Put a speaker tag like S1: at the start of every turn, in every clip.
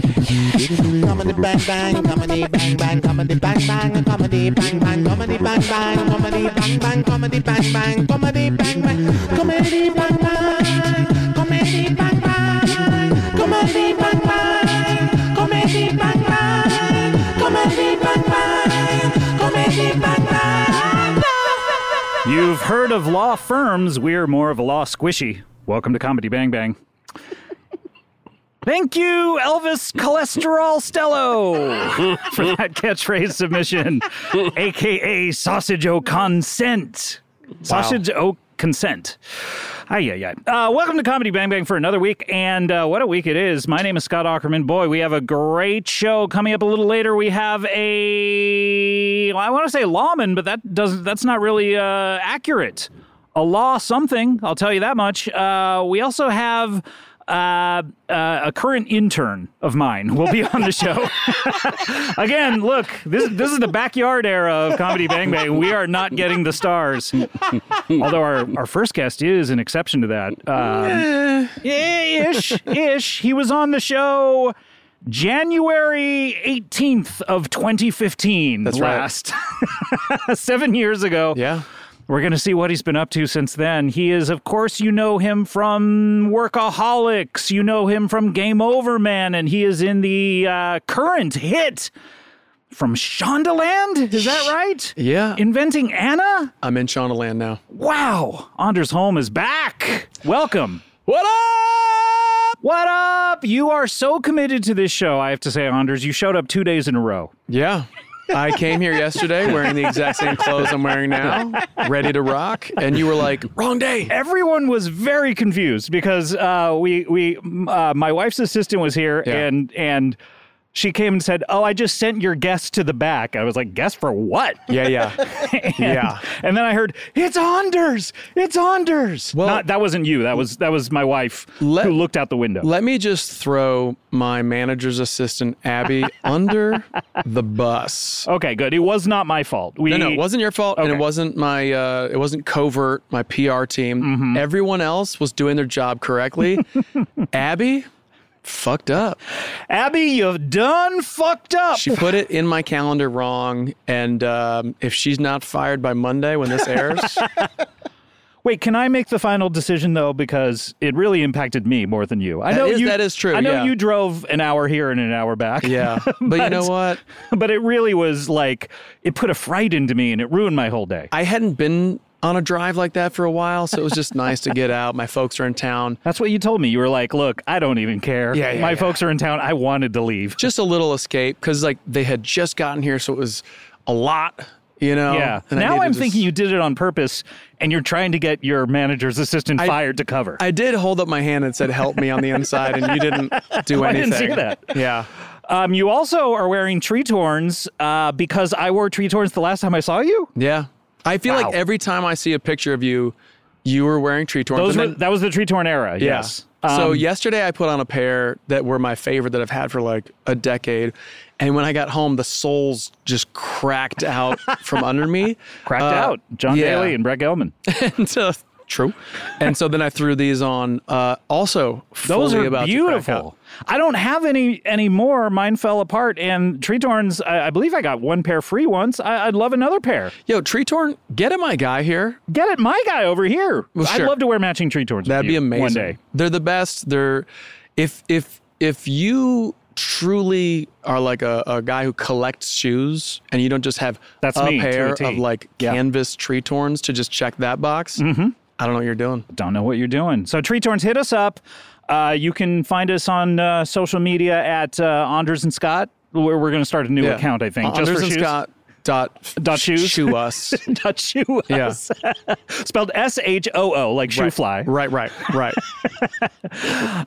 S1: Comedy bang bang, comedy bang bang, comedy bang bang, comedy bang bang, comedy bang bang, comedy bang bang, comedy bang bang, comedy bang bang, comedy bang bang, comedy bang bang, comedy bang bang, comedy bang bang, comedy bang bang, comedy bang bang.
S2: You've heard of law firms. We're more of a law squishy. Welcome to Comedy Bang Bang. Thank you, Elvis Cholesterol Stello, for that catchphrase submission, aka Sausage O Consent. Sausage O Consent. Hi, yeah, yeah. Uh, welcome to Comedy Bang Bang for another week, and uh, what a week it is. My name is Scott Ackerman. Boy, we have a great show coming up a little later. We have a, well, I want to say lawman, but that doesn't. That's not really uh, accurate. A law something. I'll tell you that much. Uh, we also have. Uh, uh, a current intern of mine will be on the show. Again, look, this this is the backyard era of Comedy Bang Bang. We are not getting the stars. Although our, our first guest is an exception to that. Um,
S3: Eh.
S2: ish, ish. He was on the show January 18th of 2015.
S3: That's right.
S2: last. Seven years ago.
S3: Yeah.
S2: We're going to see what he's been up to since then. He is, of course, you know him from Workaholics, you know him from Game Over Man, and he is in the uh, current hit from Shondaland. Is that right?
S3: Yeah.
S2: Inventing Anna?
S3: I'm in Shondaland now.
S2: Wow. Anders Holm is back. Welcome.
S3: What up?
S2: What up? You are so committed to this show, I have to say, Anders. You showed up two days in a row.
S3: Yeah. I came here yesterday wearing the exact same clothes I'm wearing now, ready to rock. And you were like, wrong day.
S2: everyone was very confused because uh, we we m- uh, my wife's assistant was here
S3: Yeah.
S2: and and she came and said, "Oh, I just sent your guest to the back." I was like, "Guest for what?"
S3: Yeah, yeah.
S2: And-
S3: Yeah.
S2: And then I heard, "It's Anders! It's Anders!"
S3: Well-
S2: Not, that wasn't you. That was that was my wife
S3: Let-
S2: who looked out the window.
S3: Let me just throw my manager's assistant, Abby, under the bus.
S2: okay, good. It was not my fault. We
S3: No, no, it wasn't your fault, and
S2: Okay.
S3: it wasn't my, uh, it wasn't covert. My PR team,
S2: Mm-hmm.
S3: everyone else was doing their job correctly. Abby, fucked up.
S2: Abby, you've done fucked up.
S3: She put it in my calendar wrong, and um, if she's not fired by Monday when this airs,
S2: Wait, can I make the final decision though? Because it really impacted me more than you. I
S3: That
S2: know
S3: is-
S2: you,
S3: that is true,
S2: I know
S3: yeah.
S2: you drove an hour here and an hour back.
S3: yeah. But, you know what?
S2: but it really was like it put a fright into me and it ruined my whole day.
S3: I hadn't been on a drive like that for a while, so it was just nice to get out. My folks are in town.
S2: That's what you told me. You were like, "Look, I don't even care.
S3: Yeah, yeah,
S2: my
S3: yeah.
S2: folks are in town. I wanted to leave."
S3: Just a little escape because like they had just gotten here, so it was a lot. You know.
S2: yeah.
S3: um, And I
S2: now
S3: need to
S2: I'm
S3: just-
S2: thinking you did it on purpose, and you're trying to get your manager's assistant
S3: I-
S2: fired to cover.
S3: I did hold up my hand and said, "Help me" on the inside, and you didn't do
S2: I
S3: anything.
S2: didn't see that.
S3: Yeah.
S2: Um, you also are wearing tree torns uh, because I wore tree torns the last time I saw you.
S3: Yeah. I feel
S2: Wow.
S3: like every time I see a picture of you, you were wearing tree torns.
S2: Those
S3: and
S2: were,
S3: then-
S2: that was the tree torn era.
S3: Yeah.
S2: Yes.
S3: so
S2: Um,
S3: yesterday I put on a pair that were my favorite that I've had for like a decade, and when I got home, the soles just cracked out from under me.
S2: cracked
S3: Uh,
S2: out. John
S3: yeah.
S2: Daly and Brett Gelman.
S3: And so- true. And so then I threw these on. Uh, also,
S2: Those
S3: fully
S2: are
S3: about to crack out.
S2: beautiful. I don't have any anymore. Mine fell apart, and tree torns. I, I believe I got one pair free once. I, I'd love another pair.
S3: Yo, tree torn, get him, my guy here.
S2: Get it, my guy over here.
S3: Well,
S2: I'd
S3: sure.
S2: love to wear matching tree torns. with
S3: That'd be
S2: you
S3: amazing.
S2: One day.
S3: They're the best. They're if if if you truly are like a, a guy who collects shoes and you don't just have
S2: That's
S3: a
S2: me, to a
S3: pair
S2: T.
S3: of like
S2: Yeah. Mm-hmm.
S3: canvas tree torns to just check that box. I don't know what you're doing.
S2: don't know what you're doing. So Tree Torns, hit us up. Uh, you can find us on uh, social media at uh, Anders and Scott. We're, we're going to start a new account, I think.
S3: Anders
S2: just for
S3: and
S2: shoes.
S3: Scott dot
S2: Dot
S3: sh-
S2: shoes.
S3: shoe us.
S2: Dot shoe
S3: Yeah.
S2: us. Spelled S H O O, like shoe fly.
S3: right, right, right.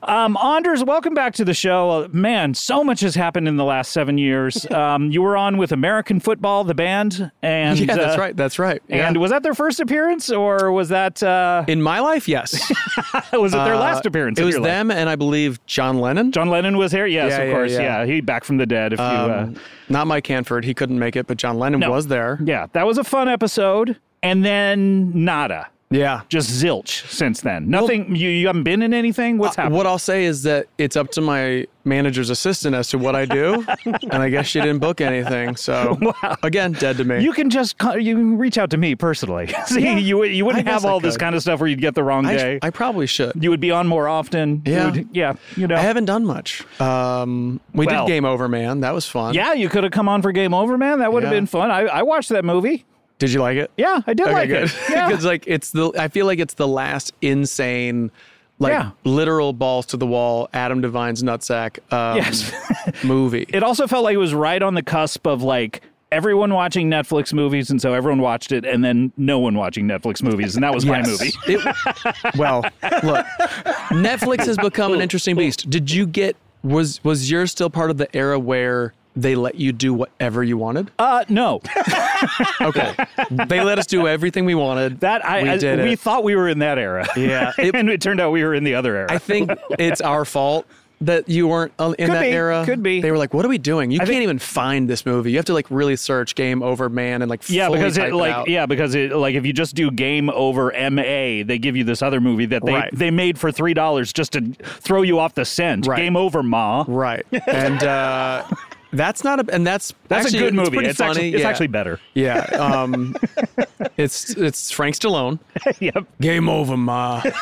S2: Um, Anders, welcome back to the show. Uh, Man, so much has happened in the last seven years. um, you were on with American Football, the band, and
S3: Yeah, that's
S2: uh,
S3: right. That's right. Yeah.
S2: And was that their first appearance, or was that uh,
S3: in my life, yes.
S2: was it their last
S3: Uh,
S2: appearance?
S3: It
S2: in
S3: was
S2: your life?
S3: them and I believe John Lennon.
S2: John Lennon was here. Yes,
S3: Yeah,
S2: of
S3: yeah,
S2: course. Yeah.
S3: yeah.
S2: he back from the dead. If you uh,
S3: Um, not Mike Hanford. He couldn't make it, but John Lennon
S2: No.
S3: was there.
S2: Yeah, that was a fun episode. And then nada,
S3: Yeah.
S2: just zilch since then. Nothing. you, you haven't been in anything. What's happened?
S3: Uh, What I'll say is that it's up to my manager's assistant as to what I do, and I guess she didn't book anything. So again, dead to me.
S2: you can just con- you can reach out to me personally. See, you would- you wouldn't
S3: I
S2: have
S3: guess I
S2: all this
S3: could.
S2: kind of stuff where you'd get the wrong
S3: I,
S2: day.
S3: I probably should.
S2: you would be on more often. You
S3: Yeah.
S2: would- yeah. You know.
S3: I haven't done much. Um, we
S2: Well-
S3: did Game Over Man. That was fun.
S2: yeah, you could have come on for Game Over, man. That would have
S3: Yeah.
S2: been fun. I, I watched that movie.
S3: Did you like it?
S2: Yeah, I did
S3: Okay,
S2: like
S3: good.
S2: it. Yeah.
S3: Because like it's the I feel like it's the last insane, like
S2: Yeah.
S3: literal balls to the wall. Adam Devine's nutsack. Um,
S2: Yes.
S3: movie.
S2: it also felt like it was right on the cusp of like everyone watching Netflix movies, and so everyone watched it, and then no one watching Netflix movies, and that was my movie.
S3: It- well, look, Netflix has become an interesting beast. Did you get was was yours still part of the era where they let you do whatever you wanted?
S2: Uh, no,
S3: Okay, they let us do everything we wanted.
S2: that I
S3: we
S2: we, I,
S3: did
S2: we
S3: it.
S2: thought we were in that era.
S3: Yeah, it-
S2: and it turned out we were in the other era.
S3: I think it's our fault that you weren't uh, in
S2: Could
S3: that
S2: be,
S3: era.
S2: could be.
S3: They were like, "What are we doing? You can't
S2: think-
S3: even find this movie. You have to like really search Game Over Man and like
S2: yeah,
S3: fully
S2: because
S3: type
S2: it like
S3: out.
S2: yeah, because it like if you just do game over MA, they give you this other movie that they
S3: Right.
S2: they made for three dollars just to throw you off the scent.
S3: Right.
S2: Game over, ma.
S3: right and. uh that's not a, and that's
S2: That's
S3: actually,
S2: a good
S3: it's
S2: movie.
S3: pretty
S2: it's
S3: funny.
S2: actually it's
S3: yeah.
S2: actually better.
S3: Yeah. Um, it's it's Frank Stallone.
S2: yep.
S3: Game over, ma. And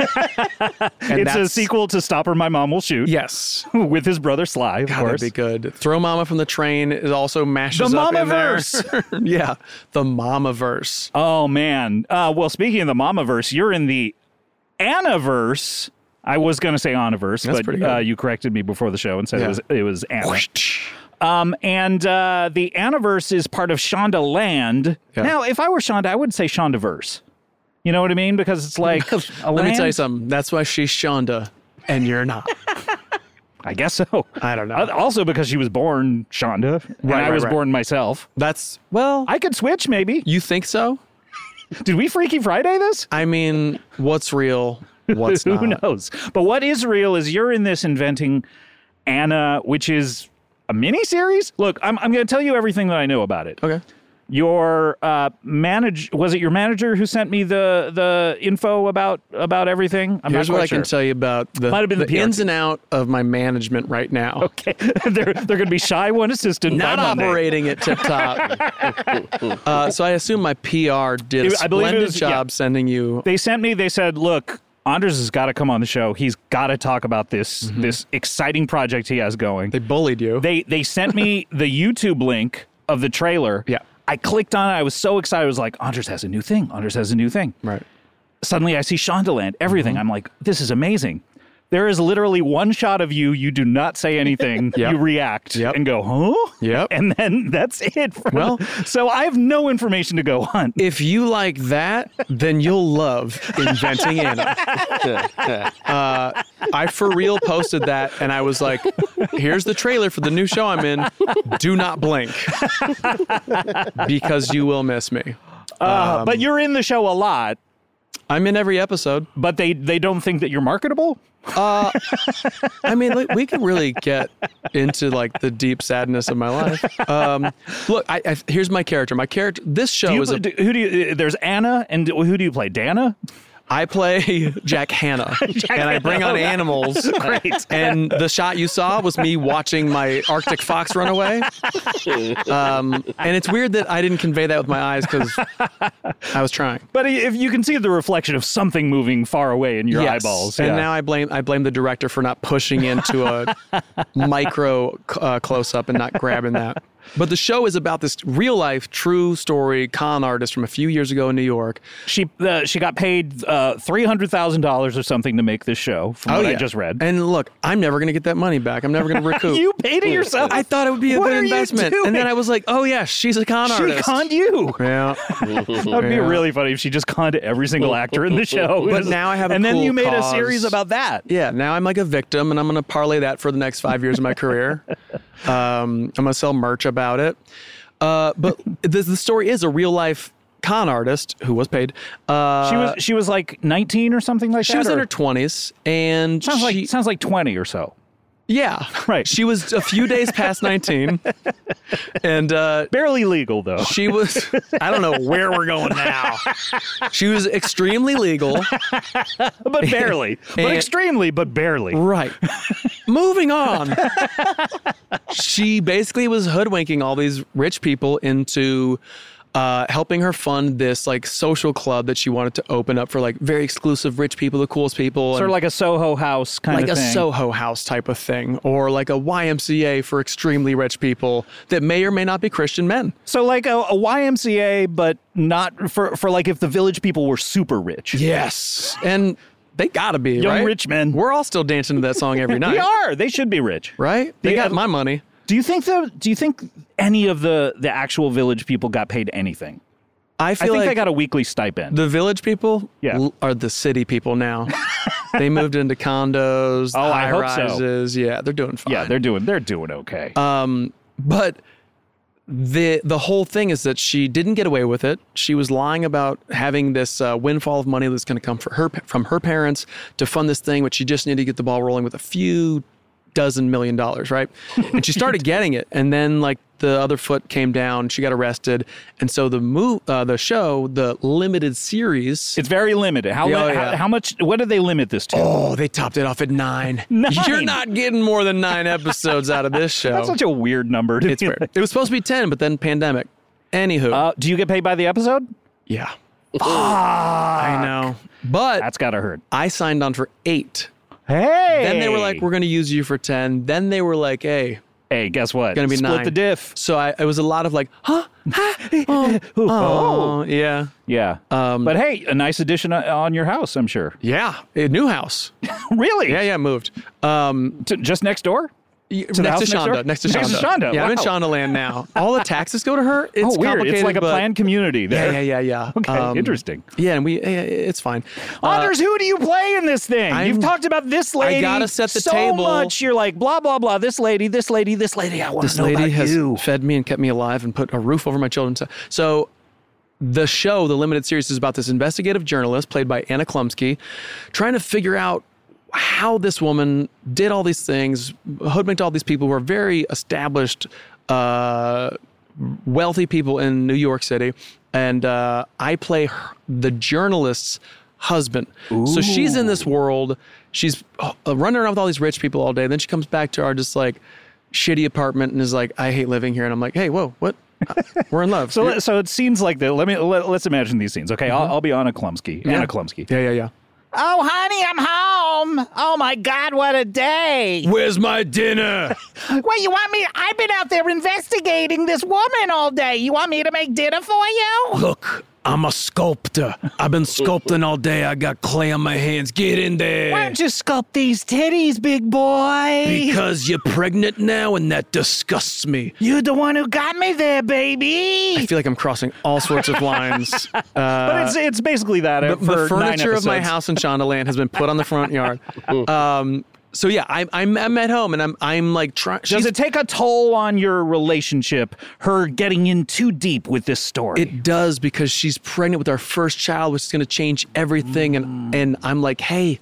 S2: It's a
S3: that's-
S2: sequel to Stopper My Mom Will Shoot.
S3: Yes.
S2: with his brother Sly, of
S3: God,
S2: course.
S3: that'd be good. Throw Mama from the Train is also mashes
S2: The
S3: up in
S2: Mamaverse.
S3: there. yeah, the Mama verse.
S2: Oh man. Uh, well, speaking of the Mamaverse, you're in the Anaverse. I was going to say Anaverse,
S3: That's
S2: but
S3: pretty
S2: uh,
S3: good.
S2: you corrected me before the show and said it
S3: Yeah.
S2: was it was Anna. Um, and uh, the Anaverse is part of Shonda Land.
S3: Yeah.
S2: Now, if I were Shonda, I would say Shondaverse. You know what I mean? Because it's like a
S3: Let me
S2: land.
S3: tell you something. That's why she's Shonda, and you're not.
S2: I guess so.
S3: I don't know.
S2: Uh, Also, because she was born Shonda, and
S3: Right,
S2: I
S3: right,
S2: was
S3: right.
S2: born myself.
S3: That's well.
S2: I could switch, maybe.
S3: you think so?
S2: Did we Freaky Friday this?
S3: I mean, what's real? What's
S2: Who
S3: not?
S2: knows? But what is real is you're in this inventing Anna, which is a mini series. Look, I'm, I'm going to tell you everything that I know about it.
S3: Okay.
S2: Your uh, manage was it your manager who sent me the the info about about everything? I'm
S3: Here's
S2: not
S3: what
S2: quite
S3: I can
S2: sure.
S3: tell you about the,
S2: Might have been the
S3: the
S2: PRT.
S3: ins and out of my management right now.
S2: Okay, they're they're going to be shy one assistant. by
S3: not
S2: Monday.
S3: operating at tip top. uh, so I assume my PR did a
S2: I believe it
S3: splendid
S2: was- yeah.
S3: job sending you.
S2: They sent me. They said, look. Anders has got to come on the show. He's got to talk about this
S3: Mm-hmm.
S2: this exciting project he has going.
S3: They bullied you.
S2: they they sent me the YouTube link of the trailer.
S3: Yeah.
S2: I clicked on it. I was so excited. I was like, Anders has a new thing. Anders has a new thing.
S3: right. Mm-hmm.
S2: Suddenly I see Shondaland, everything. I'm like, this is amazing. There is literally one shot of you. You do not say anything.
S3: Yep.
S2: You react
S3: Yep.
S2: and go, huh?
S3: Yep.
S2: And then that's it. for-
S3: Well-
S2: so I have no information to go on.
S3: If you like that, then you'll love inventing Anna. Uh, I for real posted that, and I was like, "Here's the trailer for the new show I'm in. Do not blink, because you will miss me. um,
S2: Uh, but you're in the show a lot,
S3: I'm in every episode.
S2: but they, they don't think that you're marketable?
S3: I mean, like, we could really get into like the deep sadness of my life. Um, look, I, I, here's my character. My character. This show
S2: Do you,
S3: is a.
S2: do- who do you, there's Anna, and who do you play? Dana?
S3: I play Jack Hanna, and I bring on animals.
S2: Great.
S3: And the shot you saw was me watching my Arctic fox run away. Um, and it's weird that I didn't convey that with my eyes because I was trying.
S2: But if you can see the reflection of something moving far away in your
S3: Yes.
S2: eyeballs,
S3: And
S2: yeah.
S3: now I blame I blame the director for not pushing into a micro uh, close up and not grabbing that. But the show is about this real life, true story con artist from a few years ago in New York.
S2: she uh, she got paid uh, three hundred thousand dollars or something to make this show. From what I
S3: yeah.
S2: just read,
S3: And look, I'm never going to get that money back. I'm never going to recoup.
S2: you paid it yourself.
S3: I thought it would be a
S2: What
S3: good
S2: are you
S3: investment.
S2: doing?
S3: And then I was like, oh, yeah, she's a con
S2: she
S3: artist.
S2: conned you.
S3: yeah.
S2: That would be
S3: Yeah.
S2: really funny if she just conned every single actor in the show.
S3: But now I have a
S2: and then
S3: cool
S2: you made
S3: cause.
S2: a series about that.
S3: Yeah. Now I'm like a victim and I'm going to parlay that for the next five years of my career. Um, I'm going to sell merch about it. Uh, but the, the story is a real life con artist who was paid. Uh,
S2: She was she was like nineteen or something like
S3: she
S2: that.
S3: was in
S2: or-
S3: her 20s and
S2: sounds
S3: she,
S2: like sounds like twenty or so.
S3: yeah
S2: Right.
S3: she was a few days past 19 and uh
S2: Barely legal though.
S3: She was, I don't know where we're going now. She was extremely legal.
S2: but barely, but
S3: And-
S2: extremely, but barely.
S3: Right. Moving on. She basically was hoodwinking all these rich people into uh, helping her fund this like social club that she wanted to open up for like very exclusive rich people, the coolest people.
S2: Sort
S3: and
S2: of like a Soho House kind
S3: like
S2: of
S3: a
S2: thing.
S3: Soho house type of thing, or like a YMCA for extremely rich people that may or may not be Christian men.
S2: So like a, a YMCA, but not for for like if the village people were super rich.
S3: Yes. And they gotta be
S2: Young
S3: right?
S2: rich men.
S3: We're all still dancing to that song every night.
S2: They are. They should be rich.
S3: right? They
S2: The-
S3: got my money.
S2: Do you think the Do you think any of the the actual village people got paid anything?
S3: I
S2: I
S3: feel
S2: think
S3: like
S2: they got a weekly stipend.
S3: the village people
S2: Yeah.
S3: are the city people now. they moved into condos,
S2: Oh, I
S3: high
S2: hope so.
S3: rises. Yeah, they're doing fine.
S2: yeah, they're doing they're doing okay.
S3: Uh, but the the whole thing is that she didn't get away with it. She was lying about having this uh, windfall of money that's going to come for her from her parents to fund this thing, which she just needed to get the ball rolling with a few dozen million dollars, right? And she started getting it, and then like the other foot came down. She got arrested, and so the move, uh, the show, the limited series.
S2: it's very limited. How, li-
S3: Yeah, oh,
S2: how
S3: yeah.
S2: how much? What do they limit this to?
S3: Oh, they topped it off at 9
S2: Nine.
S3: You're not getting more than nine episodes out of this show.
S2: That's such a weird number. To
S3: Oh. it's
S2: be
S3: weird.
S2: like-
S3: It was supposed to be ten, but then pandemic. Anywho,
S2: Uh, do you get paid by the episode?
S3: Yeah. I know. But
S2: That's gotta hurt.
S3: I signed on for eight.
S2: Hey.
S3: Then they were like, we're going to use you for 10. Then they were like, hey,
S2: hey, guess what?
S3: going to be
S2: Split
S3: nine.
S2: the diff.
S3: So I, it was a lot of like, huh? Huh? Oh, oh. Yeah.
S2: Yeah. Um, but hey, a nice addition o- on your house, I'm sure.
S3: Yeah. A new house.
S2: really?
S3: Yeah, yeah, moved. Um,
S2: T- just next door?
S3: y-
S2: the
S3: next, to
S2: house next door?
S3: Shonda, next to Shonda.
S2: Next to Shonda,
S3: Yeah, I'm in
S2: wow.
S3: Shondaland now. All the taxes go to her. It's
S2: oh, weird.
S3: complicated.
S2: It's like a
S3: but-
S2: planned community
S3: Yeah,
S2: there.
S3: yeah, yeah, yeah.
S2: Okay,
S3: Um,
S2: interesting.
S3: Yeah, and we, yeah, yeah, it's fine. Uh,
S2: Anders, who do you play in this thing? You've
S3: I'm-
S2: talked about this lady.
S3: gotta set the
S2: so
S3: table.
S2: much. You're like blah blah blah. This lady, this lady, this lady. I want
S3: this
S2: to know
S3: lady
S2: about
S3: has
S2: you.
S3: fed me and kept me alive and put a roof over my children's head. So the show, the limited series, is about this investigative journalist played by Anna Klumsky, trying to figure out how this woman did all these things, hoodwinked all these people who are very established, uh, wealthy people in New York City. And uh, I play her, the journalist's husband. So she's in this world. She's uh, running around with all these rich people all day. Then she comes back to our just like shitty apartment and is like, I hate living here. And I'm like, hey, whoa, what? Uh, We're in love.
S2: So, so it seems like that. Let me let, us imagine these scenes. Okay, I'll, I'll be Anna Klumsky. Anna Klumsky.
S3: Mm-hmm. yeah, yeah, yeah.
S2: Oh, honey, I'm home. Oh my God, what a day!
S3: Where's my dinner?
S2: What you want me? I've been out there investigating this woman all day. You want me to make dinner for you?
S3: Look, I'm a sculptor. I've been sculpting all day. I got clay on my hands. Get in there.
S2: you sculpt these titties, big boy?
S3: Because you're pregnant now and that disgusts me.
S2: You're the one who got me there,
S3: I
S2: baby.
S3: feel like I'm crossing all sorts of lines.
S2: But it's it's basically that. uh, The,
S3: Uh, the furniture of my house in Shondaland has been put on the front yard. um, so yeah, I, I'm I'm at home and I'm I'm like trying.
S2: Does it take a toll on your relationship? Her getting in too deep with this story.
S3: It does because she's pregnant with our first child, which is going to change everything. And and I'm like, hey,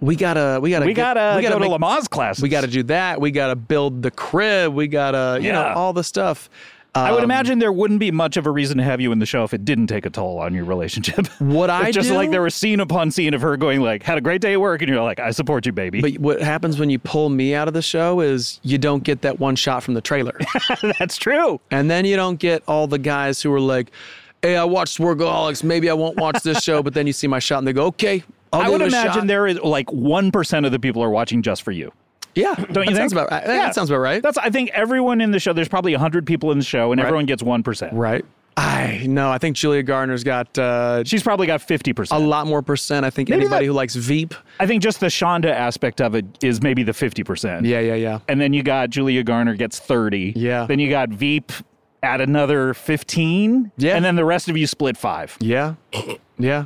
S3: we gotta we gotta
S2: Mm. we
S3: get-
S2: gotta,
S3: we gotta
S2: go
S3: make-
S2: to Lamaze classes.
S3: we gotta do that. We gotta build the crib. We gotta you know
S2: Yeah.
S3: all the stuff.
S2: I
S3: Um,
S2: would imagine there wouldn't be much of a reason to have you in the show if it didn't take a toll on your relationship.
S3: What I
S2: just
S3: do-
S2: like there was scene upon scene of her going like, "Had a great day at work," and you're like, "I support you, baby."
S3: But what happens when you pull me out of the show is you don't get that one shot from the trailer.
S2: That's true.
S3: And then you don't get all the guys who are like, hey, I watched Workaholics. Maybe I won't watch this show. But then you see my shot and they go, okay, I'll
S2: I
S3: give
S2: would
S3: it a
S2: imagine
S3: shot."
S2: there is like one percent of the people are watching just for you.
S3: Yeah.
S2: Don't you
S3: that
S2: think?
S3: Sounds about, right.
S2: Yeah.
S3: That sounds about right.
S2: That's I think everyone in the show. There's probably hundred people in the show, and everyone gets one percent.
S3: right. I know. I think Julia Gardner's got uh,
S2: She's probably got fifty
S3: a
S2: percent.
S3: lot more percent. I think
S2: Maybe
S3: anybody
S2: that-
S3: who likes Veep.
S2: I think just the Shonda aspect of it is maybe the fifty percent.
S3: Yeah, yeah, yeah.
S2: and then you got Julia Garner gets 30.
S3: Yeah.
S2: Then you got Veep at another 15.
S3: Yeah.
S2: And then the rest of you split five.
S3: Yeah. Yeah.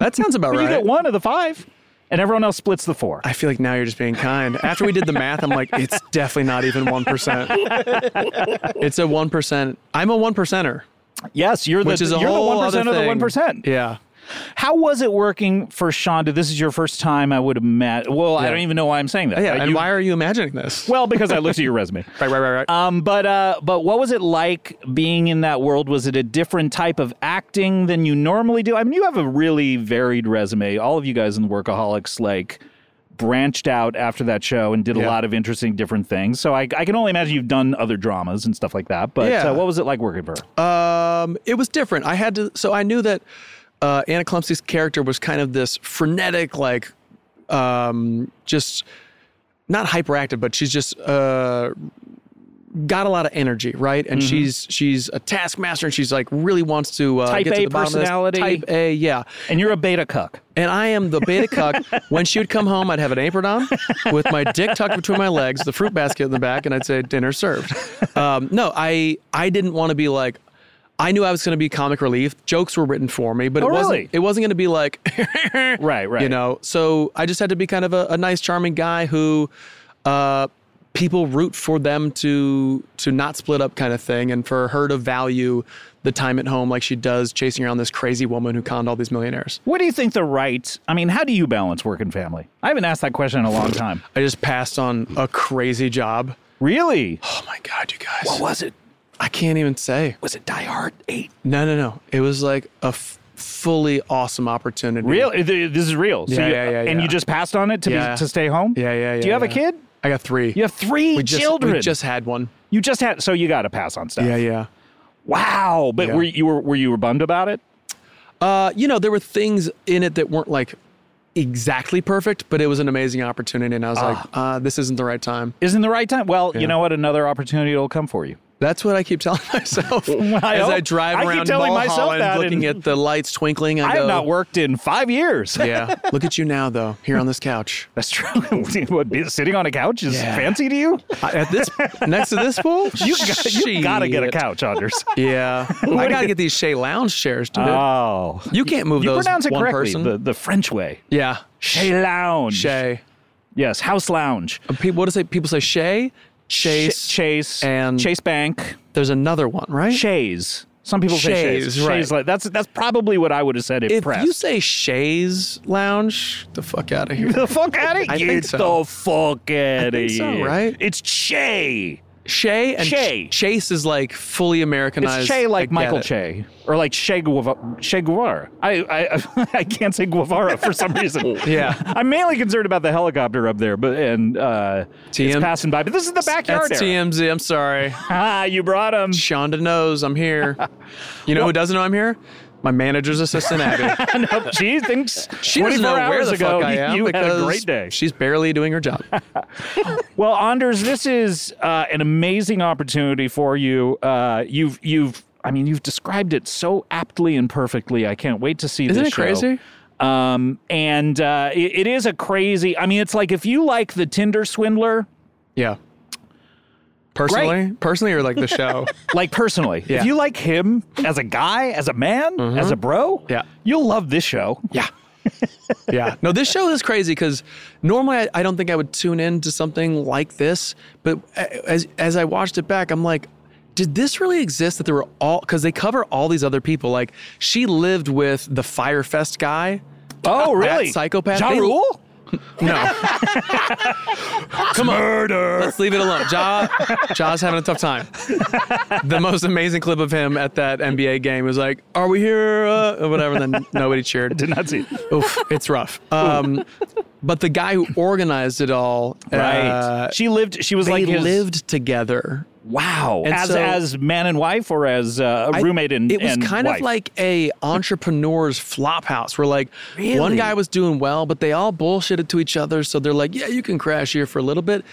S3: That sounds about
S2: But You
S3: right.
S2: get one of the five, and everyone else splits the four.
S3: I feel like now you're just being kind. After we did the math, I'm like, it's definitely not even 1%. it's a 1%. I'm a 1%er,
S2: yes, you're the,
S3: which is a
S2: you're the
S3: whole
S2: 1%
S3: other
S2: of the
S3: thing.
S2: 1%.
S3: Yeah.
S2: How was it working for Shonda? This is your first time, I would imagine. Well, I
S3: Yeah.
S2: don't even know why I'm saying that.
S3: Yeah,
S2: Uh,
S3: and
S2: you-
S3: why are you imagining this?
S2: well, because I looked at your resume.
S3: right, right, right, right.
S2: Um, but uh, but what was it like being in that world? Was it a different type of acting than you normally do? I mean, you have a really varied resume. All of you guys in Workaholics like branched out after that show and did a
S3: Yeah.
S2: lot of interesting different things. So I, I can only imagine you've done other dramas and stuff like that. But
S3: Yeah.
S2: uh, what was it like working for her?
S3: Um, it was different. I had to, so I knew that uh, Anna Clumsy's character was kind of this frenetic, like, um, just not hyperactive, but she's just uh, got a lot of energy, right? And
S2: Mm-hmm.
S3: she's she's a taskmaster, and she's like really wants to uh,
S2: Type
S3: get to
S2: A
S3: the bottom of this.
S2: personality.
S3: Type A, yeah.
S2: and you're a beta cuck.
S3: And I am the beta cuck. When she would come home, I'd have an apron on with my dick tucked between my legs, the fruit basket in the back, and I'd say, dinner served. Um, no, I, I didn't want to be like, I knew I was going to be comic relief. Jokes were written for me, but
S2: Oh,
S3: it wasn't,
S2: really?
S3: it wasn't going to be like,
S2: Right, right.
S3: you know, so I just had to be kind of a, a nice, charming guy who, uh, people root for them to to not split up kind of thing and for her to value the time at home like she does chasing around this crazy woman who conned all these millionaires
S2: What do you think the right? I mean, how do you balance work and family? I haven't asked that question in a long time.
S3: I just passed on a crazy job.
S2: Really?
S3: Oh my god, you guys!
S2: Was it
S3: I can't even say.
S2: was it Die Hard Eight?
S3: No, no, no. It was like a f- fully awesome opportunity.
S2: Real? th- This is real. So
S3: Yeah,
S2: you-
S3: yeah, yeah,
S2: And
S3: yeah.
S2: you just passed on it to
S3: Yeah.
S2: be, to stay home.
S3: Yeah, yeah, yeah.
S2: Do you have a
S3: yeah.
S2: kid?
S3: I got three.
S2: You have three
S3: we just,
S2: children.
S3: We just had one.
S2: you just had so you got to pass on stuff.
S3: Yeah, yeah.
S2: Wow. But
S3: Yeah.
S2: were you were, were you were bummed about it?
S3: Uh, you know, there were things in it that weren't like exactly perfect, but it was an amazing opportunity, and I was like,
S2: Ah.
S3: uh, this isn't the right time.
S2: Isn't the right time? Well, you
S3: Yeah.
S2: know what? Another opportunity will come for you.
S3: That's what I keep telling myself
S2: I
S3: as I
S2: hope-
S3: drive
S2: I keep
S3: around
S2: telling myself
S3: Mulholland
S2: that
S3: looking
S2: and-
S3: at the lights twinkling. I,
S2: I
S3: go,
S2: have not worked in five years.
S3: yeah, look at you now, though, here on this couch.
S2: That's true. what, be- sitting on a couch is
S3: Yeah.
S2: fancy to you?
S3: I- at this next to this pool,
S2: You got, you got to get a
S3: Shit.
S2: couch, Anders.
S3: Yeah, I gotta get these Shea Lounge chairs, dude.
S2: oh.
S3: you can't move
S2: You
S3: those.
S2: pronounce it
S3: one
S2: correctly.
S3: person.
S2: The, the French way.
S3: yeah,
S2: Chez lounge.
S3: Shea.
S2: Yes, house lounge.
S3: Uh, People, what do say? People say Shea, Chase,
S2: Ch- Chase.
S3: and-
S2: Chase Bank.
S3: There's another one, right?
S2: Shays. Some people say
S3: Shays,
S2: shays.
S3: right.
S2: Shays, like that's that's probably what I would have said if,
S3: If
S2: pressed.
S3: you say Shay's Lounge, the fuck out of here.
S2: the fuck out of
S3: I
S2: you,
S3: think so.
S2: the fuck out of
S3: think so,
S2: you,
S3: right?
S2: It's Che.
S3: Shay and
S2: Shea.
S3: Ch- Chase is like fully
S2: It's
S3: Americanized.
S2: Che
S3: I
S2: like
S3: get
S2: Michael
S3: it.
S2: Che or like Che Guevara. Che Guevara. I I, I can't say Guevara for some reason.
S3: Yeah.
S2: I'm mainly concerned about the helicopter up there, but and uh,
S3: TM.
S2: it's passing by. But this is the backyard
S3: That's
S2: area.
S3: TMZ. I'm sorry.
S2: Ah, you brought him.
S3: Shonda knows I'm here. You know who doesn't know I'm here? My manager's assistant, Abby.
S2: Nope, she thinks
S3: She
S2: 24
S3: doesn't know
S2: hours
S3: where the
S2: ago
S3: fuck I am
S2: you had
S3: because
S2: a great day.
S3: she's barely doing her job.
S2: Well, Anders, this is uh, an amazing opportunity for you. Uh, you've you've I mean, you've described it so aptly and perfectly. I can't wait to see
S3: Isn't
S2: this
S3: it
S2: show.
S3: crazy?
S2: Um, and uh, it, it is a crazy. I mean, it's like if you like the Tinder swindler,
S3: Yeah. Personally, personally, or like the show.
S2: like personally,
S3: Yeah. Mm-hmm.
S2: if you like him as a guy, as a man, as a bro,
S3: Yeah.
S2: you'll love this show.
S3: yeah. Yeah. No, this show is crazy because normally I, I don't think I would tune in to something like this, but a- as as I watched it back, I'm like, did this really exist? That there were all because they cover all these other people. Like she lived with the Firefest guy.
S2: Oh, really?
S3: psychopath-
S2: Ja
S3: they-
S2: Rule?
S3: No. Come on. Murder. Let's leave it alone. Ja, Ja's having a tough time. The most amazing clip of him at that NBA game was like, Are we here? Uh, or whatever. And then nobody cheered.
S2: Did not see. it.
S3: Oof, it's rough. Um, but the guy who organized it all,
S2: Right.
S3: uh,
S2: she lived. She was
S3: they
S2: like his,
S3: lived together.
S2: Wow.
S3: And
S2: as
S3: so-
S2: as man and wife, or as uh, a
S3: I-
S2: roommate and
S3: it was
S2: and
S3: kind
S2: wife?
S3: of like a entrepreneur's flop house where like one
S2: Really?
S3: guy was doing well but they all bullshitted to each other so they're like yeah you can crash here for a little bit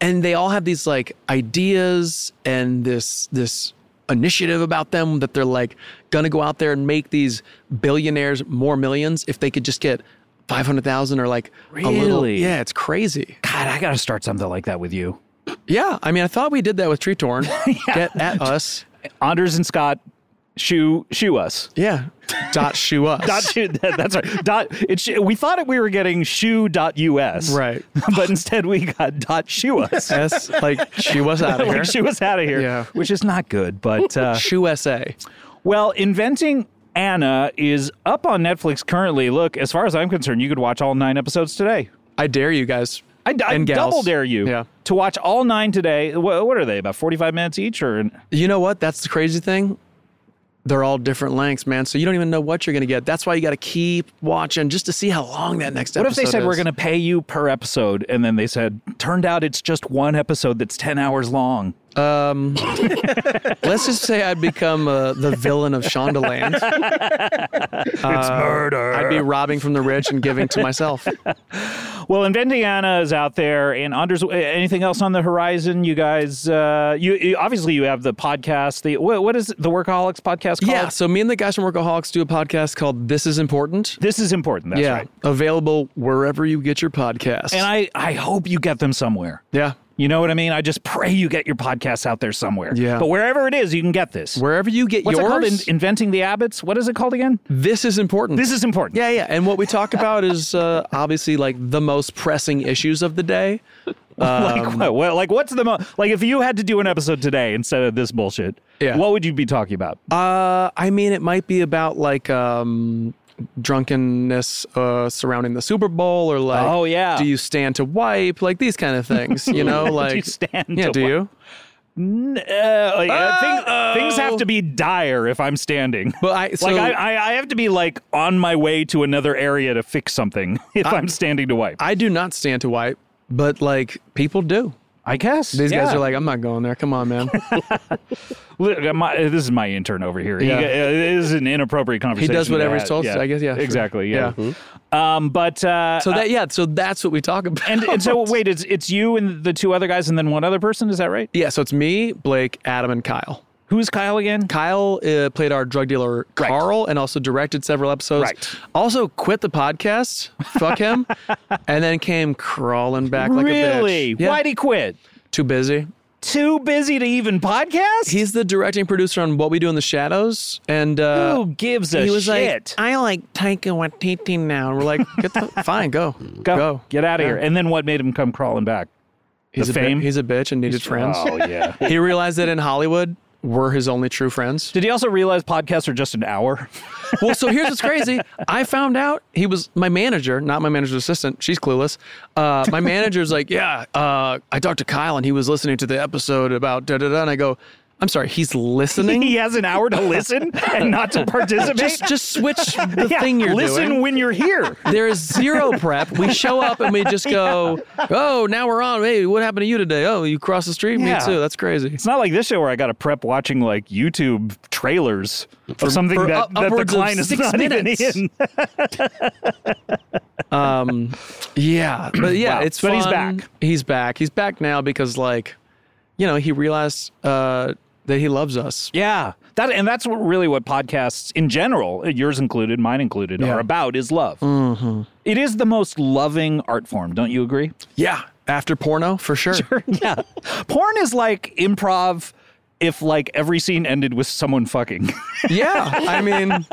S3: and they all have these like ideas and this this initiative about them that they're like gonna go out there and make these billionaires more millions if they could just get 500,000 or like a little
S2: Really?
S3: yeah it's crazy
S2: God. I gotta start something like that with you,
S3: yeah i mean i thought we did that with tree torn get at us
S2: Anders and Scott. Shoe shoe us.
S3: yeah dot shoe us
S2: Dot shoe. that- that's right. Dot. It's we thought it, we were getting shoe.us.
S3: Right.
S2: But instead we got dot shoe us.
S3: S like she was out of here.
S2: like shoe us out of here.
S3: Yeah.
S2: Which is not good. But uh,
S3: Shoe SA.
S2: well, inventing. Anna is up on Netflix currently. Look, as far as I'm concerned, you could watch all nine episodes today.
S3: I dare you guys.
S2: I, I
S3: and gals.
S2: double dare you
S3: Yeah.
S2: to watch all nine today. What, what are they? About forty-five minutes each, or
S3: You know what? That's the crazy thing. They're all different lengths, man. So you don't even know what you're gonna get. That's why you got to keep watching just to see how long that next.
S2: what if they
S3: episode
S2: said we're
S3: is."
S2: going to pay you per episode, and then they said, turned out it's just one episode that's ten hours long.
S3: Let's just say I'd become uh, the villain of Shondaland. it's murder. I'd be robbing from the rich and giving to myself.
S2: Well, Inventiana is out there, and Anders. Anything else on the horizon, you guys? Uh, you, you obviously you have the podcast. The what, what is it, the Workaholics podcast called?
S3: Yeah. Uh, So me and the guys from Workaholics do a podcast called "This Is Important."
S2: this is important. That's
S3: yeah,
S2: right.
S3: available wherever you get your podcast.
S2: And I, I hope you get them somewhere.
S3: yeah,
S2: You know what I mean? I just pray you get your podcasts out there somewhere.
S3: Yeah.
S2: But wherever it is, you can get this.
S3: wherever you get
S2: What's
S3: yours.
S2: it called? In- Inventing the Abbots? What is it called again?
S3: This is important.
S2: This is important.
S3: Yeah, yeah. And what we talk about is uh, obviously like the most pressing issues of the day.
S2: like, what, well, like, what's the mo- like? If you had to do an episode today instead of this bullshit,
S3: Yeah.
S2: what would you be talking about?
S3: Uh, I mean, it might be about like um, drunkenness uh, surrounding the Super Bowl or like,
S2: Oh, yeah.
S3: do you stand to wipe? Like these kind of things, you know? Like,
S2: stand
S3: Yeah,
S2: to
S3: do
S2: wipe?
S3: you?
S2: Uh, like, uh, thing-
S3: Uh-oh.
S2: things have to be dire if I'm standing.
S3: But I- so-
S2: like, I, I, I have to be like on my way to another area to fix something if I, am standing to wipe.
S3: I do not stand to wipe, but like people do.
S2: I guess
S3: These guys
S2: Yeah.
S3: are like, I'm not going there. Come on, man.
S2: Look, uh, my, this is my intern over here.
S3: Yeah.
S2: He, uh, it is an inappropriate conversation.
S3: does whatever he's
S2: to
S3: told
S2: have.
S3: to, I guess, yeah, sure.
S2: Exactly.
S3: Yeah.
S2: Yeah. Um, but uh,
S3: So that, yeah, so that's what we talk about.
S2: and, and so wait, it's it's you and the two other guys, and then one other person. Is that right?
S3: yeah, so it's me, Blake, Adam, and Kyle.
S2: Who's Kyle again?
S3: Kyle uh, played our drug dealer Carl and also directed several episodes.
S2: Right.
S3: Also quit the podcast. Fuck him. and then came crawling back like
S2: really?
S3: a bitch. Yeah.
S2: Why'd he quit?
S3: Too busy.
S2: Too busy to even podcast.
S3: He's the directing producer on What We Do in the Shadows, and uh,
S2: Who gives a
S3: he was
S2: shit?
S3: like, "I like Taika Waititi now." And we're like, Get the, "Fine, go,
S2: go, get out of here. And then what made him come crawling back?
S3: He's
S2: the
S3: a bi-
S2: fame?
S3: he's a bitch and needed friends.
S2: Oh yeah.
S3: He realized that in Hollywood, we're his only true friends.
S2: Did he also realize podcasts are just an hour?
S3: Well, so here's what's crazy. I found out he was my manager, not my manager's assistant. She's clueless. Uh, my manager's like, yeah, uh, I talked to Kyle and he was listening to the episode about da da da. And I go, I'm sorry, he's listening.
S2: he has an hour to listen and not to participate.
S3: just just switch the
S2: Yeah,
S3: thing you're
S2: listen
S3: doing.
S2: when you're here.
S3: There is zero prep. We show up and we just go, oh, now we're on. Hey, what happened to you today? Oh, you crossed the street.
S2: Yeah.
S3: Me too. That's crazy.
S2: It's not like this show where I got to prep watching like YouTube trailers of something
S3: for
S2: that,
S3: up-
S2: that the
S3: upwards of
S2: client is
S3: six
S2: not
S3: minutes.
S2: even in.
S3: Yeah, but yeah,
S2: Wow.
S3: it's
S2: Um, But he's
S3: fun.
S2: back.
S3: He's back. He's back now because like, you know, he realized uh, that he loves us.
S2: Yeah, that and that's what really what podcasts in general, yours included, mine included, are about is love. Mm-hmm. is the most loving art form, don't you agree?
S3: Yeah. After porno, for sure.
S2: yeah, porn is like improv. If like every scene ended with someone fucking,
S3: Yeah. I mean,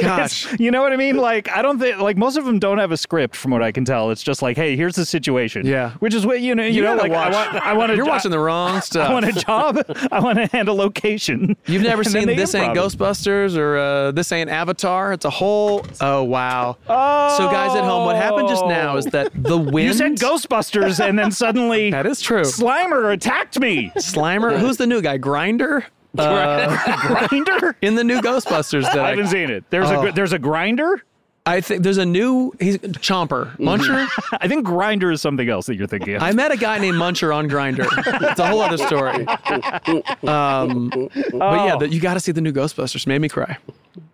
S3: gosh.
S2: you know what I mean? Like I don't think like most of them don't have a script, from what I can tell. It's just like, hey, here's the situation.
S3: Yeah.
S2: which is what you know. You, know,
S3: gotta
S2: like I
S3: watch-
S2: want. I want.
S3: You're watching the wrong
S2: I want
S3: stuff.
S2: a job. I want to handle location.
S3: You've never
S2: And then
S3: seen
S2: they
S3: This Ain't
S2: improv it.
S3: Ghostbusters or uh, This Ain't Avatar. It's a whole. Oh, wow. Oh. So, guys at home, what happened just now is that the wind.
S2: Oh. You said Ghostbusters, and then suddenly
S3: That is true.
S2: Slimer attacked me.
S3: Slimer. Who's the new guy? Grinder?
S2: grinder.
S3: In the new Ghostbusters that
S2: I
S3: I,
S2: haven't seen it. There's a
S3: Oh.
S2: gr- there's a grinder.
S3: I think there's a new he's Chomper Muncher.
S2: I think grinder is something else that you're thinking of.
S3: I met a guy named Muncher on Grinder. It's a whole other story. Um, But yeah,
S2: Oh.
S3: the, you got to see the new Ghostbusters. Made me cry.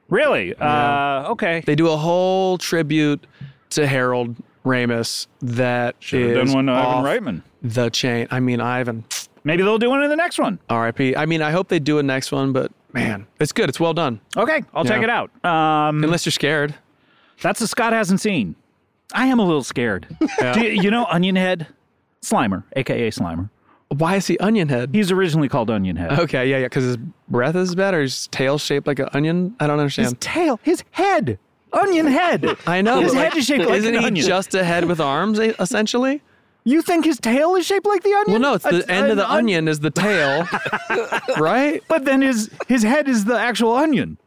S2: really? Uh, okay.
S3: They do a whole tribute to Harold Ramis that
S2: Should've
S3: is
S2: done one to
S3: off
S2: Ivan Reitman.
S3: the chain. I mean, Ivan,
S2: Maybe they'll do one in the next one.
S3: R.I.P. I mean, I hope they do a next one, but man, it's good. It's well done.
S2: Okay, I'll check it
S3: Yeah.
S2: out. Um,
S3: Unless you're scared.
S2: that's a Scott hasn't seen. I am a little scared. Do you, you know Onion Head? Slimer, aka Slimer.
S3: Why is he Onion Head?
S2: He's originally called Onion Head.
S3: Okay, yeah, yeah, because his breath is bad or his tail shaped like an onion. I don't
S2: his
S3: understand.
S2: tail, his head, Onion Head.
S3: I know.
S2: His
S3: but,
S2: head is shaped like
S3: isn't
S2: an
S3: he
S2: onion.
S3: just a head with arms e- essentially?
S2: You think his tail is shaped like the onion?
S3: Well, no, it's the
S2: A-
S3: end of
S2: an
S3: the
S2: on-
S3: onion is the tail, right?
S2: But then his his head is the actual onion.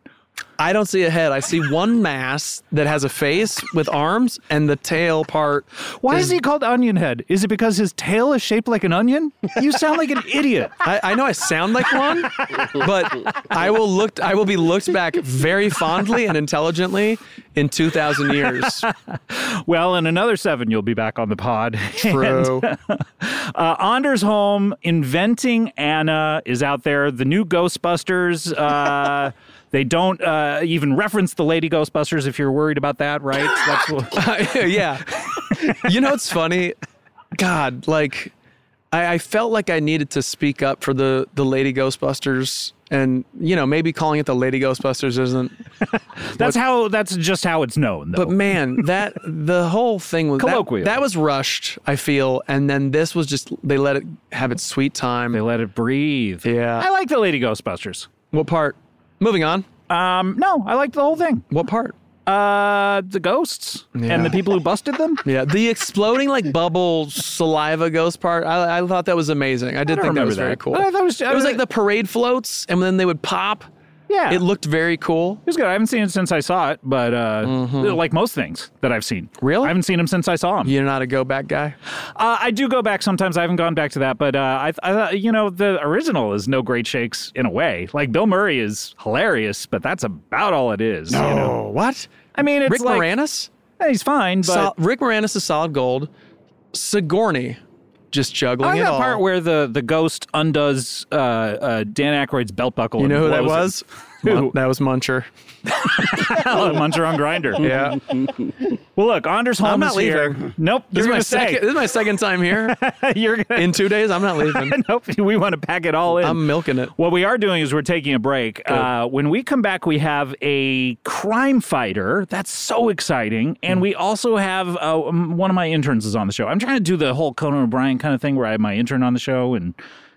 S3: I don't see a head. I see one mass that has a face with arms and the tail part.
S2: Why is he called Onion Head? Is it because his tail is shaped like an onion? You sound like an idiot.
S3: I, I know I sound like one, but I will looked. I will be looked back very fondly and intelligently in two thousand years.
S2: Well, in another seven, you'll be back on the pod.
S3: Bro,
S2: Uh, Anders Holm, Inventing Anna, is out there. The new Ghostbusters. Uh, they don't uh, even reference the Lady Ghostbusters if you're worried about that, right? That's what,
S3: yeah. You know what's funny? God, like I, I felt like I needed to speak up for the the Lady Ghostbusters, and you know maybe calling it the Lady Ghostbusters isn't.
S2: that's how. That's just how it's known. Though.
S3: But man, that the whole thing was that-
S2: Colloquial.
S3: That, was rushed, I feel, and then this was just they let it have its sweet time.
S2: they let it breathe.
S3: Yeah.
S2: I like the Lady Ghostbusters.
S3: what part? Moving on.
S2: Um, no, I liked the whole thing.
S3: What part?
S2: Uh, the ghosts and the people who busted them.
S3: Yeah, the exploding like bubble saliva ghost part. I, I thought that was amazing. I
S2: don't
S3: did think that
S2: remember
S3: was very
S2: that.
S3: cool.
S2: But I thought it was-
S3: it was like the parade floats, and then they would pop.
S2: Yeah,
S3: It looked very cool.
S2: It was good. I haven't seen it since I saw it, but uh, like most things that I've seen,
S3: Mm-hmm. Really?
S2: I haven't seen them since I saw them.
S3: You're not a go back guy.
S2: Uh, I do go back sometimes. I haven't gone back to that, but uh, I, I, thought you know, the original is no great shakes in a way. Like Bill Murray is hilarious, but that's about all it is. you know?
S3: Oh, what?
S2: I mean, it's
S3: Rick
S2: like
S3: Moranis?
S2: eh, he's fine, but
S3: Sol- Rick Moranis is solid gold. Sigourney just juggling
S2: I like
S3: it
S2: that
S3: all.
S2: part where the the ghost undoes uh, uh, Dan Aykroyd's belt buckle.
S3: you
S2: and
S3: know who that
S2: blows it.
S3: was? Mun- that was Muncher.
S2: Oh, Muncher on Grinder.
S3: Yeah.
S2: Well, look, Anders Holm
S3: I'm not
S2: is here.
S3: leaving.
S2: Nope,
S3: this,
S2: you're
S3: is my
S2: gonna stay.
S3: second, this is my second time here.
S2: you're gonna.
S3: In two days, I'm not leaving.
S2: nope, we want to pack it all in.
S3: I'm milking it.
S2: What we are doing is we're taking a break. Uh, when we come back, we have a crime fighter. That's so exciting.
S3: Hmm.
S2: And we also have uh, um, one of my interns is on the show. I'm trying to do the whole Conan O'Brien kind of thing where I have my intern on the show and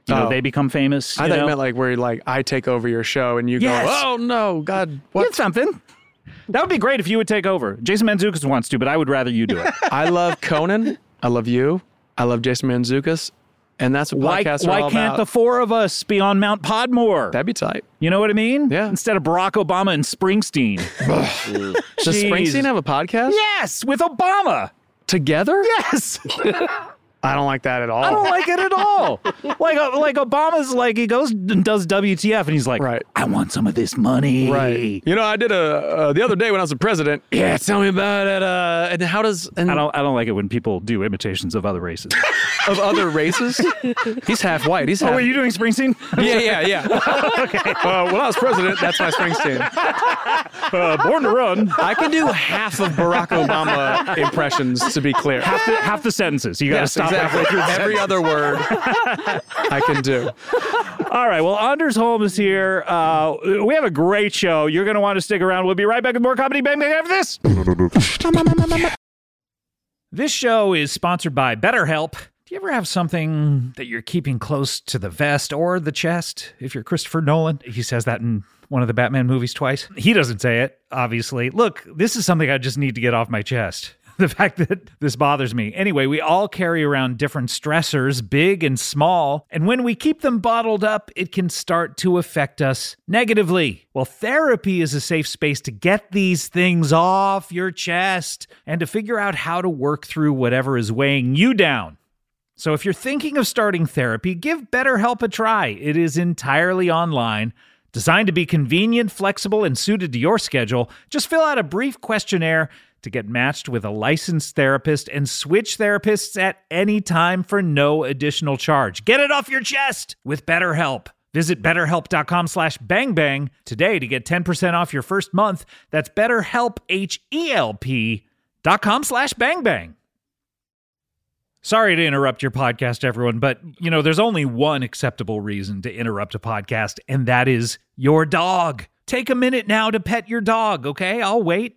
S2: you know
S3: Oh.
S2: they become famous.
S3: I
S2: you
S3: thought you
S2: know?
S3: meant like where like I take over your show and you
S2: Yes.
S3: go, oh no, God, what?
S2: It's something. That would be great if you would take over. Jason Manzukis wants to, but I would rather you do it.
S3: I love Conan. I love you. I love Jason Manzukis, and that's what
S2: why
S3: podcasts are
S2: why
S3: all
S2: can't
S3: about.
S2: the four of us be on Mount Podmore?
S3: That'd be tight.
S2: you know what I mean?
S3: Yeah.
S2: Instead of Barack Obama and Springsteen.
S3: Does
S2: Jeez.
S3: Springsteen have a podcast
S2: yes, with Obama.
S3: together?
S2: Yes.
S3: I don't like that at all.
S2: I don't like it at all. Like uh, like Obama's like he goes and does WTF and he's like,
S3: Right.
S2: I want some of this money.
S3: Right. You know, I did a uh, the other day when I was a president. Yeah, tell me about it. Uh, and how does and
S2: I don't I don't like it when people do imitations of other races.
S3: of other races? He's half white. He's half.
S2: oh, wait, you doing Springsteen?
S3: yeah, yeah, yeah. okay. Uh, when I was president, that's my Springsteen.
S2: Uh, born to run.
S3: I can do half of Barack Obama impressions, to be clear.
S2: Half the, half the sentences. You got to
S3: Yes,
S2: stop
S3: exactly.
S2: halfway through.
S3: Every other word I can do.
S4: All right. Well, Anders Holm is here. Uh, we have a great show. You're going to want to stick around. We'll be right back with more comedy bang bang after this. This show is sponsored by BetterHelp. Do you ever have something that you're keeping close to the vest or the chest? If you're Christopher Nolan, he says that in one of the Batman movies twice. He doesn't say it, obviously. Look, this is something I just need to get off my chest. The fact that this bothers me. Anyway, we all carry around different stressors, big and small, and when we keep them bottled up, it can start to affect us negatively. Well, therapy is a safe space to get these things off your chest and to figure out how to work through whatever is weighing you down. So if you're thinking of starting therapy, give BetterHelp a try. It is entirely online, designed to be convenient, flexible, and suited to your schedule. Just fill out a brief questionnaire to get matched with a licensed therapist and switch therapists at any time for no additional charge. Get it off your chest with BetterHelp. Visit betterhelp.com slash bangbang today to get 10% off your first month. That's betterhelp, H-E-L-P dot com slash bangbang. Sorry to interrupt your podcast, everyone, but you know, there's only one acceptable reason to interrupt a podcast, and that is your dog. Take a minute now to pet your dog, okay? I'll wait.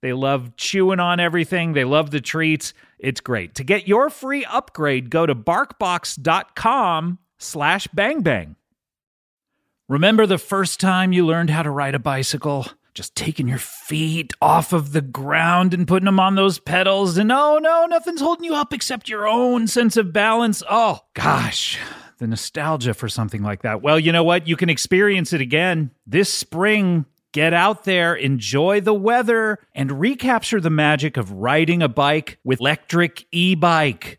S4: They love chewing on everything. They love the treats. It's great. To get your free upgrade, go to barkbox.com slash bangbang. Remember the first time you learned how to ride a bicycle? Just taking your feet off of the ground and putting them on those pedals. And oh no, nothing's holding you up except your own sense of balance. Oh gosh, the nostalgia for something like that. Well, you know what? You can experience it again this spring. Get out there, enjoy the weather, and recapture the magic of riding a bike with electric e bike.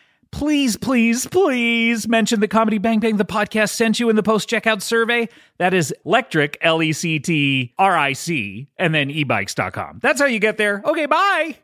S4: please, please, please mention the Comedy Bang Bang the podcast sent you in the post checkout survey. That is electric, L E C T R I C, and then
S2: e
S4: ebikes.com. That's how you get there. Okay, bye.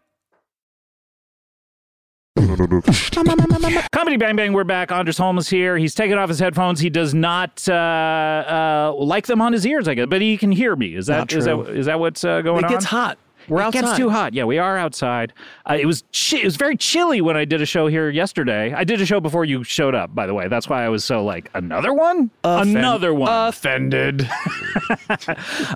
S4: Comedy Bang Bang, we're back. Anders Holm is here. He's taken off his headphones. He does not uh, uh, like them on his ears, I guess, but he can hear me. Is that
S3: Not
S4: is that
S3: true.
S4: is that what's uh, going
S3: It
S4: on?
S3: gets hot. We're
S4: it
S3: outside.
S4: gets too hot. Yeah, we are outside. Uh, it was chi- it was very chilly when I did a show here yesterday. I did a show before you showed up, by the way. That's why I was so like another one, another one.
S3: Uh, Offended.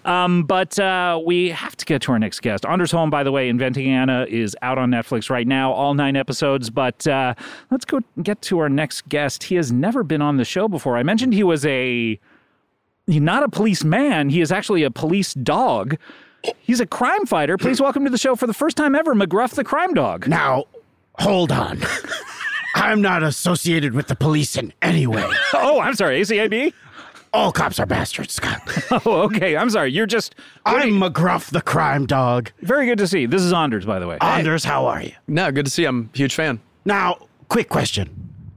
S4: Um, but uh, we have to get to our next guest. Anders Holm, by the way, Inventing Anna is out on Netflix right now, all nine episodes. But uh, let's go get to our next guest. He has never been on the show before. I mentioned he was a
S2: he's not a policeman. He is actually a police dog. He's a crime fighter. Please welcome to the show for the first time ever, McGruff the crime dog.
S5: Now, hold on. I'm not associated with the police in any way.
S2: Oh, I'm sorry, ACAB.
S5: All cops are bastards, Scott.
S2: Oh, okay. I'm sorry. You're just
S5: I'm McGruff the crime dog.
S2: very good to see. you. This is Anders, by the way.
S5: Anders, how are you?
S3: No, good to see you. I'm a huge fan.
S5: Now, quick question.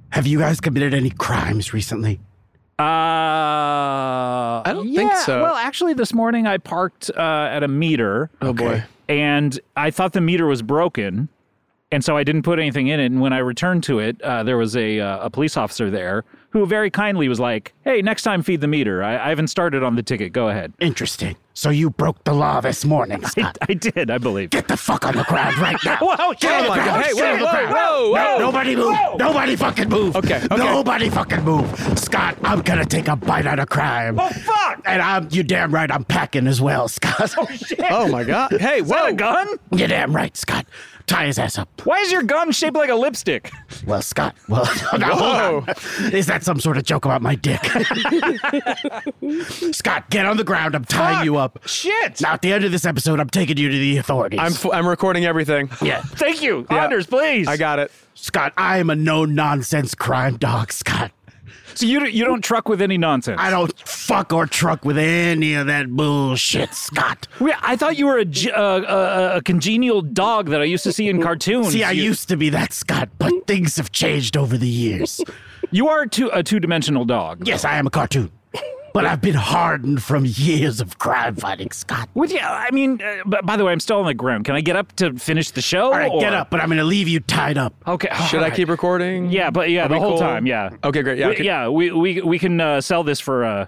S5: Have you guys committed any crimes recently?
S2: Uh,
S3: I don't think
S2: yeah,
S3: so.
S2: Well, actually, this morning I parked uh, at a meter.
S3: Oh, boy.
S2: and I thought the meter was broken, and so I didn't put anything in it. And when I returned to it, uh, there was a uh, a police officer there who very kindly was like, "Hey, next time feed the meter. I, I haven't started on the ticket. Go ahead."
S5: Interesting. So you broke the law this morning,
S2: I,
S5: Scott.
S2: I did, I believe.
S5: Get the fuck on the ground right now.
S2: Whoa,
S5: Get on
S2: oh
S5: the
S2: my
S5: ground.
S2: God. Hey,
S5: Get on
S2: whoa,
S5: the
S2: whoa,
S5: ground.
S2: whoa, whoa.
S5: Nobody move. Nobody fucking move.
S3: Okay, okay.
S5: Nobody fucking move. Scott, I'm gonna take a bite out of crime. Oh fuck! And I'm you damn right I'm packing as well, Scott. Oh shit.
S3: Oh, my God. Hey,
S2: Is that
S3: whoa.
S2: a gun?
S5: You damn right, Scott. Tie his ass up.
S2: Why is your gun shaped like a lipstick?
S5: Well, Scott. Well, now, hold on. Is that some sort of joke about my dick? Scott, get on the ground. I'm tying you up.
S2: Shit.
S5: Now, at the end of this episode, I'm taking you to the authorities.
S3: I'm, f- I'm recording everything.
S5: yeah.
S2: Thank you, Anders. Please.
S3: I got it.
S5: Scott, I am a no nonsense crime dog, Scott.
S2: So you you don't truck with any nonsense.
S5: I don't fuck or truck with any of that bullshit, Scott.
S2: Wait, I thought you were a, g- uh, uh, a congenial dog that I used to see in cartoons.
S5: See, I
S2: you,
S5: used to be that Scott, but things have changed over the years.
S2: you are two, a two-dimensional dog.
S5: yes, I am a cartoon, but I've been hardened from years of crime fighting, Scott.
S2: With you, I mean. Uh, but by the way, I'm still on the ground. Can I get up to finish the show?
S5: All right, get
S2: or-
S5: up, but I'm going to leave you tied up.
S2: Okay.
S3: Should I keep recording?
S2: Yeah, but yeah,
S3: Are
S2: the
S3: we
S2: whole
S3: cool?
S2: time. Yeah.
S3: Okay, great. Yeah,
S2: We,
S3: okay.
S2: Yeah. We we we can uh, sell this for uh,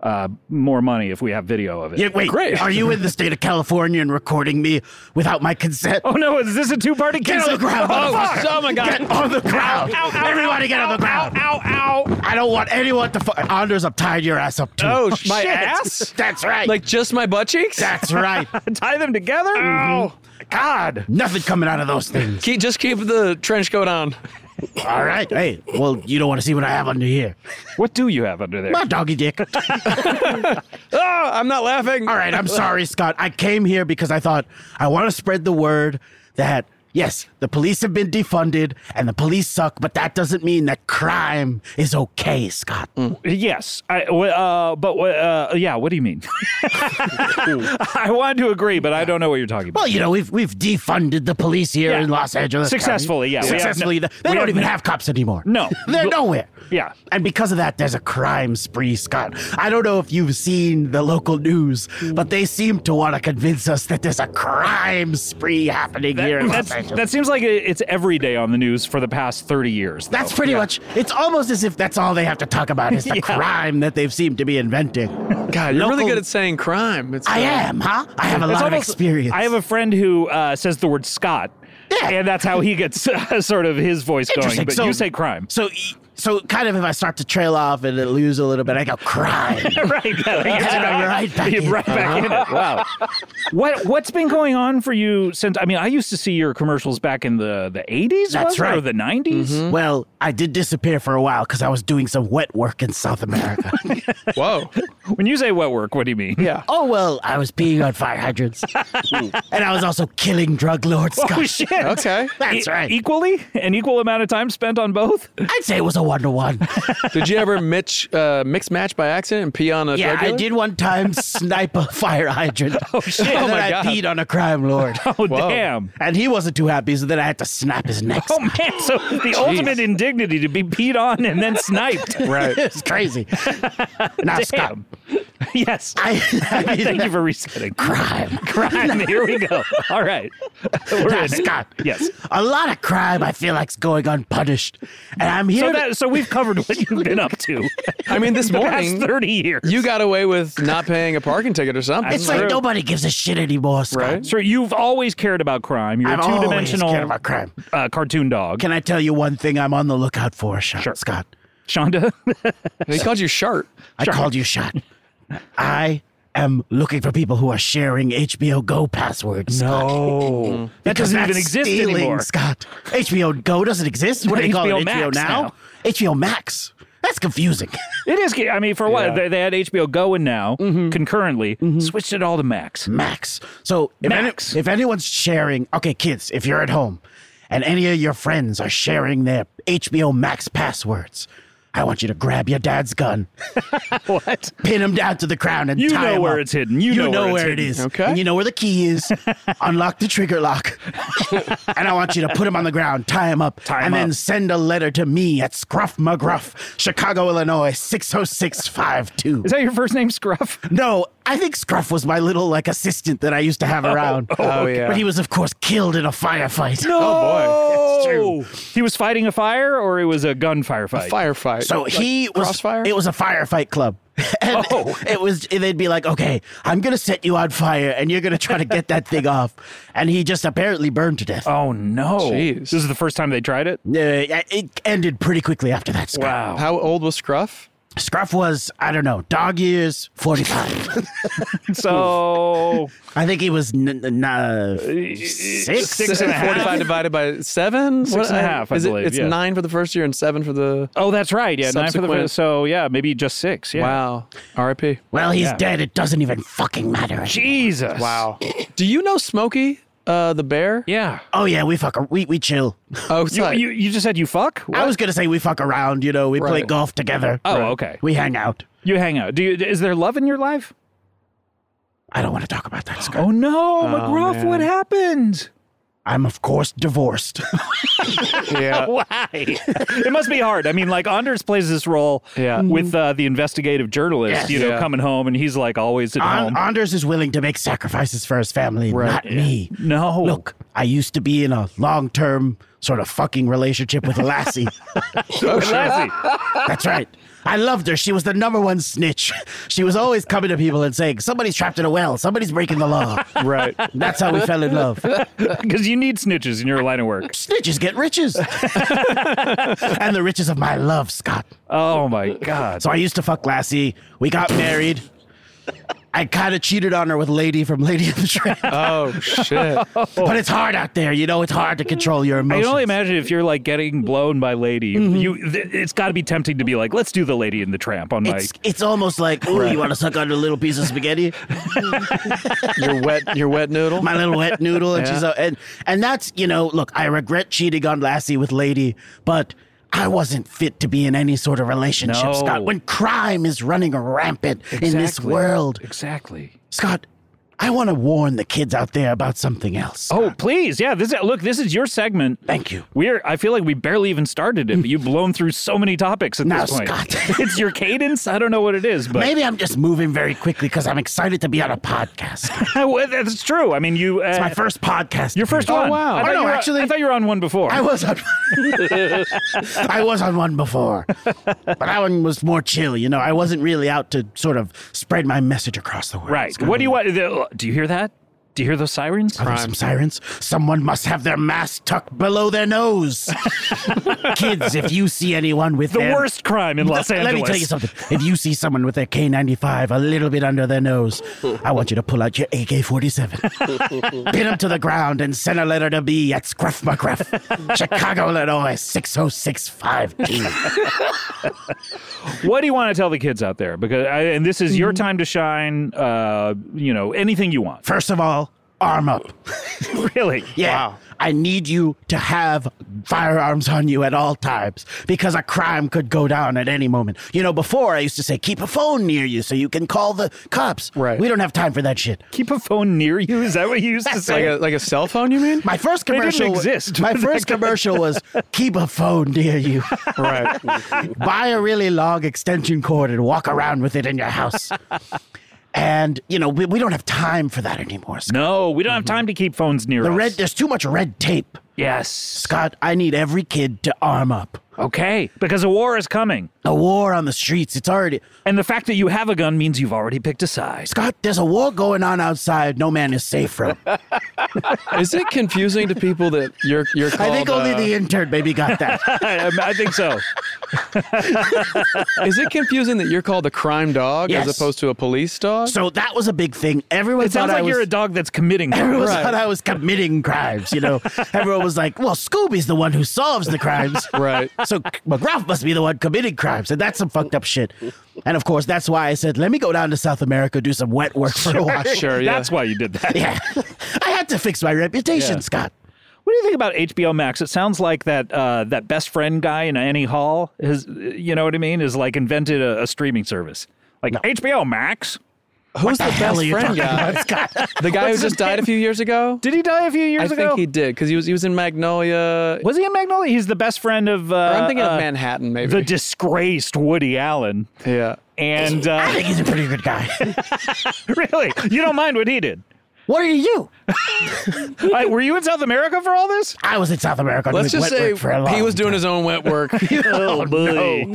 S2: uh, more money if we have video of it.
S5: Yeah, wait.
S3: Great.
S5: Are you in the state of California and recording me without my consent?
S2: Oh no! Is this a two-party
S5: Get on the ground, motherfucker!
S3: oh my God.
S5: Get on the ground! Everybody, get on the ground!
S2: Ow! Ow! ow.
S5: I don't want anyone to. Fu- Anders, I'm tying your ass up too.
S3: Oh, my
S5: Shit.
S3: ass?
S5: That's right.
S3: Like just my butt cheeks? Mm-hmm.
S5: that's right.
S2: Tie them together. Oh God!
S5: Nothing coming out of those things.
S3: Keep, just keep the trench coat on.
S5: All right. Hey, well, you don't want to see what I have under here.
S2: What do you have under there?
S5: My doggy dick.
S3: Oh,
S2: Ah,
S3: I'm not laughing.
S5: All right, I'm sorry, Scott. I came here because I thought I want to spread the word that yes, the police have been defunded and the police suck, but that doesn't mean that crime is okay, Scott.
S2: Mm. Yes, I. w- Uh, but uh, yeah. What do you mean? I wanted to agree, but I don't know what you're talking about.
S5: Well, you know, we've we've defunded the police here
S2: Yeah.
S5: in Los Angeles. County.
S2: Successfully, yeah. We have
S5: Successfully.
S2: no-
S5: they
S2: we
S5: don't
S2: have
S5: even
S2: no-
S5: have cops anymore.
S2: No.
S5: They're nowhere.
S2: Yeah.
S5: And because of that, there's a crime spree, Scott. I don't know if you've seen the local news, but they seem to want to convince us that there's a crime spree happening here in Los
S2: That's,
S5: Angeles.
S2: that seems like it- it's every day on the news for the past thirty years. though.
S5: That's pretty much. It's almost as if that's all they have to talk about is the crime that they've seemed to be inventing.
S3: God, you're really
S5: Local-
S3: good at saying crime. It's,
S5: I
S3: uh,
S5: am, huh? I have a
S2: It's
S5: lot
S2: almost-
S5: of experience.
S2: I have a friend who uh, says the word Scott,
S5: Yeah.
S2: and that's how he gets uh, sort of his voice going.
S5: Interesting.
S2: But
S5: so,
S2: you say crime,
S5: So, e, so kind of if I start to trail off and lose a little bit, I go crime.
S2: right? Yeah, like,
S5: Yeah,
S2: about-
S5: you're right back
S2: you're
S5: in. Uh-huh.
S2: right back in it. Wow. what what's been going on for you since? I mean, I used to see your commercials back in the Mm-hmm. the eighties.
S5: That's
S2: Or
S5: right.
S2: the 90s
S5: Mm-hmm. well, I did disappear for a while because I was doing some wet work in South America.
S3: Whoa.
S2: When you say wet work, what do you mean?
S3: Yeah.
S5: oh well, I was peeing on fire hydrants, and I was also killing drug lords.
S2: Oh
S5: Scott.
S2: shit.
S3: Okay.
S5: That's
S2: E-
S5: right.
S2: Equally, an equal amount of time spent on both.
S5: I'd say it was a one to one.
S3: Did you ever mitch, uh, mix match by accident and pee on a
S5: Yeah,
S3: drug
S5: I
S3: dealer?
S5: did one time snipe a fire hydrant. oh shit! And
S3: Oh,
S5: then
S3: my
S5: I
S3: God.
S5: peed on a crime lord,
S2: Oh damn.
S5: and he wasn't too happy. So then I had to snap his neck.
S2: Oh man, so the ultimate indignity to be peed on and then sniped.
S3: Right.
S5: it's crazy. now, Scott,
S2: Damn. Yes.
S5: I, I
S2: Thank you for resetting.
S5: crime.
S2: Crime. Here we go. All right. We're
S5: Now,
S2: in it.
S5: Scott,
S2: Yes.
S5: a lot of crime I feel like's going unpunished, and I'm here.
S2: So
S5: to-
S2: that so we've covered what you've been up to.
S3: I mean, this
S2: the past
S3: morning,
S2: thirty years.
S3: you got away with not paying a parking ticket or something.
S5: it's like
S2: True.
S5: nobody gives a shit anymore, Scott.
S3: Right?
S2: so you've always cared about crime. You're
S5: I've
S2: a
S5: always cared
S2: two-dimensional
S5: about crime.
S2: uh, cartoon dog.
S5: Can I tell you one thing? I'm on the lookout for, Sean, Scott.
S2: Shonda.
S3: He called you Shart.
S5: I called you shot. I am looking for people who are sharing HBO Go passwords.
S2: No. that
S5: Because
S2: doesn't even
S5: that's
S2: exist
S5: stealing,
S2: anymore.
S5: Scott. HBO Go doesn't exist. What do they call
S2: HBO
S5: it? HBO
S2: Max
S5: now?
S2: now.
S5: HBO Max. That's confusing.
S2: It is. I mean, for a while they, they had HBO Go and now concurrently switched it all to Max.
S5: Max. So if, any-
S2: Max.
S5: if anyone's sharing, okay, kids, if you're at home and any of your friends are sharing their HBO Max passwords, I want you to grab your dad's gun,
S2: What?
S5: pin him down to the ground, and
S2: You
S5: tie
S2: know
S5: him
S2: where
S5: up.
S2: it's hidden. You know where it's
S5: it
S2: hidden.
S5: is.
S3: Okay.
S5: And you know where the key is. Unlock the trigger lock, and I want you to put him on the ground, tie him up,
S2: Tie him
S5: and then
S2: up.
S5: send a letter to me at Scruff McGruff, Chicago, Illinois six zero six five two.
S2: Is that your first name, Scruff?
S5: No, I think Scruff was my little like assistant that I used to have around. Uh,
S3: oh, okay. yeah.
S5: But he was of course killed in a firefight.
S3: Oh,
S2: boy, that's true. He was fighting a fire, or it was a gunfire fight.
S3: Firefight.
S5: So
S3: Like
S5: he was
S3: crossfire.
S5: it was a firefight club. And
S2: Oh.
S5: it was they'd be like, "Okay, I'm going to set you on fire and you're going to try to get that thing off." And he just apparently burned to death.
S2: Oh no!
S3: Jeez.
S2: This is the first time they tried it.
S5: Uh, it ended pretty quickly after that. Scruff.
S2: Wow.
S3: How old was Scruff?
S5: Scruff was, I don't know, dog years, 45.
S2: So
S5: I think he was n- n- uh, six.
S2: six and a half.
S3: Forty-five divided by seven.
S2: Six and a half, I
S3: is it-
S2: believe,
S3: it's
S2: yeah.
S3: nine for the first year and seven for the.
S2: Oh, that's right. Yeah, nine for the
S3: Subsequent-
S2: so yeah, maybe just six. Yeah.
S3: Wow. R.I.P.
S5: Well, he's
S2: Yeah.
S5: dead. It doesn't even fucking matter. anymore.
S2: Jesus. Wow.
S3: Do you know Smokey, uh, the bear?
S2: Yeah.
S5: Oh yeah, we fuck. We we chill.
S3: Oh,
S2: You,
S3: sorry.
S2: you you just said you fuck.
S5: I
S2: What?
S5: was gonna say we fuck around. You know, we play
S3: Right. Uh,
S5: golf together.
S2: Oh, okay.
S5: We hang out.
S2: You hang out. Do you? Is there love in your life?
S5: I don't want to talk about that. Scott.
S2: Oh no, McGruff! What happened?
S5: I'm of course divorced.
S3: yeah.
S2: Why? it must be hard. I mean, like Anders plays this role
S3: Yeah.
S2: with uh, the investigative journalist,
S5: Mm-hmm. Yes.
S2: you know,
S3: Yeah.
S2: coming home and he's like always at
S5: An-
S3: Um,
S2: home.
S5: Anders is willing to make sacrifices for his family, not me.
S2: no.
S5: Look, I used to be in a long-term sort of fucking relationship with Lassie.
S2: Lassie.
S5: That's right. I loved her. She was the number one snitch. She was always coming to people and saying, "Somebody's trapped in a well. Somebody's breaking the law."
S3: Right.
S5: That's how we fell in love.
S2: Because you need snitches in your line of work.
S5: Snitches get riches, and the riches of my love, Scott.
S2: Oh my God.
S5: So I used to fuck Lassie. We got married. I kind of cheated on her with Lady from Lady of the Train.
S3: Oh shit.
S5: But it's hard out there, you know. It's hard to control your
S2: Oh. I
S5: emotions.
S2: can only imagine if you're like getting blown by lady, you th- it's got to be tempting to be like, let's do the lady in the tramp on my.
S5: It's it's almost like, ooh, you want to suck on a little piece of spaghetti,
S3: Your wet. Your wet noodle.
S5: my little wet noodle, and
S3: Yeah.
S5: she's a, and and that's you know, look, I regret cheating on Lassie with Lady, but. I wasn't fit to be in any sort of relationship,
S2: No.
S5: Scott. When crime is running rampant in this
S2: Exactly.
S5: world,
S2: Exactly.
S5: Scott, I want to warn the kids out there about something else.
S2: Oh, please. Yeah. This is, look, this is your segment.
S5: Thank you.
S2: We're, I feel like we barely even started it, but you've blown through so many topics at
S5: Now,
S2: this point.
S5: Scott.
S2: it's your cadence. I don't know what it is, but
S5: Maybe I'm just moving very quickly because I'm excited to be on a podcast. It's
S2: Well, that's true. I mean, you. Uh,
S5: my first podcast.
S2: Your first
S5: one.
S2: one.
S3: wow.
S2: I
S5: Oh,
S2: thought
S5: no,
S2: you were-
S5: actually-
S2: I thought you were on one before.
S5: I was on. I was on one before, but that one was more chill. You know, I wasn't really out to sort of spread my message across the world.
S2: right.
S5: Scott.
S2: What do you want? the- Do you hear that? Do you hear those sirens?
S5: Are there some sirens? Someone must have their mask tucked below their nose. Kids, if you see anyone with
S2: The
S5: their,
S2: worst crime in Los
S5: Let
S2: Angeles.
S5: me tell you something. If you see someone with their K95 a little bit under their nose, I want you to pull out your AK 47, pin them to the ground, and send a letter to me at Scruff McGruff, Chicago, Illinois, 60652.
S2: What do you want to tell the kids out there? Because I, and this is your time to shine. Uh, you know, anything you want.
S5: First of all, arm up.
S2: really?
S5: Yeah. I need you to have firearms on you at all times because a crime could go down at any moment. You know, before I used to say, keep a phone near you so you can call the cops.
S3: Right.
S5: We don't have time for that shit.
S2: Keep a phone near you. Is that what you used to
S3: Like
S2: say?
S3: a like a cell phone? You mean?
S5: My first
S2: didn't
S5: commercial.
S2: exist.
S5: My first commercial was keep a phone near you.
S3: Right.
S5: Buy a really long extension cord and walk around with it in your house. and you know we, we don't have time for that anymore. Scott.
S2: no, we don't have time to keep phones near
S5: The
S2: us.
S5: red. There's too much red tape.
S2: yes.
S5: Scott, I need every kid to arm up.
S2: Okay. Because a war is coming,
S5: A war on the streets. It's already.
S2: and the fact that you have a gun means you've already picked a side.
S5: Scott, there's a war going on outside. No man is safe from.
S3: Is it confusing to people that you're you're
S4: Oh,
S5: I
S3: called?
S5: think only
S3: uh,
S5: the intern maybe got that.
S2: I, I think so.
S3: Is it confusing that you're called the crime dog as
S5: Yes.
S3: opposed to a police dog?
S5: So that was a big thing. Everyone
S4: It
S5: thought
S4: sounds like
S5: I was,
S4: you're a dog that's committing. crime.
S5: everyone thought I was committing crimes. You know, everyone was like, "Well, Scooby's the one who solves the crimes,
S3: Right.
S5: So McGruff must be the one committing crimes, and that's some fucked up shit." And of course, that's why I said, "Let me go down to South America, do some wet work for a while."
S3: Sure, yeah.
S4: That's why you did that.
S5: Yeah, I had to fix my reputation, Scott.
S4: What do you think about HBO Max? It sounds like that uh, that best friend guy in Annie Hall has, you know what I mean, is like invented a, a streaming service like HBO Max.
S3: Who's the,
S5: the hell
S3: best
S5: are you
S3: friend
S5: talking
S3: guy? The guy who just died a few years ago?
S4: Did he die a few years
S3: I
S4: ago?
S3: think he did because he was he was in Magnolia.
S4: was he in Magnolia? He's the best friend of. Uh,
S3: I'm thinking
S4: uh,
S3: of Manhattan, maybe.
S4: the disgraced Woody Allen.
S3: yeah.
S4: And
S5: I
S4: uh,
S5: think he's a pretty good guy.
S4: really, you don't mind what he did.
S5: what are you?
S4: Uh, were you in South America for all this?
S5: I was in South America.
S3: Let's
S5: doing
S3: just
S5: wet
S3: say
S5: work for a long
S3: he was doing
S5: time.
S3: his own wet work,
S4: Oh, boy.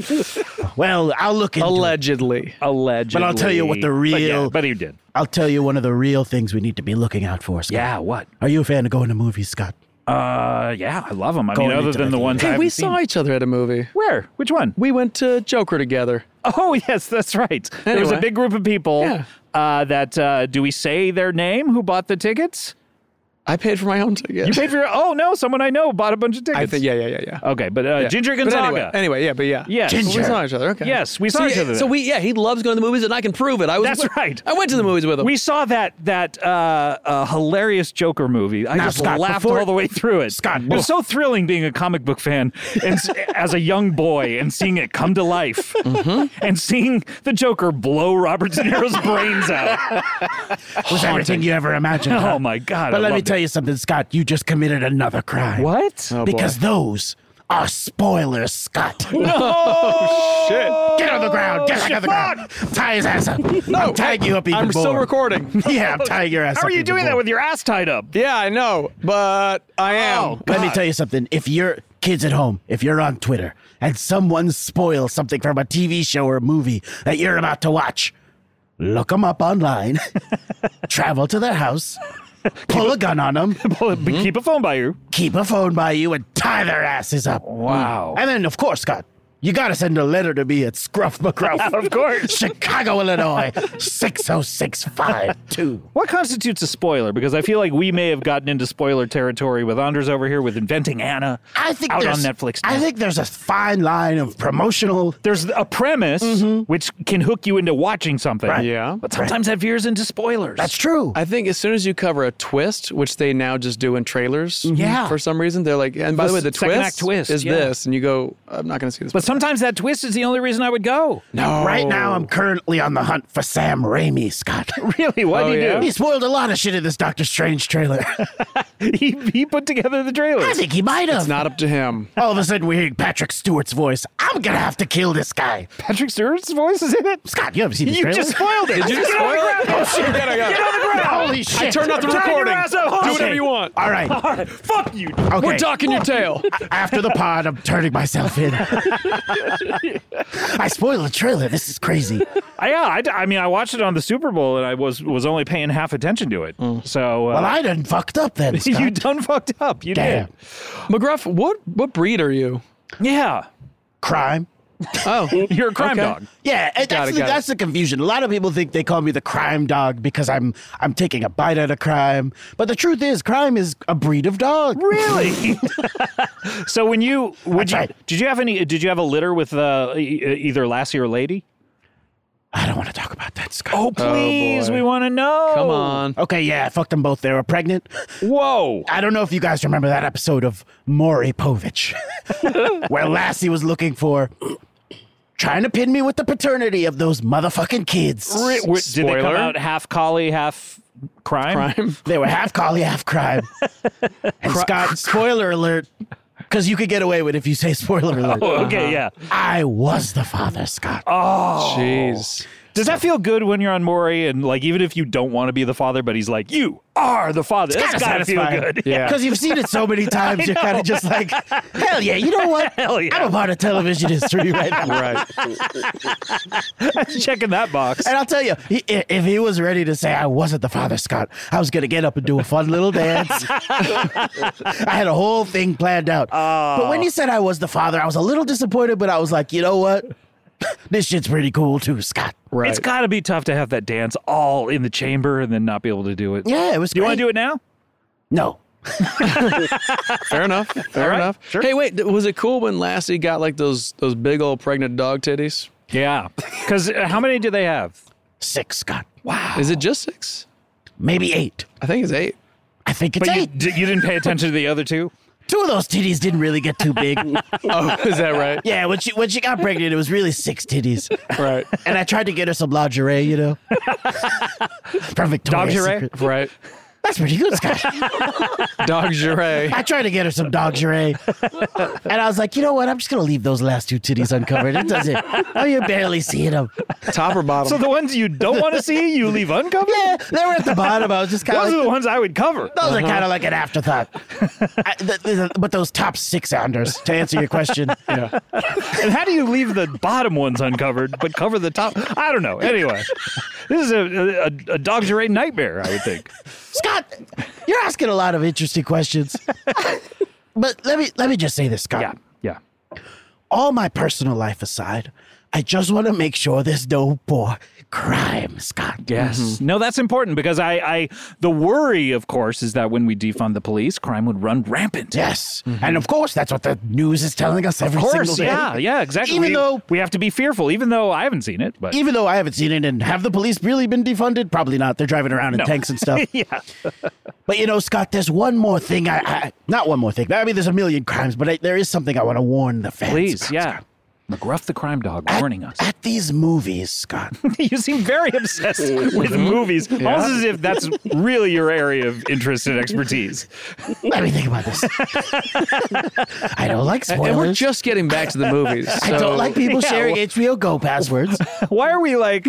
S5: Well, I'll look into. it.
S3: allegedly.
S4: Allegedly.
S5: But I'll tell you what the
S4: But yeah,
S5: real-
S4: But he did.
S5: I'll tell you one of the real things we need to be looking out for, Scott.
S4: Yeah, what?
S5: Are you a fan of going to movies, Scott?
S4: Uh, yeah, I love him. I mean,
S5: Going
S4: other
S5: into
S4: than the
S5: the
S4: ones I
S3: Hey,
S4: haven't
S3: we
S4: seen.
S3: saw each other at a movie.
S4: Where? Which one?
S3: We went to Joker together.
S4: Oh yes, that's right. There was a
S3: Anyway.
S4: big group of people
S3: Yeah.
S4: uh, that uh, do we say their name who bought the tickets?
S3: I paid for my own ticket.
S4: You paid for your oh no, someone I know bought a bunch of tickets.
S3: I think yeah, yeah, yeah, yeah.
S4: Okay, but uh,
S3: Yeah.
S4: Ginger
S3: But
S4: Gonzaga.
S3: Anyway, anyway, yeah, but yeah.
S4: Yes.
S3: So
S5: Ginger.
S3: We saw each other. Okay.
S4: Yes, we
S3: So
S4: saw
S3: yeah,
S4: each other
S3: So
S4: there.
S3: we yeah, he loves going to the movies and I can prove it. I was
S4: That's
S3: with-
S4: right.
S3: I went to the movies with him.
S4: we saw that that uh, uh, hilarious Joker movie. I
S5: Now,
S4: just
S5: Scott,
S4: laughed
S5: before-
S4: all the way through it.
S5: Scott,
S4: it was
S5: bef-
S4: so thrilling being a comic book fan and s- as a young boy and seeing it come to life and seeing the Joker blow Robert De Niro's brains out.
S3: Oh,
S5: Was everything you ever imagined? huh?
S4: Oh my god!
S5: But
S4: I
S5: let me
S4: loved
S5: tell
S4: it. Oh,
S5: you something, Scott. You just committed another crime.
S4: what.
S5: because those are spoilers, Scott.
S3: shit.
S5: Get on the ground. Get back on the ground. Tie his ass up. I'm tying you up even
S3: I'm
S5: more.
S3: still recording.
S5: Yeah, I'm tying your ass up.
S4: How are you
S5: even
S4: doing that
S5: more.
S4: with your ass tied up?
S3: Yeah, I know, but I am.
S4: Oh,
S5: Let me tell you something. If you're kids at home, if you're on Twitter and someone spoils something from a TV show or movie that you're about to watch, look them up online, travel to their house, pull a gun on them,
S4: Well, but
S5: Mm-hmm.
S4: Keep a phone by you.
S5: keep a phone by you, and tie their asses up.
S4: Wow.
S5: And then, of course, Scott, you gotta send a letter to me at Scruff McGruff,
S4: Of course.
S5: Chicago, Illinois, 60652.
S4: What constitutes a spoiler? Because I feel like we may have gotten into spoiler territory with Anders over here with Inventing Anna.
S5: I think
S4: out on
S5: there's-
S4: Netflix. Now.
S5: I think there's a fine line of promotional
S4: there's a premise which can hook you into watching something.
S5: Right.
S3: Yeah.
S4: But sometimes that veers into spoilers.
S5: that's true.
S3: I think as soon as you cover a twist, which they now just do in trailers,
S5: Yeah.
S3: for some reason, they're like, and by the,
S4: Mm-hmm. The
S3: way, the
S4: second act
S3: twist,
S4: twist,
S3: is
S4: yeah.
S3: this, and you go, I'm not going to see this.
S4: But sometimes that twist is the only reason I would go.
S3: no,
S5: Right now, I'm currently on the hunt for Sam Raimi, Scott.
S4: Really? What
S3: Oh,
S4: do you
S3: yeah?
S5: he spoiled a lot of shit in this Doctor Strange trailer.
S4: do? He, he put together the
S5: I
S4: trailer.
S5: think he might have.
S3: It's not up to him.
S5: All of a sudden, we're hearing Patrick Stewart's voice. I'm gonna have to kill this guy.
S4: Patrick Stewart's voice is in it.
S5: Scott, you haven't seen this
S4: You
S5: trailer?
S4: just spoiled it.
S3: Did you
S4: Get
S3: just
S4: on the
S3: spoil it?
S4: ground.
S3: Oh, shit. Yeah, yeah.
S4: Get on the ground.
S5: Holy shit!
S3: turned off the
S4: Turn your
S3: recording.
S4: ass up.
S3: Do
S4: Holy
S3: whatever
S4: shit.
S3: you want.
S5: All right.
S4: All right. Fuck you.
S5: Okay.
S3: We're docking your tail.
S5: After the pod, I'm turning myself in. I spoiled the trailer. This is crazy.
S4: I, yeah, I d- I, mean, I watched it on the Super Bowl, and I was was only paying half attention to it. So, uh,
S5: Well, I done fucked up then. Scott.
S4: you done fucked up. You
S5: Damn.
S3: McGruff, what what breed are you?
S4: did. Yeah,
S5: Crime.
S3: Oh,
S4: you're a crime
S3: Okay.
S4: dog.
S5: Yeah, and
S3: Got
S5: that's,
S3: it,
S5: the,
S3: got it.
S5: that's the confusion. A lot of people think they call me the crime dog because I'm I'm taking a bite out of crime. But the truth is, crime is a breed of dog.
S4: Really? so when you would
S5: That's
S4: you
S5: right.
S4: did you have any did you have a litter with uh, e- e- either Lassie or Lady?
S5: I don't want to talk about that, Scott.
S4: Oh please,
S3: boy.
S4: we want to know.
S5: Oh.
S3: come on.
S5: Okay, yeah, I fucked them both. They were pregnant.
S4: Whoa.
S5: I don't know if you guys remember that episode of Maury Povich, where Lassie was looking for, trying to pin me with the paternity of those motherfucking kids.
S4: Re- w- Did they come
S3: Spoiler.
S4: out half collie, half crime?
S3: Crime.
S5: They were half collie, half crime. And Scott, spoiler alert, because you could get away with it if you say spoiler alert.
S4: Oh, okay, yeah.
S5: I was the father, Scott.
S3: Jeez.
S4: Does that feel good when you're on Maury and like even if you don't want to be the father, but he's like, you are the father. That's
S5: kinda
S4: Ah, gotta feel
S5: satisfying.
S4: good.
S3: Yeah.
S5: Because you've seen it so many times, you're kind of just like, hell yeah, you know what?
S4: Hell yeah.
S5: I'm a part of television history right now.
S3: Right.
S4: Checking that box.
S5: And I'll tell you, he, i- if he was ready to say I wasn't the father, Scott, I was going to get up and do a fun little dance. I had a whole thing planned out. But when he said I was the father, I was a little disappointed, but I was like, you know what? this shit's pretty cool too, Scott.
S3: Right.
S4: It's gotta be tough to have that dance all in the chamber and then not be able to do it.
S5: Yeah, it was
S4: Do you want to
S5: great.
S4: do it now?
S5: No.
S3: Fair enough. Fair enough. Hey, wait. th- Was it cool when Lassie got like those those big old pregnant dog titties?
S4: Yeah. Because uh, how many do they have?
S5: Six, Scott.
S3: Is it just six?
S5: Maybe eight.
S3: I think it's eight.
S5: I think it's
S4: But you,
S5: eight.
S4: d- you didn't pay attention to the other two?
S5: Two of those titties didn't really get too big.
S3: Oh, is that right?
S5: yeah, when she, when she got pregnant, it was really six titties.
S3: Right.
S5: And I tried to get her some lingerie, you know? Perfect. Victoria's
S4: Doggeray?
S5: Secret.
S3: Right.
S5: That's pretty good, Scott.
S3: Dog Jure.
S5: I tried to get her some doggeray, and I was like, you know what? I'm just gonna leave those last two titties uncovered. It doesn't. Oh, you're barely seeing them.
S3: Top or bottom?
S4: So the ones you don't want to see, you leave uncovered?
S5: Yeah, they were at the bottom. I was just kind of.
S4: Those are
S5: Like,
S4: the ones I would cover.
S5: those are kind of like an afterthought. I, th- th- but those top six sounders, to answer your question,
S4: And how do you leave the bottom ones uncovered but cover the top? I don't know. Anyway, this is a, a, a dog charade nightmare, I would think.
S5: Scott, you're asking a lot of interesting questions. but let me let me just say this, Scott.
S4: Yeah. Yeah.
S5: all my personal life aside, I just want to make sure there's no more crime, Scott.
S4: Yes. Mm-hmm. No, that's important because I, I, the worry, of course, is that when we defund the police, crime would run rampant.
S5: Yes. And of course, that's what the news is telling us every
S4: Mm-hmm. Of course.
S5: single day.
S4: Yeah. Yeah. Exactly.
S5: Even
S4: We-
S5: though-
S4: we have to be fearful, even though I haven't seen it, but
S5: Even though I haven't seen it, and have the police really been defunded? Probably not. They're driving around in
S4: No.
S5: tanks and stuff.
S4: yeah.
S5: but you know, Scott, there's one more thing. I, I not one more thing. I mean, there's a million crimes, but I, there is something I want to warn the fans.
S4: Please.
S5: about,
S4: Yeah.
S5: Scott.
S4: McGruff the crime dog warning us.
S5: At these movies, Scott.
S4: you seem very obsessed with movies, almost as if that's really your area of interest and expertise.
S5: let me think about this. I don't like
S3: and and we're
S5: spoilers.
S3: just getting back to the movies.
S5: I
S3: so-
S5: don't like people
S4: Yeah,
S5: sharing
S4: well-
S5: HBO Go passwords.
S4: Why are we like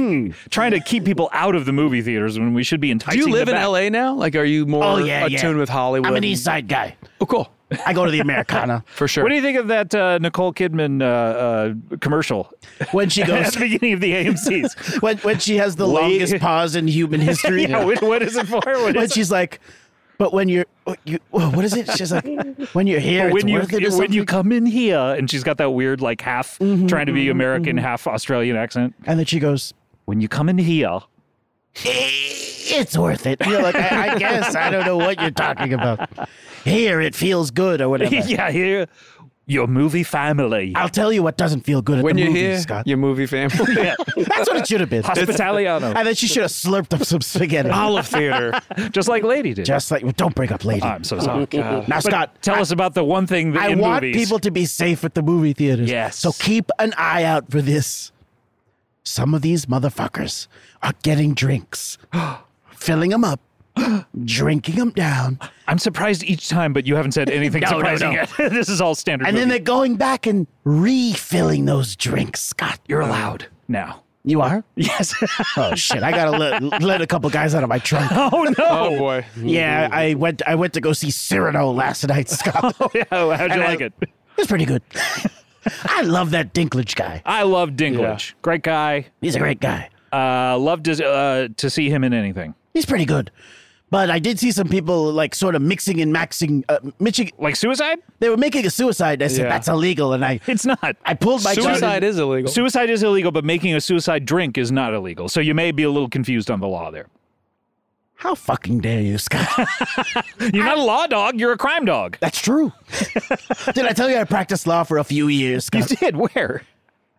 S4: trying to keep people out of the movie theaters when we should be
S3: Do
S4: enticing?
S3: you live in
S4: them back?
S3: LA now? Like, are you more
S5: Oh yeah,
S3: attuned
S5: yeah.
S3: with Hollywood?
S5: I'm an East Side guy.
S3: Oh, cool.
S5: I go to the Americana
S3: For sure.
S4: What do you think of that uh, Nicole Kidman uh, uh, commercial
S5: when she
S4: at
S5: goes
S4: the beginning of the AMC's?
S5: when when she has the longest pause in human history.
S4: yeah, what- what is it for? What
S5: When
S4: is it?
S5: she's like, but when you're oh, you what is it? She's like, when you're here,
S4: When
S5: it's
S4: you
S5: worth it or
S4: when you
S5: something.
S4: come in here, and she's got that weird like half trying to be American, half Australian accent.
S5: and then she goes,
S4: mm-hmm, When you come in here,
S5: it's worth it. You're like, I, I guess I don't know what you're talking about. Here, it feels good or whatever.
S4: yeah, here, your movie family.
S5: I'll tell you what doesn't feel good at
S3: when
S5: the
S3: you're
S5: movies,
S3: here,
S5: Scott.
S3: your movie family.
S5: That's what it should have been.
S4: Hospitaliano.
S5: And then she should have slurped up some spaghetti.
S4: Oh.
S3: Olive Theater.
S4: just like Lady did. Oh,
S5: Just like, don't break up, lady.
S4: I'm so sorry.
S5: now, Scott,
S4: Tell us about the one thing that
S5: I
S4: in
S5: want
S4: movies.
S5: people to be safe at the movie theaters.
S4: Yes.
S5: So keep an eye out for this. Some of these motherfuckers are getting drinks, filling them up, drinking them down,
S4: I'm surprised each time, but you haven't said anything
S5: No, no,
S4: surprising
S5: no.
S4: yet. this is all standard.
S5: and then
S4: movie.
S5: they're going back and refilling those drinks, Scott. Uh,
S4: you're allowed now.
S5: You are?
S4: Yes.
S5: Oh shit! I gotta let, let a couple guys out of my trunk.
S4: oh no.
S3: Oh, boy.
S5: Yeah, I went. I went to go see Cyrano last night, Scott.
S4: Oh, yeah. well, How'd you
S5: And I-
S4: like it?
S5: It's pretty good. I love that Dinklage guy.
S4: I love Dinklage. Great guy.
S5: He's a great guy.
S4: Uh, love to uh, to see him in anything.
S5: He's pretty good. But I did see some people like sort of mixing and maxing, uh, mixing.
S4: Like suicide?
S5: They were making a suicide. I said
S3: Yeah.
S5: that's illegal, and I
S4: It's not.
S5: I pulled my gun.
S3: Suicide
S5: and-
S3: is illegal.
S4: Suicide is illegal, but making a suicide drink is not illegal. So you may be a little confused on the law there.
S5: How fucking dare you, Scott?
S4: You're not a law dog. You're a crime dog.
S5: that's true. did I tell you I practiced law for a few years,
S4: You
S5: Scott,
S4: did where?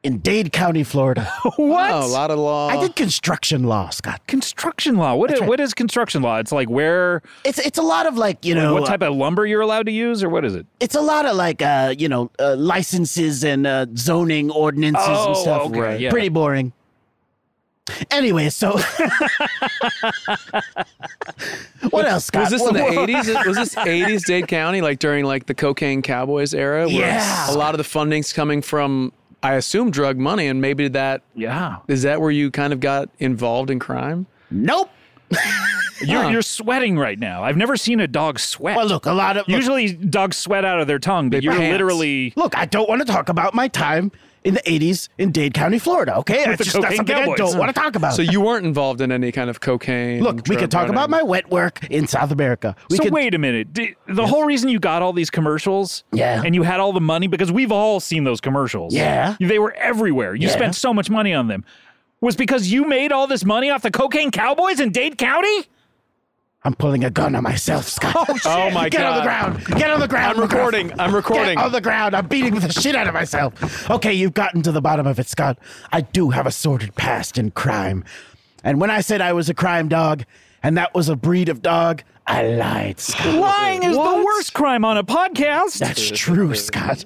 S5: in Dade County, Florida?
S4: What?
S3: Oh, a lot of law.
S5: I did construction law, Scott.
S4: construction law. What is, what is construction law? It's like where
S5: It's it's a lot of like you know
S4: what type of lumber you're allowed to use, or what is it?
S5: it's a lot of like uh you know uh, licenses and uh, zoning ordinances and
S4: Oh,
S5: stuff.
S4: okay, Right. yeah.
S5: Pretty boring. Anyway, so what else? Scott?
S3: was this in
S5: What-
S3: the
S5: what-
S3: 80s? Was this 80s Dade County, like during like the cocaine cowboys era? where
S5: Yeah.
S3: A lot of the funding's coming from I assume drug money, and maybe that
S4: Yeah.
S3: is that where you kind of got involved in crime.
S5: Nope.
S4: You're,
S3: Huh.
S4: you're sweating right now. I've never seen a dog sweat.
S5: Well, look, a lot of look,
S4: Usually dogs sweat out of their tongue, but
S3: They
S4: you're
S3: pants.
S4: literally
S5: look, I don't want to talk about my time in the '80s in Dade County, Florida. Okay,
S4: the
S5: that's just that's
S4: cocaine
S5: something
S4: cowboys.
S5: I don't want to talk about.
S3: So you weren't involved in any kind of cocaine.
S5: look, we
S3: drug
S5: could talk
S3: running.
S5: about my wet work in South America. We
S4: so
S5: could,
S4: wait a minute. Di- the whole reason you got all these commercials,
S5: Yeah.
S4: and you had all the money because we've all seen those commercials,
S5: Yeah.
S4: they were everywhere. You
S5: Yeah.
S4: spent so much money on them, was because you made all this money off the cocaine cowboys in Dade County.
S5: I'm pulling a gun on myself, Scott. Oh, shit.
S3: Oh, my
S5: Get on the
S3: God.
S5: ground. Get on the ground.
S3: I'm
S5: McGruff.
S3: recording. I'm recording.
S5: Get on the ground. I'm beating the shit out of myself. Okay, you've gotten to the bottom of it, Scott. I do have a sordid past in crime. And when I said I was a crime dog and that was a breed of dog, I lied, Scott.
S4: Lying is the worst crime on a podcast.
S5: That's true, Scott.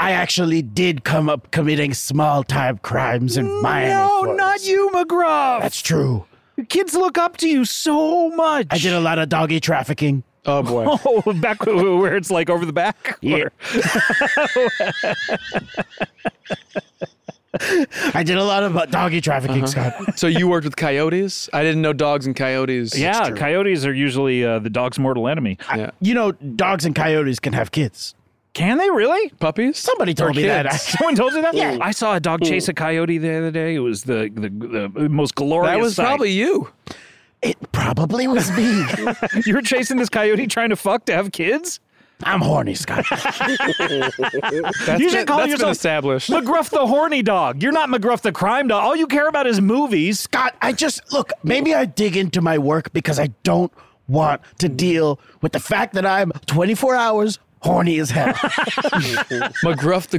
S5: I actually did come up committing small time crimes in Miami.
S4: no,
S5: Florida.
S4: not you, McGruff.
S5: That's true.
S4: Your Kids look up to you so much.
S5: I did a lot of doggy trafficking.
S3: Oh boy.
S4: Oh, back where it's like over the back.
S5: Yeah.
S4: Or-
S5: I did a lot of uh, doggy trafficking, Scott.
S3: so you worked with coyotes? I didn't know dogs and coyotes.
S4: yeah. Coyotes are usually uh, the dog's mortal enemy.
S3: Yeah.
S5: You know, dogs and coyotes can have kids.
S4: Can they really?
S3: Puppies?
S5: Somebody told
S3: Or
S5: me that.
S3: kids.
S4: Someone told you that? Yeah. I saw a dog chase a coyote the other day. It was the the, the most glorious.
S3: That was
S4: sight.
S3: probably you.
S5: It probably was me.
S4: you were chasing this coyote trying to fuck to have kids.
S5: I'm horny, Scott.
S3: That's
S4: You should
S3: been,
S4: call
S3: that's been
S4: yourself-
S3: established.
S4: McGruff the horny dog. You're not McGruff the crime dog. All you care about is movies.
S5: Scott, I just look, maybe I dig into my work because I don't want to deal with the fact that I'm 24 hours horny as hell.
S3: McGruff the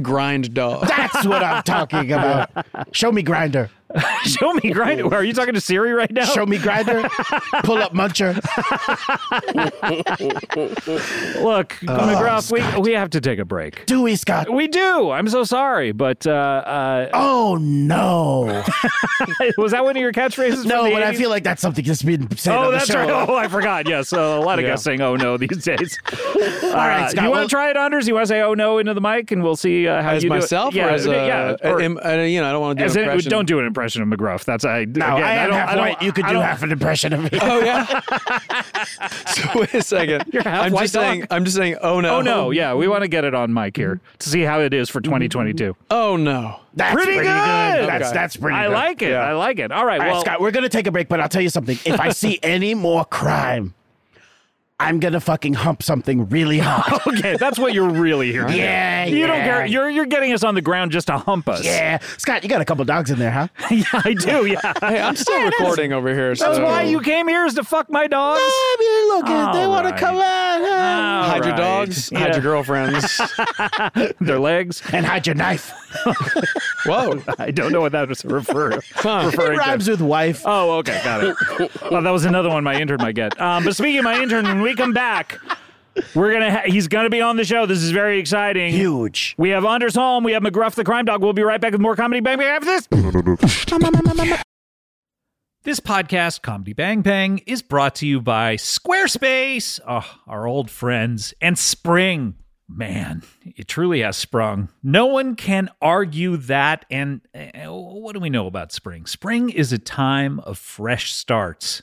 S3: grind dog.
S5: That's what I'm talking about. Show me grinder.
S4: Show me grinder. Are you talking to Siri right now?
S5: Show me grinder. Pull up muncher.
S4: Look, McGruff, we, we have to take a break.
S5: Dewey Scott.
S4: We do. I'm so sorry, but uh, uh,
S5: Oh no.
S4: was that one of your catchphrases?
S5: No,
S4: from the
S5: but I
S4: 80s?
S5: feel like that's something that's been said.
S4: Oh,
S5: on the
S4: that's
S5: show.
S4: right. Oh, I forgot. Yes, uh, a lot of
S3: Yeah.
S4: guys saying "oh no" these days. All
S5: right,
S4: you
S5: Scott,
S4: want
S5: well-
S4: to try it, Anders? You want to say "oh no" into the mic, and we'll see uh, how
S3: As
S4: you do it?
S3: myself or as a,
S4: yeah, or-
S3: am- uh, you know, I don't want to do
S4: as
S3: an
S4: in-
S3: impression.
S4: don't do an impression of McGruff. That's I.
S5: No,
S4: again,
S5: I am
S4: don't,
S5: half
S4: I don't-
S5: white. You could
S4: I
S5: do
S4: don't-
S5: half an impression of me.
S3: Oh yeah. so wait a second.
S4: You're half
S3: I'm
S4: white
S3: just
S4: dog.
S3: saying. I'm just saying. Oh no.
S4: Oh no, yeah, we want to get it on mic here to see how it is
S5: Mm-hmm.
S4: for 2022.
S3: Oh no.
S5: That's
S4: Pretty good.
S5: That's
S3: Okay.
S5: that's pretty
S4: I
S5: good.
S4: like it. I like it. All right,
S5: All right,
S4: well,
S5: Scott, we're gonna take a break, but I'll tell you something. If I see any more crime, I'm gonna fucking hump something really hard.
S4: okay, that's what you're really here. to do.
S5: yeah,
S4: You don't
S5: yeah,
S4: care. You're you're getting us on the ground just to hump us.
S5: yeah, Scott, you got a couple dogs in there, huh?
S4: yeah I do. Yeah,
S3: Hey, I'm still recording over here.
S4: that's
S3: so-
S4: why you came here is to fuck my dogs.
S5: I mean, look, if they
S4: All
S5: want
S4: right.
S5: to come out huh?
S4: All
S3: Hide your
S4: right.
S3: dogs. Hide
S4: Yeah.
S3: your girlfriends.
S4: their legs.
S5: and hide your knife.
S3: Whoa.
S4: I don't know what that was refer,
S3: Huh.
S5: It
S4: referring to.
S5: rhymes with wife.
S4: Oh, okay, got it. well, Oh, that was another one my intern might get. Um, but speaking of my intern, when we come back, we're gonna ha- he's gonna be on the show. This is very exciting.
S5: Huge.
S4: We have Anders Holm. We have McGruff the Crime Dog. We'll be right back with more Comedy Bang Bang after this. This podcast, Comedy Bang Bang, is brought to you by Squarespace, oh, our old friends, and Spring. Man, it truly has sprung. No one can argue that. And uh, what do we know about spring? Spring is a time of fresh starts.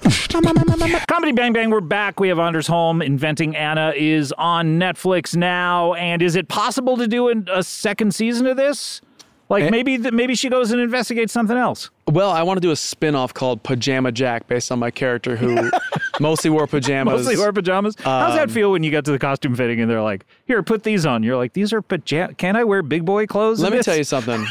S4: Comedy Bang Bang, we're back. We have Anders Holm. Inventing Anna is on Netflix now. And is it possible to do an, a second season of this? Like
S3: Eh?
S4: maybe th- maybe she goes and investigates something else.
S3: Well, I want to do a spin off called Pajama Jack based on my character who mostly wore pajamas.
S4: Mostly wear pajamas. How's that feel when you get to the costume fitting and they're like, "Here, put these on." You're like, "These are pajamas. Can I wear big boy clothes?"
S3: Let
S4: in
S3: me
S4: this?"
S3: tell you something.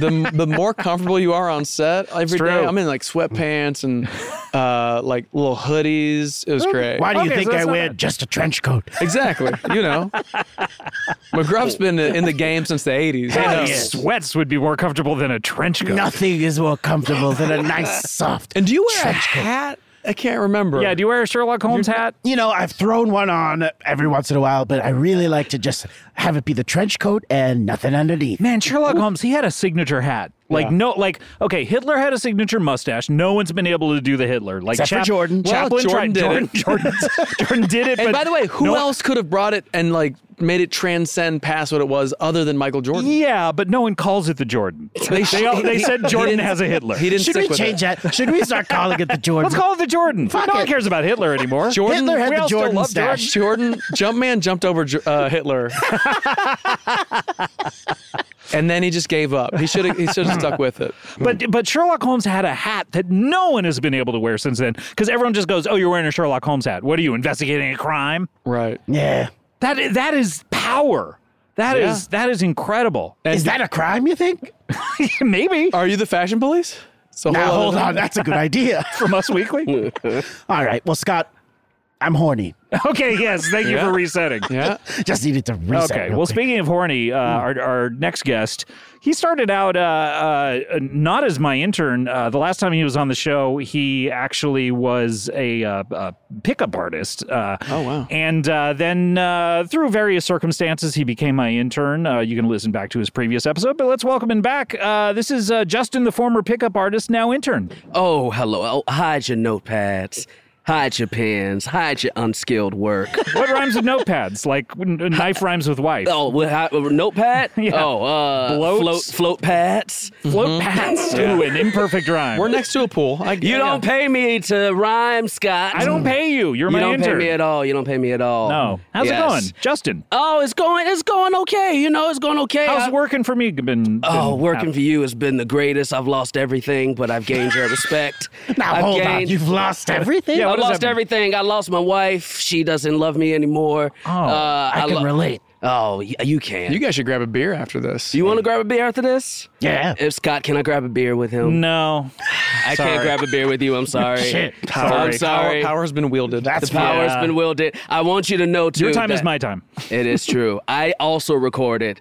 S3: The the more comfortable you are on set every
S4: true.
S3: day, I'm in like sweatpants and uh, like little hoodies. It was great.
S5: Why do you
S4: Okay,
S5: think
S4: so
S5: I
S4: that's not
S5: wear
S4: bad.
S5: just a trench coat?
S3: Exactly. You know, McGruff's been in the game since the 80s. He
S4: God,
S3: knows.
S4: sweats would be more comfortable than a trench coat.
S5: Nothing is more comfortable than a nice soft.
S3: And do you wear a
S5: trench coat.
S3: hat? I can't remember.
S4: Yeah, do you wear a Sherlock Holmes hat?
S5: You know, I've thrown one on every once in a while, but I really like to just have it be the trench coat and nothing underneath.
S4: Man, Sherlock Holmes, he had a signature hat. Like no, like okay, Hitler had a signature mustache. No one's been able to do the Hitler. Like
S5: Except for Jordan. Well,
S4: Chaplin
S3: Jordan
S4: tried. Jordan,
S3: did
S4: Jordan, Jordan did it.
S3: and
S4: but
S3: by the way, who
S4: no-
S3: else could have brought it and like made it transcend past what it was other than Michael Jordan?
S4: Yeah, but no one calls it the Jordan. They
S3: sh-
S4: all- they said
S3: he
S4: Jordan
S3: didn't-
S4: has a Hitler.
S3: He didn't
S5: Should
S3: stick
S5: we
S3: with
S5: change
S3: it.
S5: that? Should we start calling it the Jordan?
S4: Let's call it the Jordan.
S5: Fuck
S4: no one
S5: it.
S4: cares about Hitler anymore.
S3: Jordan-
S5: Hitler had
S4: we
S5: the
S4: all still
S5: Jordan
S4: love
S5: stash.
S3: Jordan, Jumpman jumped over Ju- uh, Hitler, and then he just gave up. He should have. He should have stuck with it.
S4: But but Sherlock Holmes had a hat that no one has been able to wear since then because everyone just goes, "Oh, you're wearing a Sherlock Holmes hat. What are you investigating a crime?"
S3: Right.
S5: yeah.
S4: That i- that is power. That is
S3: Yeah.
S4: that is incredible.
S5: Is that a crime, you think?
S4: Maybe
S3: Are you the fashion police? So
S5: Now, hold
S6: uh,
S5: on. That's a good idea.
S4: from Us Weekly.
S5: All right. Well, Scott, I'm horny.
S4: okay, yes. Thank you
S3: Oh. Yeah.
S4: for resetting.
S3: Yeah.
S5: Just needed to reset.
S4: Okay.
S5: real
S4: Well,
S5: quick.
S4: speaking of horny, uh,
S3: Hmm.
S4: our, our next guest, he started out uh, uh, not as my intern. Uh, the last time he was on the show, he actually was a, uh, uh pickup artist. Uh,
S3: Oh, wow.
S4: And uh, then uh, through various circumstances, he became my intern. Uh, you can listen back to his previous episode, but let's welcome him back. Uh, this is uh, Justin, the former pickup artist, now intern.
S6: Oh, hello. Oh, hide your notepads. Hide your pens. Hide your
S5: um,
S6: unskilled work.
S4: What rhymes with notepads? Like n- knife rhymes with wife.
S6: oh, with hi- uh, notepad?
S4: Yeah.
S6: Oh, uh,
S4: Bloats.
S6: float float pads.
S4: Float pads. Ooh, an imperfect rhyme.
S3: We're next to a pool. I,
S6: You don't pay me to rhyme, Scott.
S4: I don't pay Mm. you. You're
S6: You
S4: my
S6: don't
S4: intern.
S6: pay me at all. Oh, You don't pay me at all.
S4: No. How's
S6: Yes.
S4: it going, Justin?
S6: Oh, it's going. It's going okay. You know, it's going okay.
S4: How's
S6: I-
S4: working for me been? been
S6: Oh,
S5: Mm,
S6: working
S4: happening?
S6: for you has been the greatest. I've lost everything, but I've gained your respect.
S5: now,
S6: I've
S5: hold on.
S6: gained-
S5: You've lost everything?
S4: Yeah,
S6: I
S4: what does that
S6: lost
S4: mean?
S6: everything. I lost my wife. She doesn't love me anymore. Oh,
S4: uh,
S5: I can relate.
S6: Oh, y- you can.
S3: You
S6: You
S3: guys should grab a beer after this.
S6: Do you want to grab a beer after this?
S5: Yeah.
S6: If Scott, can I grab a beer with him?
S4: No.
S6: I can't grab a beer with you. I'm sorry.
S5: Shit.
S6: I'm sorry.
S3: Power, has been wielded.
S5: That's
S6: The power's
S4: Yeah.
S6: been wielded. I want you to know too.
S4: Your time is
S6: that-
S4: my time.
S6: It is true. I also recorded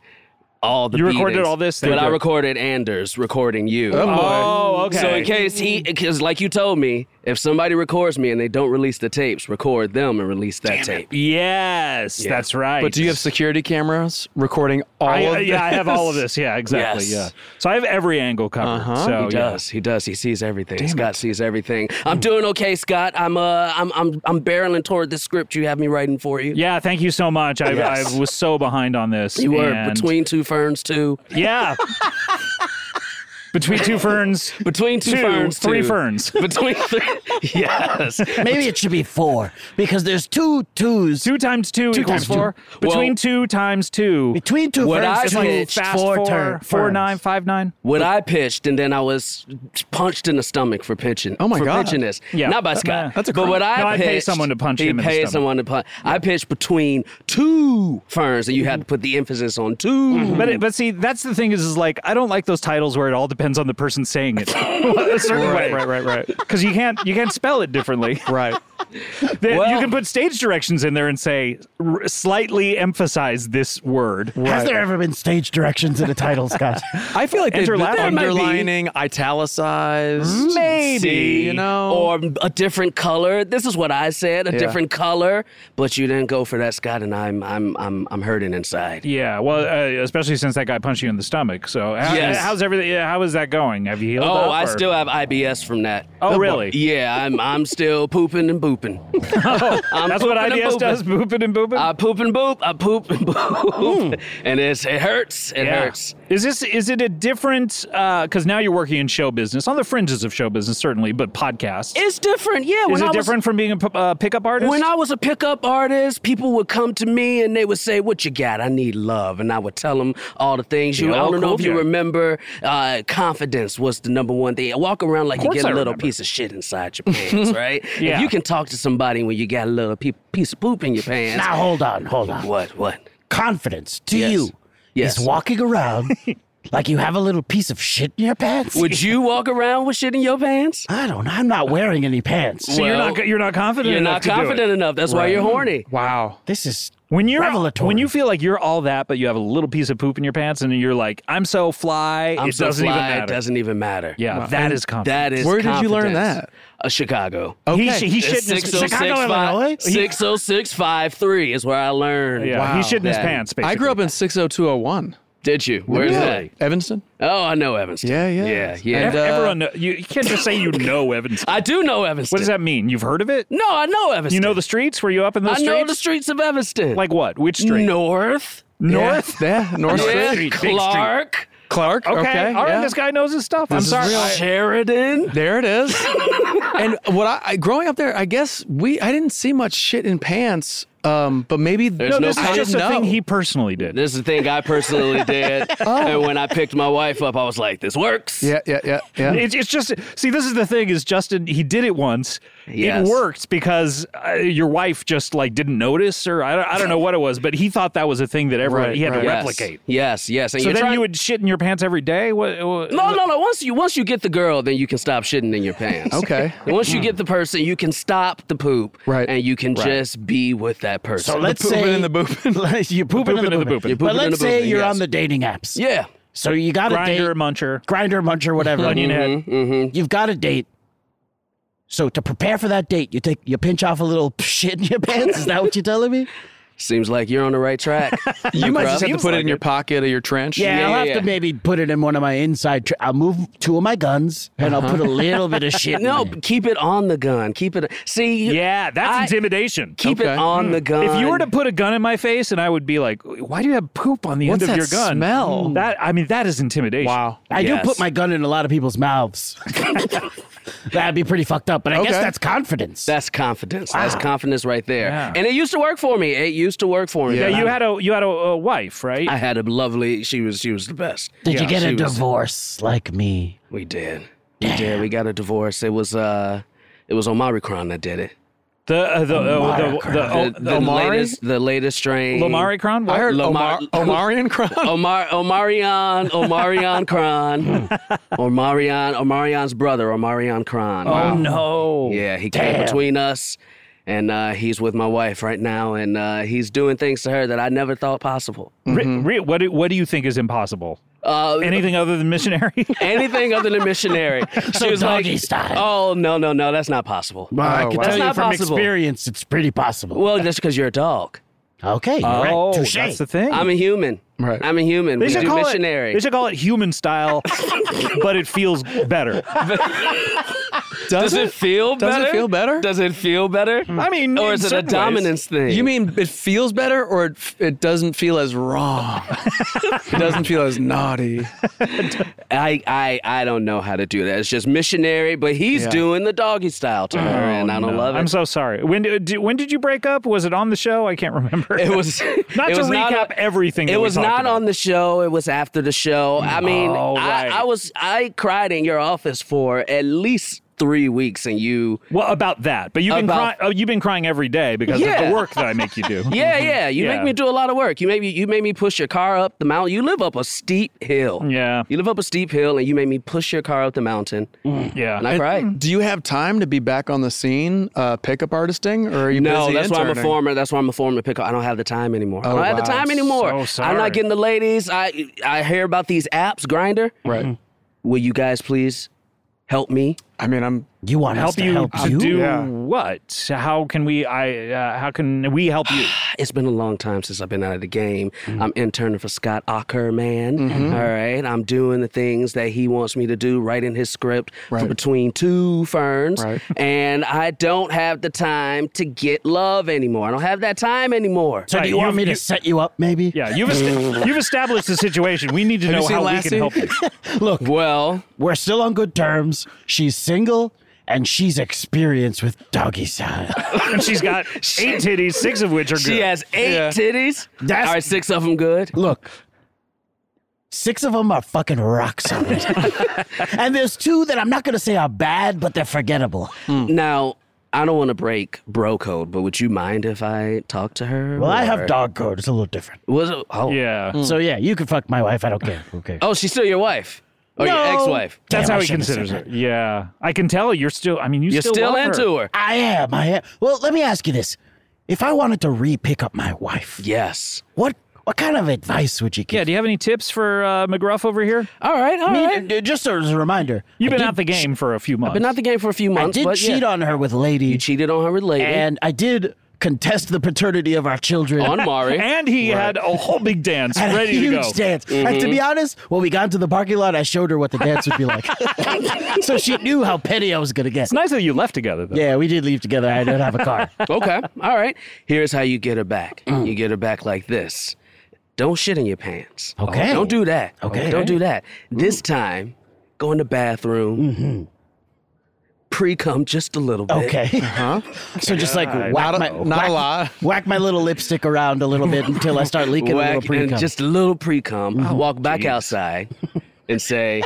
S6: all the.
S4: You recorded
S6: beatings,
S4: all this?
S6: but
S4: Thank
S6: I
S4: you.
S6: recorded Anders recording you.
S4: Oh, okay.
S6: So in case he, because like you told me, if somebody records me and they don't release the tapes, record them and release that tape.
S4: yes,
S6: Yeah.
S4: that's right.
S3: But do you have security cameras recording all
S4: I, uh,
S3: of
S4: yeah, I have all of
S3: this?
S4: this. Yeah, exactly.
S6: Yes.
S4: Yeah. So I have every angle covered.
S3: Uh-huh.
S4: So
S6: He
S4: Oh, yeah. Hmm.
S6: does. He does. He sees everything. Scott sees everything. I'm doing okay, Scott. I'm uh, I'm I'm I'm barreling toward the script you have me writing for you.
S4: Yeah, thank you so much. I, I was so behind on this.
S6: You were
S4: and-
S6: between two ferns too.
S4: Yeah. Between two ferns.
S6: Between two, ferns,
S4: Three
S6: two.
S4: ferns.
S6: Between three, yes.
S5: Maybe it should be four because there's two twos
S4: Two times two, equals
S5: times two.
S4: four. Between
S6: Well-
S4: two times two.
S5: between two
S6: What
S5: ferns.
S6: I
S5: it's
S4: Two
S6: pitched
S4: fast
S5: four
S4: four,
S5: turn-
S4: four
S5: ferns.
S4: nine, five nine.
S6: What I pitched, and then I was punched in the stomach for pitching.
S3: Oh my
S6: for
S3: God.
S6: pitching this.
S4: Yeah.
S6: not by
S4: That-
S6: Scott.
S4: that's a
S6: But what I
S4: No, I
S6: pitched,
S4: paid someone to punch him
S6: he
S4: in the
S6: paid
S4: stomach.
S6: someone to punch. I pitched between two ferns, and you had to put the emphasis on 2
S4: But it, but see, that's the thing is, is like I don't like those titles where it all depends on the person saying it a certain way, right, right, right. Because you can't you can't spell it differently.
S3: Right.
S4: Then you
S6: Well-
S4: can put stage directions in there and say r- slightly emphasize this word.
S5: Has there ever been stage directions in a title, Scott?
S3: I feel like they
S4: Enter
S3: did
S4: Latin. That might be-
S3: underlining, italicized.
S4: Maybe.
S3: C, you know,
S6: or a different color. This is what I said, a different color. But you didn't go for that, Scott, and I'm I'm I'm I'm hurting inside.
S4: Yeah, well, uh, especially since that guy punched you in the stomach. So how,
S6: Yes.
S4: how's everything? yeah, How is that going? Have you healed?
S6: Oh,
S4: up,
S6: I
S4: or-
S6: still have IBS from that.
S4: Oh, really? Oh,
S6: Yeah, I'm I'm still pooping and booping. I'm
S4: That's what
S6: pooping and Uh,
S4: IBS does,
S6: booping.
S4: booping and booping.
S6: I poop and boop. I poop and
S4: Hmm.
S6: boop, and it's it hurts. It hurts.
S4: Is this is it a different? Because now you're working in show business on the fringes of show business, certainly, but podcasts.
S6: It's different. Yeah,
S4: is
S6: when
S4: it
S6: I was,
S4: different from being a p- uh, pickup artist?
S6: When I was a pickup artist, people would come to me and they would say, "What you got? I need love," and I would tell them all the things. You,
S4: Yeah,
S6: I
S4: oh,
S6: don't know
S4: cool,
S6: if you
S4: yeah.
S6: remember. Uh, confidence was the number one thing. Walk around like you
S4: course
S6: get a
S4: I
S6: little
S4: remember.
S6: piece of shit inside your pants, right?
S4: Yeah.
S6: If you can talk to somebody when you got a little pe- piece of poop in your pants.
S5: now hold on, hold on.
S6: What? What?
S5: Confidence to
S6: Yes.
S5: you
S6: Yes.
S5: is walking around like you have a little piece of shit in your pants.
S6: Would you walk around with shit in your pants?
S5: I don't. know. I'm not wearing any pants.
S4: so you're
S6: Well,
S4: not you're not confident.
S6: You're
S4: enough
S6: not
S4: to do it.
S6: confident enough. That's why you're horny.
S3: wow.
S5: This is
S4: When you're
S5: revelatory.
S4: when you feel like you're all that, but you have a little piece of poop in your pants, and you're like, "I'm so fly,
S6: I'm
S4: it
S6: so
S4: doesn't
S6: fly,
S4: even
S6: It
S4: matter."
S6: doesn't even matter.
S4: Yeah, Wow. that is confidence.
S6: That is
S3: Where did you learn
S6: confidence.
S3: that?
S6: Uh, Chicago.
S4: He,
S3: Okay.
S4: sh- he shit in his,
S6: 606
S5: Chicago, Illinois?
S6: five- 60653 is where I learned.
S4: yeah, he shit in his
S6: that.
S4: pants. Basically.
S3: I grew up in 60201.
S6: Did you? Where's that?
S3: Evanston?
S6: Oh, I know Evanston.
S3: Yeah, yeah.
S6: Yeah, yeah.
S3: And,
S4: Ev-
S3: uh,
S4: Everyone, kno- you, you can't just say you know Evanston.
S6: I do know Evanston.
S4: what does that mean? You've heard of it?
S6: No, I know Evanston.
S4: You know the streets? Were you up in
S6: I
S4: those streets?
S6: know the streets of Evanston.
S4: Like what? Which street?
S6: North.
S4: North.
S3: Yeah, yeah, North
S6: yeah,
S3: Street.
S4: street.
S6: Clark.
S3: Clark.
S4: Okay.
S3: Okay.
S4: All right.
S3: yeah.
S4: This guy knows his stuff. I'm
S3: This is
S4: sorry.
S3: real.
S4: I-
S6: Sheridan.
S3: There it is. and what I, I growing up there, I guess we I didn't see much shit in pants. Um, but maybe
S6: There's
S4: no,
S6: no
S4: this
S3: I
S4: is
S6: con-
S4: just a
S3: didn't know.
S4: thing he personally did.
S6: This is the thing I personally did.
S4: Oh.
S6: And when I picked my wife up, I was like, this works.
S3: yeah, yeah, yeah, yeah.
S4: It's, it's just see. This is the thing: is Justin? He did it once.
S6: Yes.
S4: It worked because uh, your wife just like didn't notice, or I don't, I don't know what it was, but he thought that was a thing that everyone
S3: Right,
S4: he had
S3: right.
S4: to
S6: Yes.
S4: replicate.
S6: Yes, yes. And
S4: So
S6: you're
S4: then
S6: trying-
S4: you would shit in your pants every day. What? what
S6: No, no, no. Once you once you get the girl, then you can stop shitting in your pants.
S3: Okay.
S6: And once you get the person, you can stop the poop.
S3: Right.
S6: And you can just be with that person.
S5: So let's say
S3: in the
S5: booping. you pooping, in the
S4: Pooping in the
S5: booping.
S4: booping. You're
S6: pooping
S5: But
S6: in
S5: let's
S6: the
S5: say
S6: booping,
S5: you're
S6: yes.
S5: on the dating apps.
S6: yeah.
S5: So you got a
S4: Grinder,
S5: date,
S4: muncher,
S5: grinder, muncher, whatever.
S4: onion head.
S5: You've got a date. So to prepare for that date, you take you pinch off a little shit in your pants. Is that what you're telling me?
S6: Seems like you're on the right track.
S3: You might just have to
S4: Seems
S3: put it
S4: like
S3: in your
S4: it.
S3: pocket or your trench.
S5: Yeah,
S6: Yeah,
S5: I'll have
S6: yeah,
S5: to
S6: yeah.
S5: maybe put it in one of my inside. Tr- I'll move two of my guns and I'll put a little bit of shit.
S6: no,
S5: in it.
S6: keep it on the gun. Keep it. See.
S4: Yeah, that's
S6: I-
S4: intimidation.
S6: Keep
S3: Okay.
S6: it on the gun.
S4: Hmm. If you were to put a gun in my face, and I would be like, "Why do you have poop on the
S3: What's
S4: end of
S3: that
S4: your gun?" Mm.
S3: smell?
S4: That I mean, that is intimidation.
S3: Wow.
S5: I
S6: Yes.
S5: do put my gun in a lot of people's mouths. That'd be pretty fucked up, but I guess
S3: Okay.
S5: that's confidence.
S6: That's confidence. That's confidence right there.
S4: Yeah.
S6: And it used to work for me. It used to work for me.
S4: Yeah, you had a you had a, a wife, right?
S6: I had a lovely. She was. She was the best.
S5: Did you get a
S6: she was-
S5: divorce like me?
S6: We did. We did. We got a divorce. It was. uh It was Omaricron that did it.
S4: the uh, the, uh, the the
S6: the,
S4: the,
S6: the latest the latest strain.
S4: Lomari Cron.
S3: I heard
S6: Lamar- Oh,
S3: Omar, Omarion Crown.
S6: Omar Omarion Omarion Cron. Omarion Omarion's brother, Omarion Cron.
S4: Oh no!
S6: Yeah, he came between us and uh, he's with my wife right now and uh, he's doing things to her that I never thought possible.
S4: Re- re- what do, what do you think is impossible?
S6: Uh,
S4: Anything other than missionary?
S6: anything other than missionary. She was like,
S5: doggy style.
S6: "Oh no, no, no, that's not possible."
S5: Well, I
S3: Oh,
S5: can
S3: wow.
S5: tell
S6: That's
S5: you
S6: not
S5: from
S6: possible.
S5: experience, it's pretty possible.
S6: Well, that's because you're a dog.
S2: Uh,
S5: okay, you're
S4: oh,
S5: right. Touche.
S4: that's the thing.
S6: I'm a human.
S3: Right.
S6: I'm a human.
S4: they
S6: we
S4: should
S6: do
S4: call
S6: missionary.
S4: it. They should call it human style, but it feels better.
S6: Does it feel
S3: Does
S6: better?
S3: it feel better?
S6: Does it feel better?
S4: Mm. I mean,
S6: or
S4: in
S6: is it a
S4: certain ways.
S6: dominance thing?
S3: You mean it feels better, or it, it doesn't feel as raw? it doesn't feel as naughty.
S6: I, I I don't know how to do that. It's just missionary, but he's
S3: Yeah.
S6: doing the doggy style to her, and I don't
S4: Oh, No.
S6: love it.
S4: I'm so sorry. When did, did- when did you break up? Was it on the show? I can't remember.
S6: It was
S4: not
S6: it
S4: to
S6: was
S4: recap
S6: on-
S4: everything.
S6: It
S4: that we
S6: was
S4: talked
S6: not
S4: about.
S6: on the show. It was after the show. I mean,
S4: Oh, right.
S6: I, I was I cried in your office for at least three weeks, and you.
S4: Well, about that, but you've been crying.
S6: About-
S4: Oh, you've been crying every day because of
S6: Yeah.
S4: the work that I make you do.
S6: Yeah, yeah. You
S4: Mm-hmm. Yeah.
S6: make me do a lot of work. You made me you made me push your car up the mountain. You live up a steep hill.
S4: Yeah.
S6: You live up a steep hill, and you made me push your car up the mountain,
S4: yeah.
S6: and I cried.
S4: Mm.
S3: Do you have time to be back on the scene, uh, pickup artisting, or are you
S6: No,
S3: busy
S6: that's why I'm a
S3: interning?
S6: former. That's why I'm a former pick. I don't have the time anymore. I
S3: Oh,
S6: don't have the
S3: wow.
S6: time anymore.
S4: So
S6: I'm
S4: sorry.
S6: not getting the ladies. I I hear about these apps, Grinder.
S3: Right.
S6: Will you guys please help me?
S3: I mean, I'm.
S5: You want us
S4: help
S5: to
S4: you
S5: help
S4: to
S5: you?
S4: do
S3: Yeah.
S4: what? How can we? I. Uh, how can we help you?
S6: It's been a long time since I've been out of the game. I'm interning for Scott Ocker, man. All right. I'm doing the things that he wants me to do, writing his script for
S3: Right.
S6: between two ferns.
S3: Right.
S6: And I don't have the time to get love anymore. I don't have that time anymore.
S5: So
S4: Right,
S5: do you want
S4: you-
S5: me to
S4: you-
S5: set you up, maybe?
S4: Yeah, you've est- you've established the situation. We need to
S3: Have you
S4: know
S3: seen
S4: how
S3: Lassie?
S4: we can help you.
S5: Look,
S6: Well,
S5: we're still on good terms. She's single and she's experienced with doggy style.
S4: And she's got eight titties, six of which are good.
S6: she has eight titties.
S5: That's-
S6: All right, six of them good.
S5: Look, six of them are fucking rock solid. and there's two that I'm not going to say are bad, but they're forgettable.
S6: Now, I don't want to break bro code, but would you mind if I talk to her?
S5: Well, I have
S6: or-
S5: dog code. It's a little different.
S6: Was it- oh.
S4: Yeah.
S5: So yeah, you can fuck my wife. I don't care. Okay.
S6: Oh, she's still your wife or your ex-wife.
S4: That's
S5: Damn,
S4: how
S5: I
S4: he
S5: shouldn't have
S4: considers
S5: said
S4: her. Yeah. I can tell you're still, I mean, you
S6: You're
S4: still,
S6: still
S4: love
S6: into her.
S5: I am. I am. Well, let me ask you this: If I wanted to re-pick up my wife,
S6: Yes.
S5: what what kind of advice would you give?
S4: Yeah. Do you have any tips for uh, McGruff over here?
S6: All right. All
S5: I mean,
S6: right.
S5: uh, just as a reminder,
S4: You've
S5: I
S4: been
S5: did-
S4: out the game for a few months.
S6: Been out the game for a few
S5: I
S6: months.
S5: did
S6: but
S5: cheat
S6: yeah.
S5: on her with Lady,
S6: You cheated on her with lady
S5: and I did contest the paternity of our children.
S6: on Mari.
S4: and he had a whole big dance
S5: had
S4: ready
S5: a huge
S4: to go.
S5: dance. And to be honest, when we got into the parking lot, I showed her what the dance would be like. so she knew how petty I was going to get.
S4: It's nice that you left together, though.
S5: Yeah, we did leave together. I don't have a car.
S6: okay. All right. Here's how you get her back.
S5: Mm.
S6: You get her back like this. Don't shit in your pants.
S5: Okay.
S6: Don't do that.
S5: Okay. Mm.
S6: Don't do that. This time, go in the bathroom. Pre cum just a little bit.
S5: Mm-hmm.
S6: Uh-huh.
S5: Okay. So just like whack
S3: Not a-
S5: my
S3: not a
S5: whack,
S3: lot.
S5: Whack my little lipstick around a little bit until I start leaking a
S6: Whack
S5: little Oh, pre
S6: and just a little pre cum. walk back outside and say,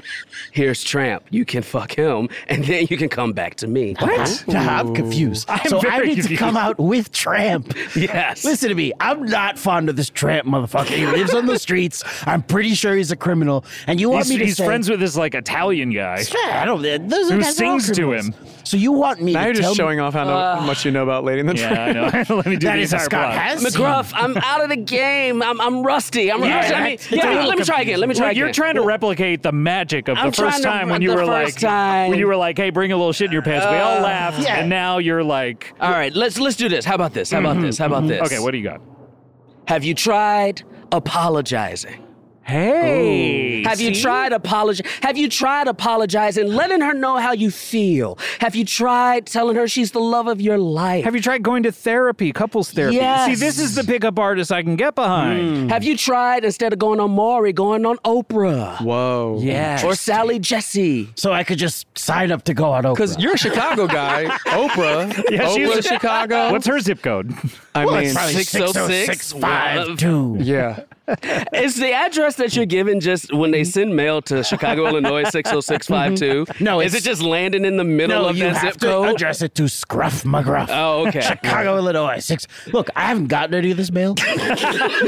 S6: "Here's Tramp. You can fuck him, and then you can come back to me."
S5: What? I'm confused. so I
S4: very
S5: need to
S4: confused.
S5: come out with Tramp.
S6: Yes.
S5: Listen to me. I'm not fond of this Tramp motherfucker. He lives on the streets. I'm pretty sure he's a criminal. And you want
S4: He's,
S5: me to
S4: he's
S5: say,
S4: friends with this like Italian guy.
S5: Yeah, I don't. Those are
S4: Who
S5: guys are all
S4: sings to
S5: criminals.
S4: him.
S5: So you want me
S3: Now
S5: to
S3: you're
S5: tell
S3: just
S5: me-
S3: showing off how no- much you know about Lady in the
S4: Yeah, I know. Let me do
S5: That
S4: the
S5: is a
S4: entire plot.
S5: Scott has-
S6: McGruff, I'm out of the game. I'm, I'm rusty. I'm rusty. I mean,
S5: that's-
S6: yeah,
S5: it's a
S6: let me-
S5: little
S6: let me try again. Let me try
S4: Look,
S6: again.
S4: you're trying to replicate the magic of
S6: I'm
S4: the first
S6: trying to
S4: time
S6: re-
S4: when you
S6: the
S4: were like,
S6: first time.
S4: when you were like, hey, bring a little shit in your pants. we all laughed,
S5: Uh, yeah.
S4: and now you're like,
S6: All right, let's let's do this. How about this? How about this? How about this?
S4: okay, what do you got?
S6: Have you tried apologizing?
S4: Hey,
S6: Have you
S4: see?
S6: tried apologi- Have you tried apologizing, letting her know how you feel? Have you tried telling her she's the love of your life?
S4: Have you tried going to therapy, couples therapy? See,
S6: Yes.
S4: this is the pickup artist I can get behind.
S6: Have you tried instead of going on Maury, going on Oprah
S3: Whoa.
S4: Yeah.
S6: or Sally Jesse?
S5: So I could just sign up to go on Oprah.
S3: Because you're a Chicago guy, Oprah.
S4: Yeah, she's-
S3: Oprah, Chicago.
S4: What's her zip code?
S3: I mean,
S5: probably
S6: six oh six?
S5: 60652.
S3: yeah.
S6: It's the address that you're given just when
S5: Mm-hmm.
S6: they send mail to Chicago, Illinois 60652.
S5: No,
S6: is
S5: it's-
S6: it just landing in the middle
S5: No,
S6: of
S5: you
S6: that
S5: have
S6: zip
S5: to
S6: code?
S5: address it to Scruff McGruff.
S6: Oh, okay.
S5: Chicago, Illinois. Six. Look, I haven't gotten any of this mail.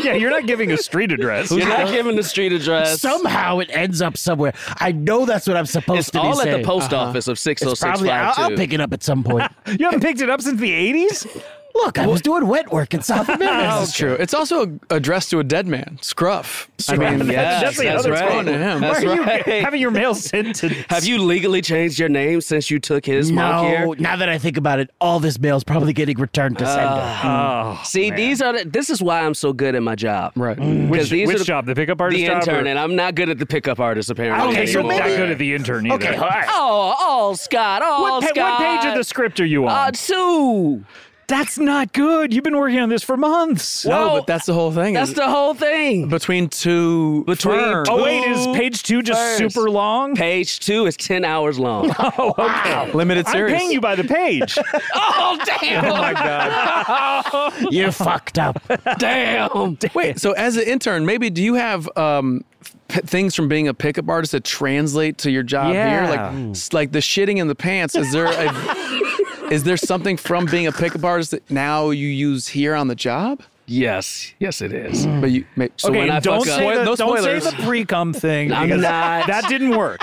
S4: yeah, you're not giving a street address.
S6: You're not giving the street address.
S5: Somehow it ends up somewhere. I know that's what I'm supposed
S6: it's
S5: to be
S6: all at
S5: saying.
S6: the post office of
S5: It's probably. I'll, I'll
S6: 60652.
S5: pick it up at some point.
S4: You haven't picked it up since the 80s?
S5: Look, I was doing wet work in South America.
S3: That's true. It's also a- addressed to a dead man, Scruff. I mean,
S6: yes,
S4: that's the
S6: that's
S4: other
S6: right.
S3: one to him.
S6: That's
S4: Why are you
S6: right.
S4: having your mail sent to?
S6: Have you legally changed your name since you took his mark here?
S5: No, now that I think about it, all this mail's probably getting returned to sender.
S6: Uh,
S4: Oh,
S6: See, these are the, this is why I'm so good at my job. Mm.
S3: Right.
S4: which,
S6: these
S4: which
S6: are the-
S4: job? The pickup artist
S6: the
S4: job?
S6: intern,
S4: or-
S6: and I'm not good at the pickup artist apparently.
S5: Okay, so
S4: You're
S6: anymore.
S4: not
S5: maybe-
S4: good at the intern either.
S5: Okay, all right.
S6: Oh, oh, Scott, oh,
S4: What, pa- what
S6: Scott.
S4: page of the script are you
S6: Uh,
S4: on?
S6: two.
S4: that's not good. You've been working on this for months.
S3: No,
S6: Well,
S3: but that's the whole thing.
S6: That's
S3: is
S6: the whole thing.
S3: between two.
S6: Between
S3: firms.
S6: two-
S4: Oh wait, is page two just
S6: first.
S4: super long?
S6: Page two is ten hours long.
S4: Oh, okay.
S3: limited
S4: I'm
S3: series.
S4: paying you by the page.
S6: oh, damn! Oh my god!
S5: You're fucked up.
S6: Damn!
S3: Wait, so as an intern, maybe do you have um, p- things from being a pickup artist that translate to your job
S4: Yeah.
S3: here? Like, s- like the shitting in the pants. Is there a, is there something from being a pickup artist that now you use here on the job?
S6: Yes, yes, it is.
S3: But you, may, so
S6: Okay,
S3: when I
S6: and
S3: fuck
S4: don't
S3: up-
S4: say the,
S3: no
S4: don't say
S3: spoilers.
S4: the pre cum thing.
S6: I'm
S4: because
S6: not.
S4: That didn't work.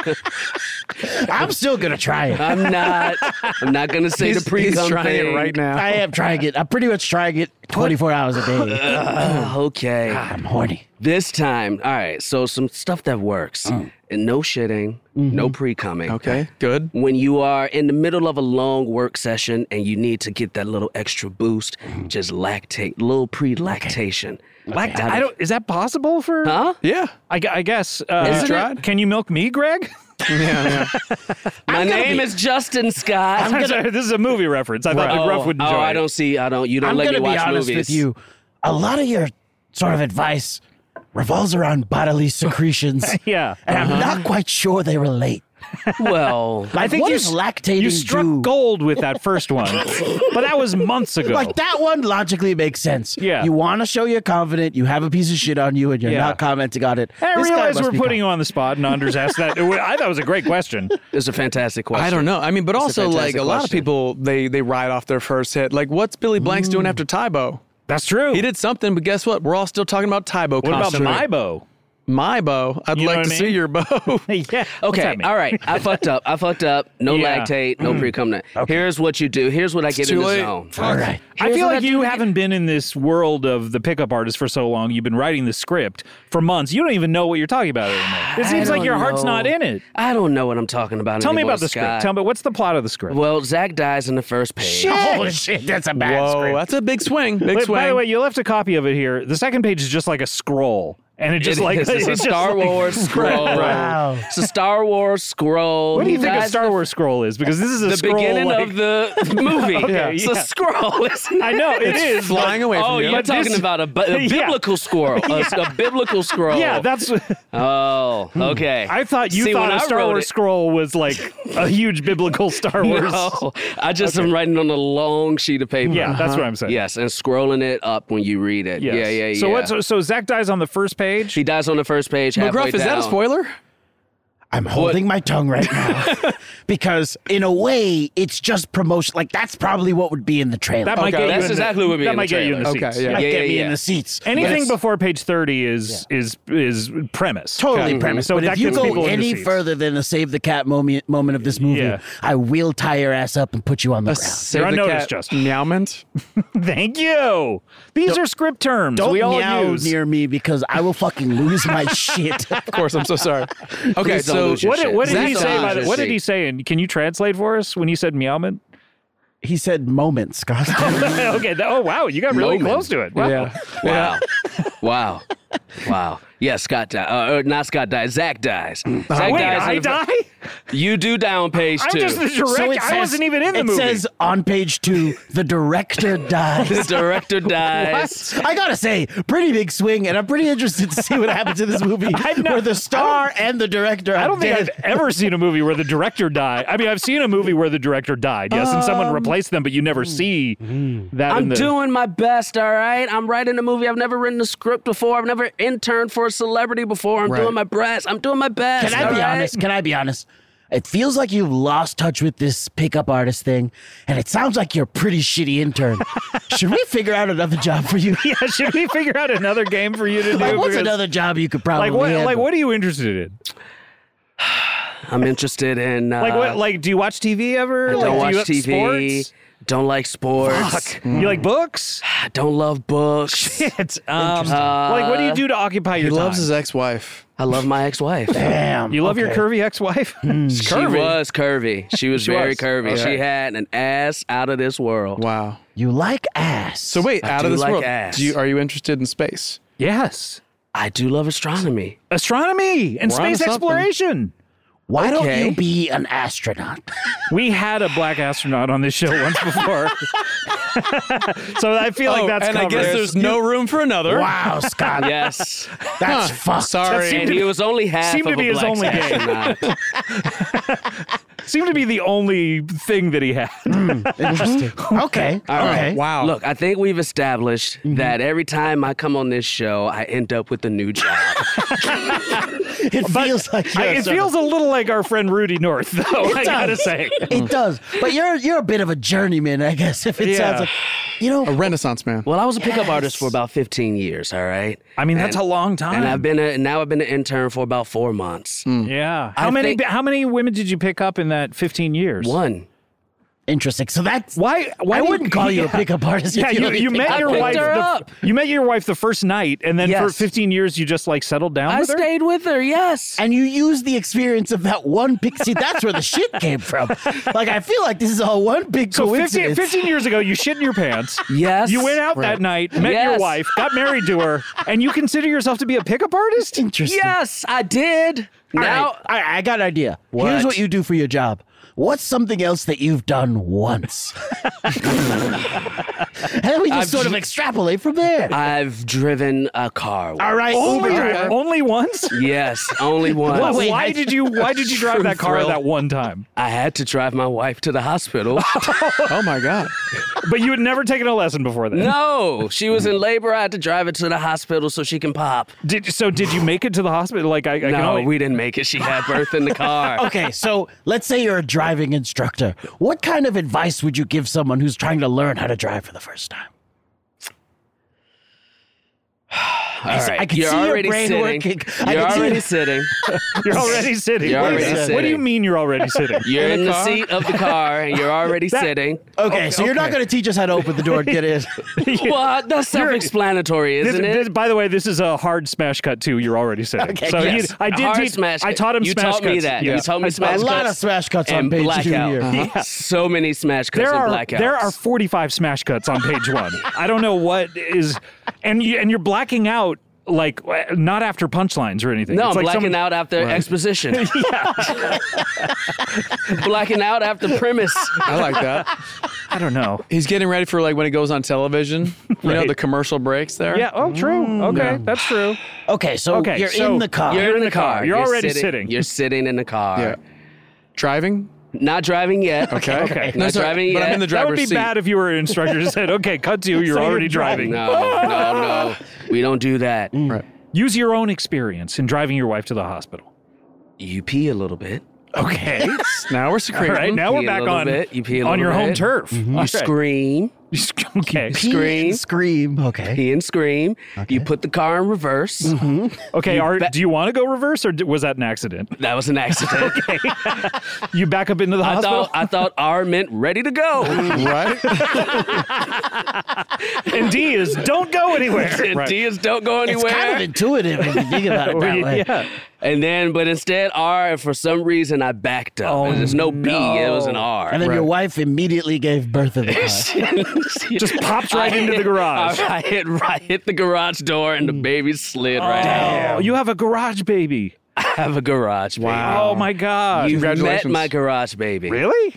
S5: I'm still gonna try it.
S6: I'm not. I'm not gonna say
S3: He's-
S6: the pre
S3: he's trying it right now.
S5: I am trying it. I'm pretty much trying it 24 hours a day.
S6: Oh, Okay.
S5: I'm horny.
S6: This time, all right. So some stuff that works. And no shitting, no pre coming.
S3: Okay, good.
S6: When you are in the middle of a long work session and you need to get that little extra boost, just lactate, little pre lactation. Lactate.
S4: I don't. Is that possible for?
S6: Huh?
S3: Yeah.
S4: I, gu- I guess. Uh,
S6: Isn't it-
S3: tried?
S4: Can you milk me, Greg?
S6: My name is Justin Scott.
S4: I'm sorry, this is a movie reference. I thought
S6: oh,
S4: McGruff would enjoy.
S6: oh, I
S4: it.
S6: don't see. I don't. You don't
S5: I'm
S6: let me
S5: gonna be
S6: watch
S5: honest
S6: movies.
S5: with you. A lot of your sort of advice revolves around bodily secretions.
S4: Yeah.
S5: and I'm
S6: Uh-huh.
S5: not quite sure they relate.
S6: Well,
S5: Like,
S4: you
S5: what does
S4: s-
S5: lactating
S4: You struck
S5: do?
S4: gold with that first one, but that was months ago.
S5: Like that one logically makes sense.
S4: Yeah.
S5: You want to show you're confident. You have a piece of shit on you, and you're
S4: Yeah.
S5: not commenting on it.
S4: I
S5: This guy
S4: realize
S5: must
S4: we're
S5: be
S4: putting you on the spot, and Anders asked that. I thought it was a great question.
S6: it's a fantastic question.
S3: I don't know. I mean, but
S6: That's a
S3: also like
S6: fantastic
S3: a lot of
S6: question.
S3: people, they they ride off their first hit. Like, what's Billy Blanks doing after Tybo?
S4: That's true.
S3: He did something, but guess what? We're all still talking about Tybo.
S4: What about
S3: constantly.
S4: my bow?
S3: My bow. I'd
S4: You know
S3: like
S4: what I
S3: to see
S4: mean?
S3: your bow.
S4: yeah.
S6: Okay, all right. I fucked up. I fucked up. No
S4: Yeah. Mm.
S6: lactate, no pre cum. Here's what you do. Here's what I get
S3: too
S6: in the
S3: late.
S6: zone.
S5: All right.
S4: I feel like you haven't been in this world of the pickup artist for so long. You've been writing the script for months. You don't even know what you're talking about anymore. It
S6: I
S4: seems like
S6: don't
S4: your heart's
S6: know.
S4: not in it.
S6: I don't know what I'm talking about.
S4: Tell me
S6: anymore,
S4: about the
S6: Scott.
S4: script. Tell me what's the plot of the script.
S6: Well, Zach dies in the first page.
S5: Holy shit, that's a bad
S3: Whoa,
S5: script.
S3: that's a big swing. Big
S4: Wait,
S3: swing.
S4: by the way, you left a copy of it here. The second page is just like a scroll, and it just
S6: It
S4: like
S6: is. it's,
S4: just
S6: a Star
S4: like-
S6: Wars scroll.
S5: Wow.
S6: It's a Star Wars scroll.
S4: What do you
S6: He
S4: think a
S6: dies
S4: Star
S6: in
S4: Wars scroll is? Because this is a
S6: The
S4: scroll.
S6: beginning
S4: like-
S6: of the movie.
S4: Okay,
S6: It's a
S4: yeah.
S6: scroll. Isn't
S4: I know
S6: it?
S4: it is
S3: flying away from
S6: Oh,
S3: you.
S6: you're
S4: But this-
S6: talking about a, bu- a
S4: Yeah.
S6: biblical scroll. A, a biblical
S4: but-
S6: scroll.
S4: Yeah, that's.
S6: Oh, okay.
S4: I thought you
S6: See,
S4: thought
S6: when
S4: a
S6: I
S4: Star
S6: wrote
S4: Wars
S6: it-
S4: scroll was like a huge biblical Star Wars.
S6: No, I just am writing on a long sheet of paper.
S4: Yeah, that's what I'm saying.
S6: Yes, and scrolling it up when you read it.
S4: Yes.
S6: Yeah, yeah, yeah.
S4: So what? So, so Zach dies on the first page.
S6: He dies on the first page. halfway
S3: McGruff, is that a
S6: down.
S3: spoiler?
S5: I'm holding my tongue right now because, in a way, it's just promotion. Like that's probably what would be in the trailer.
S4: that might
S3: Okay.
S4: get you.
S6: That's
S4: in
S6: exactly
S4: the,
S6: what would be
S4: That
S6: in the
S4: might get you in the
S6: trailer.
S3: Okay,
S4: seats.
S3: yeah.
S5: Might
S6: yeah,
S5: get me
S6: yeah.
S5: in the seats. But
S4: Anything
S5: it's
S4: before page thirty is is is premise.
S5: Totally premise.
S4: So
S5: but
S4: that
S5: if you
S4: gets people
S5: go
S4: in the
S5: any
S4: seats.
S5: further than the save the cat moment, moment of this movie,
S4: Yeah.
S5: I will tie your ass up and put you on the
S3: A
S5: ground.
S3: save
S4: You're on
S3: the
S4: notice,
S3: cat
S4: Justin.
S3: meowment.
S4: Thank you. These are script terms
S5: Don't
S4: we all
S5: meow
S4: use.
S5: near me because I will fucking lose my shit.
S3: Of course, I'm so sorry. Okay,
S6: Please don't
S3: so
S6: lose your
S4: what did, what did
S6: Zach
S4: he say?
S6: dies
S4: By the,
S6: in
S4: what did
S6: seat.
S4: he say? And can you translate for us when he said meowment?
S5: He said moments, Scott.
S4: okay. th- oh wow, you got really
S6: Moment.
S4: close to it. Wow.
S3: yeah,
S6: Wow. wow. Wow. Yeah, Scott dies. Uh, or not Scott dies. Zach dies. Zach
S4: Wait,
S6: dies. in
S4: I
S6: the-
S4: die?
S6: You do down page
S4: I'm
S6: two.
S4: just the director.
S5: So it
S4: I
S5: says-
S4: wasn't even in the
S5: it
S4: movie.
S5: says on page two, the director
S6: the
S5: dies.
S6: director dies.
S5: I gotta say, pretty big swing, and I'm pretty interested to see what happens in this movie
S4: I'm not-
S5: where the star and the director.
S4: I don't think I've ever seen a movie where the director died. I mean, I've seen a movie where the director died, yes, and someone replaced them, but you never see that. in
S6: I'm
S4: the,
S6: doing my best, all right? I'm writing a movie. I've never written a script before. I've never interned for a celebrity before. I'm
S3: Right.
S6: doing my best. I'm doing my best.
S5: Can I
S6: all
S5: be
S6: right?
S5: honest? Can I be honest? It feels like you've lost touch with this pickup artist thing, and it sounds like you're a pretty shitty intern. Should we figure out another job for you?
S4: Yeah, should we figure out another game for you to do?
S5: Like, what's
S4: Because-
S5: another job you could probably
S4: Like what?
S5: handle?
S4: Like what are you interested in?
S6: I'm interested uh, in. Uh,
S4: Like what? Like do you watch TV ever? like,
S6: I don't
S4: do you
S6: watch
S4: have
S6: TV.
S4: Sports?
S6: Don't like sports.
S4: Fuck. You like books?
S6: Don't love books.
S4: It's um, like what do you do to occupy your
S3: He
S4: time?
S3: loves his ex-wife.
S6: I love my ex-wife.
S5: Damn.
S4: you love your
S5: okay.
S4: curvy ex-wife?
S6: She was curvy. She was very
S4: was.
S6: curvy.
S4: Okay.
S6: She had an ass out of this world.
S3: Wow.
S5: You like ass.
S3: So wait,
S6: I
S3: out
S6: do
S3: of this
S6: like
S3: world.
S6: ass.
S3: Do you, are you interested in space?
S4: Yes.
S6: I do love astronomy.
S4: Astronomy and
S3: We're onto
S4: space
S3: something.
S4: exploration.
S5: why
S6: okay.
S5: don't you be an astronaut?
S4: We had a black astronaut on this show once before. so I feel
S2: Oh,
S4: like that's
S3: and
S4: covered.
S3: I guess there's no room for another.
S5: wow, Oh, Scott.
S6: Ah, Yes.
S5: That's
S3: Huh.
S5: fucked.
S3: Sorry.
S6: and he was only half
S4: seemed
S6: of
S4: to be
S6: a
S4: his
S6: black
S4: only game.
S6: astronaut.
S4: seemed to be the only thing that he had.
S5: Interesting. okay. okay.
S3: Wow.
S6: Look, I think we've established that every time I come on this show, I end up with a new job.
S5: It feels like
S4: I-
S5: you're
S4: it
S5: sort
S4: feels a little like our friend Rudy North, though. I gotta
S5: does.
S4: say,
S5: of- It does, but you're you're a bit of a journeyman, I guess. If it sounds
S4: Yeah.
S5: like, you know,
S3: a renaissance man.
S6: well, I was a pickup artist
S5: Yes.
S6: for about 15 years, all right?
S4: I mean that's
S6: And-
S4: a long time.
S6: And I've been a, now I've been an intern for about four months.
S4: yeah. How
S6: I
S4: many?
S6: think-
S4: how many women did you pick up in that 15 years?
S6: One.
S5: interesting. So that's
S4: Why? Why
S5: I
S4: do
S5: wouldn't call you a pickup artist. if
S4: Yeah, you,
S5: only
S4: you
S5: pick
S4: met
S5: up
S4: your
S6: picked
S4: wife.
S6: her
S4: the,
S6: up.
S4: You met your wife the first night, and then for
S6: Yes.
S4: 15 years you just like settled down
S6: I
S4: with her.
S6: stayed with her, yes.
S5: and you use the experience of that one pic. See, that's where the shit came from. Like, I feel like this is all one big
S4: so 15,
S5: coincidence.
S4: 15 years ago, you shit in your pants.
S6: Yes.
S4: You went out that night, met your
S6: Yes.
S4: wife, got married to her, and you consider yourself to be a pickup artist?
S5: Interesting.
S6: Yes, I did.
S5: All right,
S6: now
S5: all right, I got an idea. Here's what you do for your job. What's something else that you've done once? and then we just sort of extrapolate from there.
S6: I've driven a car.
S5: all right.
S4: Only,
S5: Uber.
S4: Oh only once?
S6: Yes, only once.
S4: Why-
S5: wait,
S4: why
S5: I-
S4: did you why did you drive
S6: True
S4: that car
S6: thrill.
S4: that one time?
S6: I had to drive my wife to the hospital.
S3: oh my god.
S4: But you had never taken a lesson before that.
S6: no, she was in labor. I had to drive her to the hospital so she can pop.
S4: Did so did you make it to the hospital? Like I, I can
S6: no,
S4: only-
S6: we didn't make it. She had birth in the car.
S5: Okay, so let's say you're a driving instructor. What kind of advice would you give someone who's trying to learn how to drive for the first time?
S6: All right,
S5: I can
S6: you're
S5: see your
S6: already
S5: brain
S6: sitting.
S5: working. I
S6: You're
S5: can see-
S6: already sitting.
S4: you're already sitting.
S6: You're
S4: what, do you-
S6: already
S4: what do you
S6: sitting.
S4: mean you're already sitting?
S6: You're in, the
S3: car?
S6: seat of the car, and you're already sitting.
S5: Okay, so you're not going to teach us how to open the door and get in.
S6: Well, that's self-explanatory,
S4: This-
S6: isn't it?
S4: this- by the way, this is a hard smash cut too. You're already sitting. so
S6: Yes,
S4: you, I
S6: a
S4: did
S6: hard
S4: teach.
S6: smash
S4: I
S6: cut.
S4: taught him
S6: You
S4: smash
S6: taught me
S4: cuts.
S6: that. You taught me
S4: I-
S6: smash
S5: a lot
S6: cuts
S5: of smash cuts on
S6: and
S5: page two
S6: blackout. Uh-huh.
S5: here.
S6: So many smash cuts
S4: There
S6: and
S4: are
S6: blackouts.
S4: there are 45 smash cuts on page one. I don't know what is, and you and you're blacking out like not after punchlines or anything.
S6: No,
S4: It's
S6: I'm
S4: like
S6: blacking
S4: someone-
S6: out after exposition. blacking out after premise.
S3: I like that.
S4: I don't know.
S3: He's getting ready for like when it goes on television. You know the commercial breaks there.
S4: Yeah. Oh, true.
S6: Mm,
S4: okay, that's true.
S5: Okay, so
S4: Okay,
S5: you're
S4: so
S5: in the car.
S6: You're in the car.
S4: You're already sitting.
S6: You're sitting in the car.
S3: Yeah. Driving.
S6: Not driving yet.
S3: Okay.
S4: Okay.
S6: Not
S3: sorry,
S6: driving
S3: But
S6: yet.
S3: I'm in the
S4: That
S3: driver's
S4: would be
S3: seat.
S4: bad if you were an instructor and said, "Okay, cut to you. You're already driving."
S6: No, no, no. We don't do that.
S4: Mm.
S3: Right.
S4: Use your own experience in driving your wife to the hospital.
S6: You pee a little bit.
S4: Okay.
S3: Now we're
S4: All
S3: secreting.
S4: right. Now
S6: Pee
S4: we're
S6: a
S4: back
S6: little
S4: on
S6: bit, you pee a
S4: on
S6: little
S4: your home
S6: bit. Mm-hmm.
S4: turf.
S6: You
S4: All right.
S6: scream.
S4: You sc- okay.
S5: Pee
S6: Scream.
S5: and Scream. Okay.
S6: Pee and scream. You put the car in reverse.
S4: Mm-hmm. Okay. Are, do you want to go reverse or d- was that an accident?
S6: That was an accident.
S4: You back up into the
S6: I
S4: hospital.
S6: thought I thought R meant ready to go.
S3: Right.
S4: and D is don't go anywhere. Right.
S6: D is don't go
S5: It's
S6: anywhere.
S5: kind of intuitive if you think about it that way.
S4: Yeah.
S6: And then, but instead, R, for some reason, I backed up.
S4: Oh,
S6: There's no B, it was an
S4: no.
S6: R.
S5: And then your wife immediately gave birth in the car.
S4: Just popped right
S6: I
S4: into the
S6: hit-
S4: garage. Mm.
S6: I, I hit, I hit the garage door and the baby slid right out.
S4: Oh, you have a garage baby.
S6: I have a garage baby.
S4: Oh my god.
S6: You met
S3: Congratulations.
S6: my garage baby.
S4: really?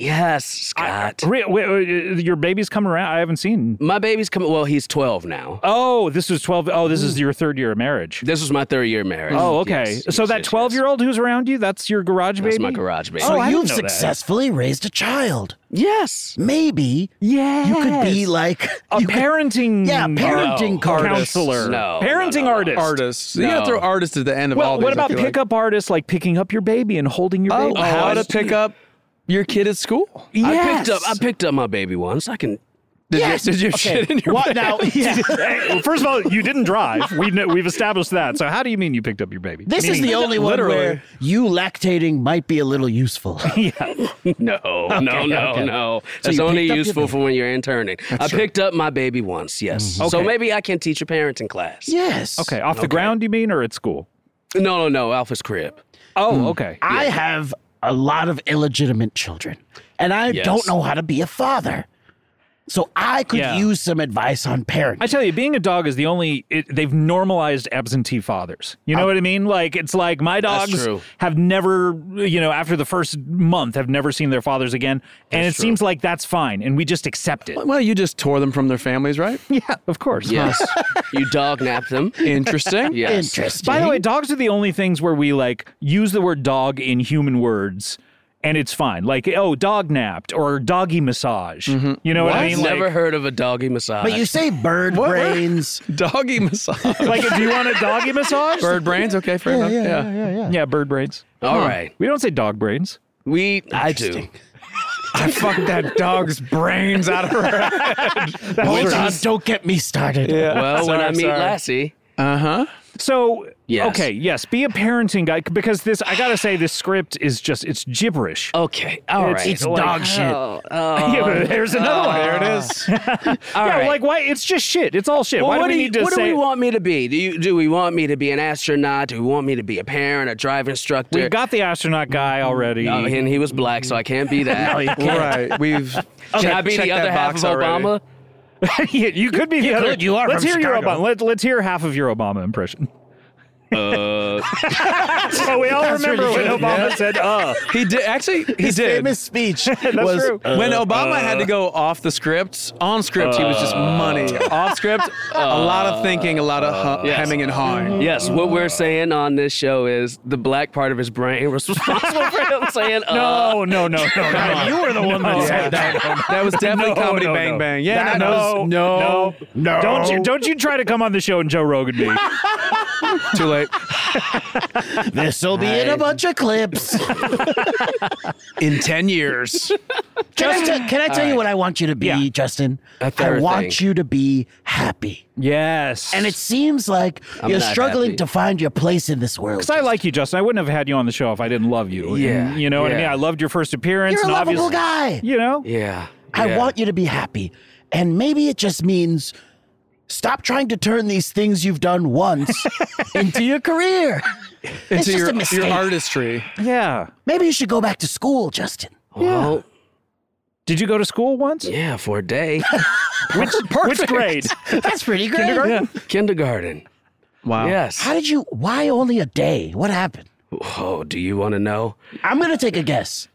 S6: Yes, Scott.
S4: Re- wait, wait, uh, your baby's come around. I haven't seen.
S6: my baby's coming. Well, he's 12 now.
S4: Oh, this was 12. Oh, this is your third year of marriage.
S6: This was my third year of marriage.
S4: Oh, okay.
S6: Yes,
S4: so
S6: yes,
S4: that
S6: yes,
S4: 12 year old who's around you, that's your garage
S6: yes.
S4: baby?
S6: That's my garage baby.
S4: Oh,
S5: So
S4: I didn't
S5: you've
S4: know that.
S5: successfully raised a child.
S6: yes.
S5: Maybe you could be
S4: Yes.
S5: like
S4: A
S5: you could- Oh,
S4: parenting
S5: Yeah, parenting
S4: no.
S5: artist.
S4: counselor.
S6: No,
S4: parenting
S6: no, no, no.
S4: artist.
S3: Artists. You gotta throw artists at the end of all
S4: Well,
S3: these.
S4: what
S3: I
S4: about
S3: feel like.
S4: pickup artists like picking up your baby and holding your
S3: Oh,
S4: baby?
S3: how
S4: I
S3: to
S4: see.
S3: pick up your kid at school?
S4: Yes.
S6: I picked up. I picked up my baby once. I can.
S3: Did
S5: Yes.
S3: you, did you
S5: Okay.
S3: shit in your
S5: What
S3: bed?
S5: now? Yeah.
S2: Hey, First of all, you didn't drive. We kn- we've established that. So how do you mean you picked up your baby?
S5: This is the only one
S3: literally.
S5: where you lactating might be a little useful.
S6: No, no, no,
S5: okay.
S6: no.
S5: So
S6: It's
S5: you
S6: only
S5: picked up your
S6: useful
S5: baby.
S6: for when you're interning. I picked up my baby once, yes. So
S5: Mm-hmm.
S2: Okay.
S6: maybe I can teach a parenting class.
S5: yes.
S2: okay, off the ground you mean, or at school?
S6: No, no, no. Alpha's crib.
S2: Oh,
S4: Hmm.
S2: okay.
S5: I have a lot of illegitimate children, and I
S6: Yes.
S5: don't know how to be a father. So I could
S2: Yeah.
S5: use some advice on parenting.
S2: I tell you, being a dog is the only. It, they've normalized absentee fathers. You know what I mean? Like it's like my
S6: That's
S2: dogs
S6: true.
S2: have never, you know, after the first month, have never seen their fathers again, and it seems like that's fine, and we just accept it.
S3: Well, you just tore them from their families, right?
S2: Yeah, of course.
S6: Yes. you dog napped them.
S3: Interesting.
S6: Yes.
S5: Interesting.
S2: By the way, dogs are the only things where we like use the word dog in human words. And it's fine. Like, oh, dog napped or doggy massage. You know what, I
S6: I've
S2: mean?
S6: never
S2: Like,
S6: heard of a doggy massage.
S5: but you say bird brains.
S3: Doggy massage.
S2: like, do you want a doggy massage?
S3: Bird brains. Okay, fair enough. Yeah.
S2: Yeah, bird brains.
S6: All right.
S2: We don't say dog brains.
S6: We, I do.
S3: I fucked that dog's brains out of her.
S5: Hold on, don't get me started.
S6: Well, when I
S3: Sorry,
S6: meet
S3: sorry.
S6: Lassie,
S2: So
S6: Yes.
S2: okay, yes, be a parenting guy because this I gotta say this script is just it's gibberish.
S6: okay, all
S2: It's-
S6: right. Oh,
S5: It's
S2: Like,
S5: dog shit.
S2: yeah, but there's another one. There it is.
S6: all
S2: yeah,
S6: right.
S2: like why? It's just shit. It's all shit.
S6: Well,
S2: why
S6: what
S2: do we
S6: you-
S2: need to
S6: what
S2: say?
S6: do we want me to be? Do you do we want me to be an astronaut? Do we want me to be a parent, a drive instructor?
S2: We got the astronaut guy already.
S6: Uh, and he was black, so I can't be that.
S3: Right. We've.
S6: Can
S3: checked-
S6: I be
S3: checked
S6: the
S3: that
S6: other half
S3: box
S6: of
S3: already.
S6: Obama?
S2: Yeah, you could be the other.
S5: could. You are
S2: Let's
S5: from
S2: hear your
S5: Chicago.
S2: Obama. Let, let's hear half of your Obama impression. Uh. so we all remember
S5: really
S2: when
S5: good.
S2: Obama said, "Uh."
S3: He did. Actually, he did.
S5: Famous speech.
S3: was
S2: true.
S3: when Obama had to go off the script, on script, he was just money. Off script, a lot of thinking, a lot of hu- hemming and hawing.
S6: Yes, what we're saying on this show is the black part of his brain was responsible for him saying, uh,
S2: No, no, no, no, no.
S5: you were the one that said that.
S3: That was definitely
S2: No,
S3: comedy
S2: no,
S3: bang
S2: no.
S3: bang. Yeah,
S2: That-
S3: that was-
S2: no,
S3: no,
S2: no. Don't you don't you try to come on the show and Joe Rogan me.
S3: too late.
S5: This'll be in a bunch of clips.
S3: In ten years,
S5: Can I, t- can I tell you what I want you to be,
S2: Yeah.
S5: Justin? I
S6: third
S5: want
S6: thing.
S5: you to be happy.
S2: yes,
S5: And it seems like you're
S6: not
S5: struggling
S6: happy.
S5: to find your place in this world.
S2: Because I like you, Justin. I wouldn't have had you on the show if I didn't love you.
S6: Yeah,
S2: you know what I
S6: yeah.
S2: mean. I loved your first appearance.
S5: You're a
S2: and
S5: lovable
S2: obviously-
S5: guy.
S2: You know.
S6: yeah,
S5: I
S6: yeah.
S5: want you to be happy. And maybe it just means stop trying to turn these things you've done once into your career. it's
S3: into
S5: just
S3: your,
S5: a mistake.
S3: your artistry.
S2: Yeah.
S5: Maybe you should go back to school, Justin.
S6: Well,
S2: Did you go to school once?
S6: yeah, for a day,
S2: Which, which grade?
S5: That's pretty great.
S6: kindergarten.
S3: Wow.
S6: Yes.
S5: How did you? Why only a day? What happened?
S6: Oh, do you want to know?
S5: I'm gonna take a guess.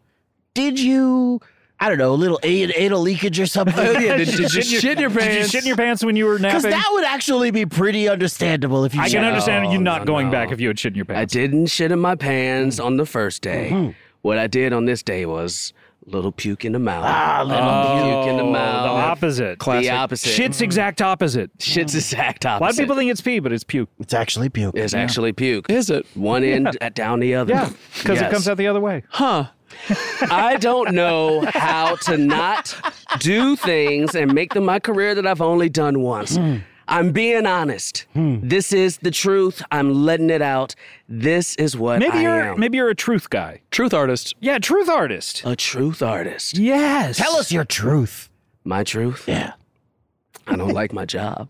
S5: Did you? I don't know, a little a- anal leakage or something.
S3: yeah, did, did you
S2: Shit in your-
S3: shit in your
S2: Did you
S3: pants?
S2: shit in your pants when you were
S5: Because
S2: napping?
S5: that would actually be pretty understandable if you.
S2: I can
S5: said-
S2: understand you not
S6: no,
S2: going
S6: no.
S2: back if you had shit in your
S6: I
S2: pants.
S6: didn't shit in my pants
S2: Mm.
S6: on the first day.
S2: Mm-hmm.
S6: What I did on this day was little puke in the mouth.
S5: Ah, little
S6: puke in the
S2: Oh, The
S6: mouth.
S2: opposite.
S6: The opposite.
S2: Shit's exact opposite.
S6: Shit's exact opposite.
S2: A lot of people think it's pee, but it's puke.
S5: It's actually puke.
S6: it's actually puke.
S3: Is it?
S6: One end uh, down the other.
S2: Yeah, because it
S6: Yes.
S2: comes out the other way.
S3: Huh?
S6: I don't know how to not do things and make them my career that I've only done once.
S2: Hmm.
S6: I'm being honest. This is the truth. I'm letting it out. This is what
S2: Maybe
S6: I
S2: you're
S6: am.
S2: maybe you're a truth guy.
S3: Truth artist.
S2: Yeah, truth artist.
S6: a truth artist.
S2: Yes.
S5: Tell us your truth.
S6: My truth.
S5: Yeah.
S6: I don't like my job.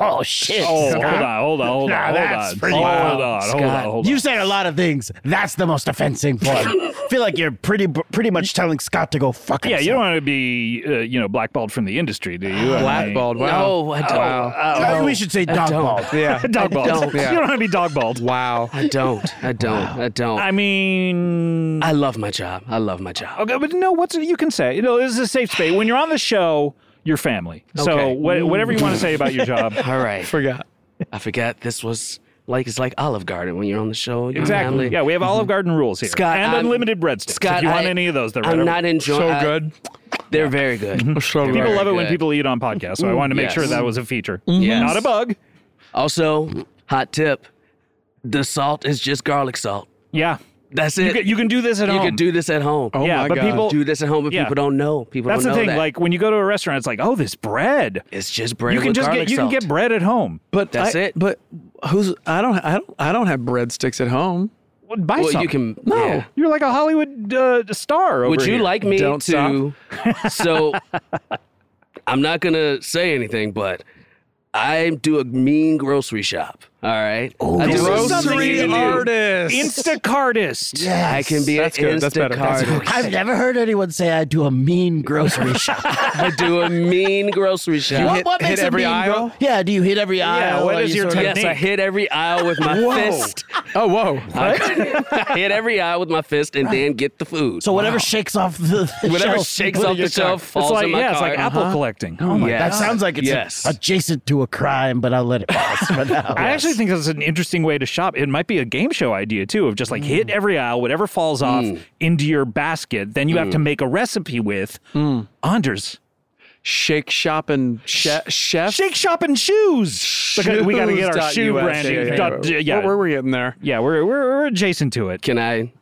S5: Oh shit.
S2: Oh, hold on, hold on, hold on,
S5: Nah,
S2: hold
S5: that's
S2: on,
S5: pretty
S2: hold
S5: wild.
S2: on, hold on,
S6: Scott,
S2: hold on.
S5: You said a lot of things. That's the most offensive one. Feel like you're pretty pretty much telling Scott to go fuck
S2: yeah,
S5: himself.
S2: you don't want to be, uh, you know, blackballed from the industry, do you? Uh, I
S6: Ah.
S2: mean-
S3: Blackballed. Wow.
S6: No, I don't.
S1: oh.
S5: Maybe we should say dog ball.
S3: Yeah.
S2: dogballed.
S6: don't.
S2: You
S3: Yeah.
S2: don't want to be dogballed.
S3: Wow.
S6: I don't. I don't. I don't.
S2: I mean,
S6: I love my job. I love my job.
S2: okay, but no, what's you can say? You know, this is a safe space. When you're on the show, you're family. So
S6: Okay.
S2: wha- whatever you want to say about your job,
S6: All right.
S3: Forgot.
S6: I forgot this was like it's like Olive Garden when you're on the show. Your
S2: exactly.
S6: family-
S2: Yeah, we have Olive Garden rules here,
S6: Mm-hmm. Scott,
S2: and
S6: I'm-
S2: unlimited breadsticks.
S6: Scott,
S2: if you want
S6: I-
S2: any of those, they're right
S6: I'm
S2: over-
S6: not enjoying.
S3: So
S6: I-
S3: good.
S6: They're very good.
S3: So
S6: People
S3: good.
S2: People love it when
S6: Very good. Mm-hmm.
S2: people eat on podcasts, so I wanted to make
S6: Yes. Mm-hmm.
S2: sure that was a feature,
S6: Yes.
S2: not a bug.
S6: Also, hot tip: the salt is just garlic salt.
S2: Yeah,
S6: That's
S4: You
S6: it.
S4: can, you can do this at
S6: You
S4: home.
S6: could do this at home.
S3: Oh
S4: yeah,
S3: my
S4: but
S3: God.
S4: people
S6: do this at home, but
S4: yeah.
S6: people don't know. People
S4: That's
S6: don't
S4: the
S6: know
S4: thing.
S6: that.
S4: Like when you go to a restaurant, it's like, oh, this bread.
S6: it's just bread.
S4: you can
S6: with
S4: just
S6: garlic
S4: get you
S6: salt.
S4: can get bread at home.
S3: But
S6: That's
S3: I-
S6: it.
S3: But who's I don't I don't I don't have breadsticks at home.
S4: Well, buy
S6: Well,
S4: some.
S6: you can.
S3: No.
S6: yeah.
S4: You're like a Hollywood uh, star. Over
S6: Would you
S4: here.
S6: like me
S3: Don't
S6: to? so I'm not gonna say anything, but I do a mean grocery shop. All right, I
S4: this
S6: do
S4: is
S6: a
S4: something you
S6: mean-
S4: do.
S3: artist.
S4: Instacartist?
S6: I can be
S3: That's
S6: an
S3: good. That's better. That's
S6: Instacart.
S5: I've never heard anyone say I do a mean grocery shop.
S6: I do a mean grocery shop.
S3: hit- hit every aisle?
S5: yeah, do you hit every aisle?
S4: what
S5: Are
S4: is
S5: you
S4: your
S5: sort of-
S6: yes, I hit every aisle with my fist.
S3: Oh whoa.
S6: I hit every aisle with my fist and then get the food.
S5: So whatever shelf shakes off the the
S6: Whatever
S5: shelf,
S6: shakes
S5: you put in
S6: off the
S5: your cart.
S6: shelf falls
S4: it's like
S6: in my
S4: yeah,
S6: cart.
S4: it's like apple collecting. Oh my
S6: Yeah.
S5: That sounds like it's
S6: Yes.
S5: adjacent to a crime, but I'll let it pass for now.
S4: I actually think that's an interesting way to shop. It might be a game show idea too, of just like hit every aisle, whatever falls off
S6: Mm.
S4: into your basket. Then you have to make a recipe with
S6: Mm.
S4: Anders.
S3: Shake shop and she- chef.
S4: Shake shop and shoes. Because we got to get our
S3: Shoes.us.
S4: shoe
S3: Yeah,
S4: branding.
S3: yeah, yeah.
S4: dot- Yeah, yeah.
S3: Where were we in there?
S4: Yeah, we're, we're we're adjacent to it.
S6: Can I?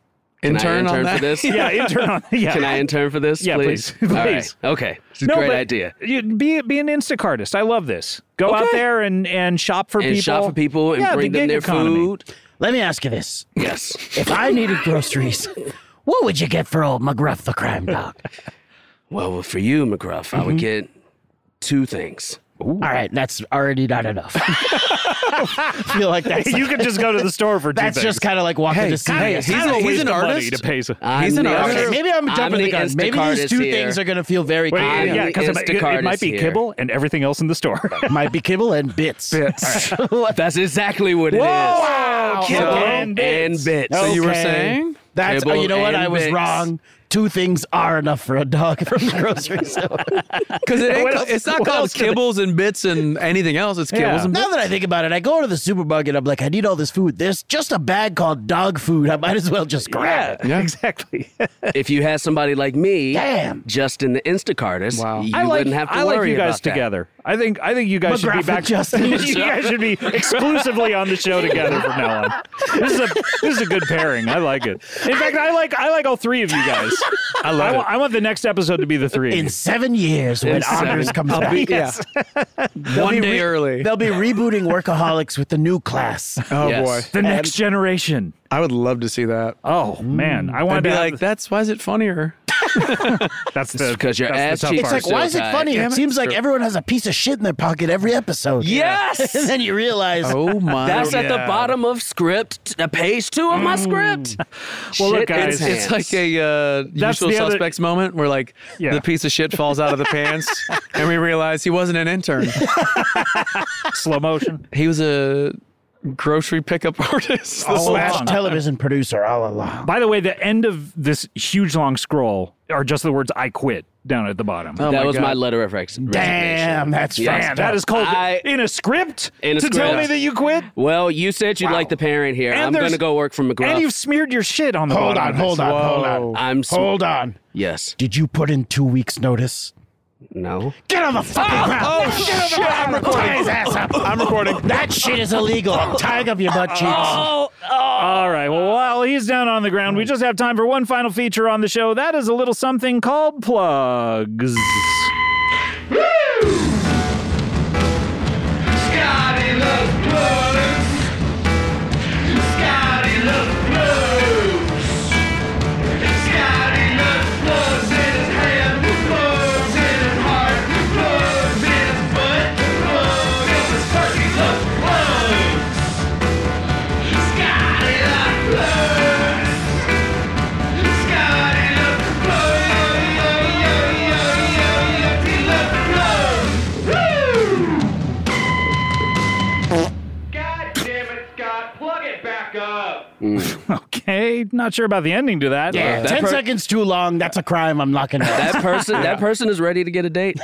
S6: Can I
S3: Intern on
S6: intern
S3: that?
S6: for this?
S4: Yeah, intern on. Yeah.
S6: Can I intern for this?
S4: Yeah, please.
S6: All right.
S4: Please.
S6: Okay. It's a
S4: No,
S6: great
S4: but
S6: idea.
S4: You, be be an Instacartist. I love this. Go out there and and shop for
S6: And
S4: people.
S6: shop for people and
S4: Yeah,
S6: bring
S4: the
S6: them
S4: gig
S6: their
S4: economy.
S6: food.
S5: Let me ask you this:
S6: Yes.
S5: If I needed groceries, what would you get for old McGruff the crime dog?
S6: Well, for you, McGruff, I would get two things.
S5: All right, that's already not enough. I feel like that's
S4: You could just go to the store for two
S5: that's
S4: things.
S5: just kind of like walking to see.
S3: hey, he's, a, he's
S4: money
S3: an artist.
S4: to pay. some-
S6: I'm
S3: He's an
S6: the-
S3: artist.
S5: Okay, maybe I'm jumping the gun. Maybe these
S6: Instacartist
S5: two
S6: here.
S5: things are going to feel very.
S4: Wait,
S6: I'm
S4: yeah,
S6: the
S4: because it, it- it might
S6: Instacartist
S4: be
S6: here.
S4: kibble and everything else in the store.
S5: Might be kibble and bits.
S3: Bits.
S6: That's exactly what it is.
S5: Wow,
S6: Kibble
S5: okay.
S6: and bits.
S3: So you were
S5: Okay.
S3: saying?
S5: That's oh,
S6: Kibble
S5: you know what
S6: and
S5: I was
S6: bits.
S5: wrong. Two things are enough for a dog from the grocery store.
S3: Because it ain't,
S4: What
S3: ca-
S4: else-
S3: it's not
S4: what
S3: called
S4: else did they-
S3: kibbles and bits and anything else. It's kibbles
S4: Yeah.
S3: and bits.
S5: now that I think about it, I go to the supermarket. I'm like, I need all this food. There's just a bag called dog food. I might as well just grab
S4: Yeah,
S5: it.
S3: Yeah.
S4: exactly.
S6: If you had somebody like me,
S5: Damn.
S6: Justin the Instacartist,
S3: Wow.
S6: you
S4: I like,
S6: wouldn't have to
S4: I
S6: worry
S4: like you guys
S6: about that.
S4: together. I think I think you guys should be
S5: McGrath
S4: back.
S5: and Justin.
S4: you guys should be exclusively on the show together from now on. This is a this is a good pairing. I like it. In fact, I like I like all three of you guys. I love I, it. I want the next episode to be the three. of
S5: In
S4: you.
S5: seven years, when
S6: seven-
S5: Anders comes back,
S3: Yes. One day early.
S5: they'll be rebooting Workaholics with the new class.
S3: Oh
S6: Yes.
S3: boy.
S4: the next generation.
S3: I would love to see that.
S4: Oh man, I want
S3: I'd
S4: to
S3: be
S4: have-
S3: like, that's why is it funnier?
S4: That's the
S6: because your
S4: that's the
S6: ass
S4: tough
S6: cheeks
S4: part.
S6: are
S5: It's like,
S6: still
S5: why is it
S6: tight.
S5: funny?
S3: Damn
S5: It
S3: it.
S5: seems like everyone has a piece of shit in their pocket every episode.
S6: Yes!
S5: and then you realize
S3: Oh my.
S6: That's at the
S4: Yeah.
S6: bottom of script, uh, page two of my script.
S4: Well, look,
S6: Shit in
S4: guys,
S3: It's
S6: hands.
S3: like a uh,
S4: That's
S3: usual
S4: the other-
S3: suspects moment where like
S4: Yeah.
S3: the piece of shit falls out of the pants, and we realize he wasn't an intern.
S4: slow motion.
S3: He was a grocery pickup artist.
S4: All
S3: This-
S4: along.
S5: slash television producer all along.
S4: By the way, the end of this huge long scroll are just the words "I quit" down at the bottom.
S3: Oh
S6: that
S3: my
S6: was
S3: God.
S6: my letter of rex- resignation.
S5: Damn, that's
S6: Yeah.
S5: fucked
S4: Man, that
S5: up.
S4: is called
S6: I-
S4: in a script
S6: In a
S4: to tell
S6: script.
S4: me that you quit.
S6: Well, you said you like the parent here.
S4: And
S6: I'm
S4: there's-
S6: going to go work for McGraw.
S4: And you've smeared your shit on the
S5: Hold
S4: bottom
S5: on,
S4: of this.
S5: hold on, hold
S3: Whoa.
S5: on.
S6: I'm sm-
S5: Hold on.
S6: Yes.
S5: Did you put in two weeks' notice?
S6: No.
S5: Get on the fucking ground. Oh, shit. I'm recording. his ass up. I'm recording. Oh, That shit is illegal. I'm tying up your butt cheeks.
S4: All right. Well, while he's down on the ground, we just have time for one final feature on the show. That is a little something called plugs.
S2: God damn it, Scott, plug it back up!
S4: Okay. Not sure about the ending to that.
S5: Yeah,
S6: that
S5: ten
S6: per-
S5: seconds too long. That's a crime. I'm locking up.
S6: That person that person is ready to get a date.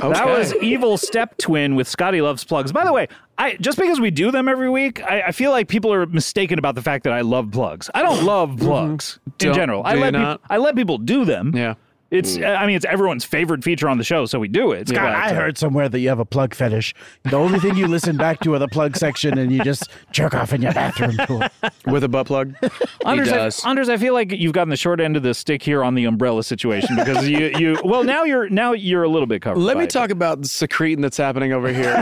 S4: That was Evil Step Twin with Scotty Loves Plugs. By the way, I just because we do them every week, I, I feel like people are mistaken about the fact that I love plugs. I don't love plugs in
S3: Mm-hmm. Don't-
S4: general. I
S3: do you
S4: let peop-
S3: not?
S4: I let people do them.
S3: Yeah.
S4: It's I mean it's everyone's favorite feature on the show, so we do it.
S5: God,
S4: but,
S5: Mm. I
S4: uh,
S5: heard somewhere that you have a plug fetish. The only thing you listen back to are the plug section, and you just jerk off in your bathroom to it.
S3: with a butt plug. he
S4: Anders,
S3: does.
S4: I, Anders, I feel like you've gotten the short end of the stick here on the umbrella situation because you, you well now you're now you're a little bit covered.
S3: Let
S4: by
S3: me
S4: it.
S3: talk about the secreting that's happening over here.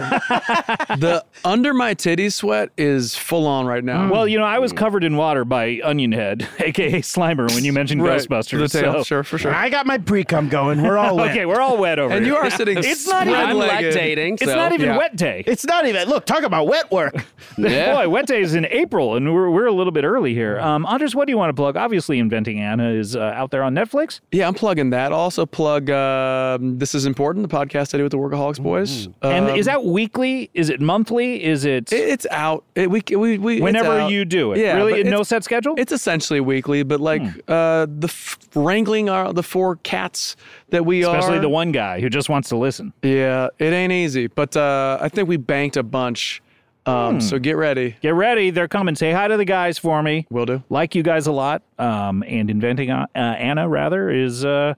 S3: the under my titties sweat is full on right now.
S4: Well, you know, I was
S3: Hmm.
S4: covered in water by Onion Head, aka Slimer, when you mentioned
S3: Right,
S4: Ghostbusters.
S3: The tail,
S4: so-
S3: sure, for sure.
S5: I got my pre cum going. We're all wet.
S4: Okay, we're all wet over
S3: And
S4: here.
S3: you are sitting.
S4: It's not even
S3: spread-legged.
S6: I'm lactating.
S4: It's
S6: so.
S4: not even
S3: yeah.
S4: wet day.
S5: It's not even. Look, talk about wet work.
S6: Yeah.
S4: Boy, wet day is in April, and we're, we're a little bit early here. Um, Anders, what do you want to plug? Obviously, Inventing Anna is uh, out there on Netflix.
S3: Yeah, I'm plugging that. I'll also plug um, This Is Important, the podcast I do with the Workaholics Boys.
S4: And
S3: Um,
S4: is that weekly? Is it monthly? Is it,
S3: it- it's out. It, we, we, we, it's
S4: whenever
S3: out.
S4: you do it?
S3: Yeah,
S4: really,
S3: but
S4: no
S3: it's-
S4: set schedule?
S3: It's essentially weekly, but like
S4: Hmm.
S3: uh, the f- wrangling are the four cats that we are.
S4: Especially the one guy who just wants to listen.
S3: Yeah, it ain't easy, but uh, I think we banked a bunch.
S4: Hmm.
S3: Um, So get ready.
S4: Get ready. They're coming. Say hi to the guys for me.
S3: Will do.
S4: Like you guys a lot. Um, and Inventing uh, Anna, rather, is uh,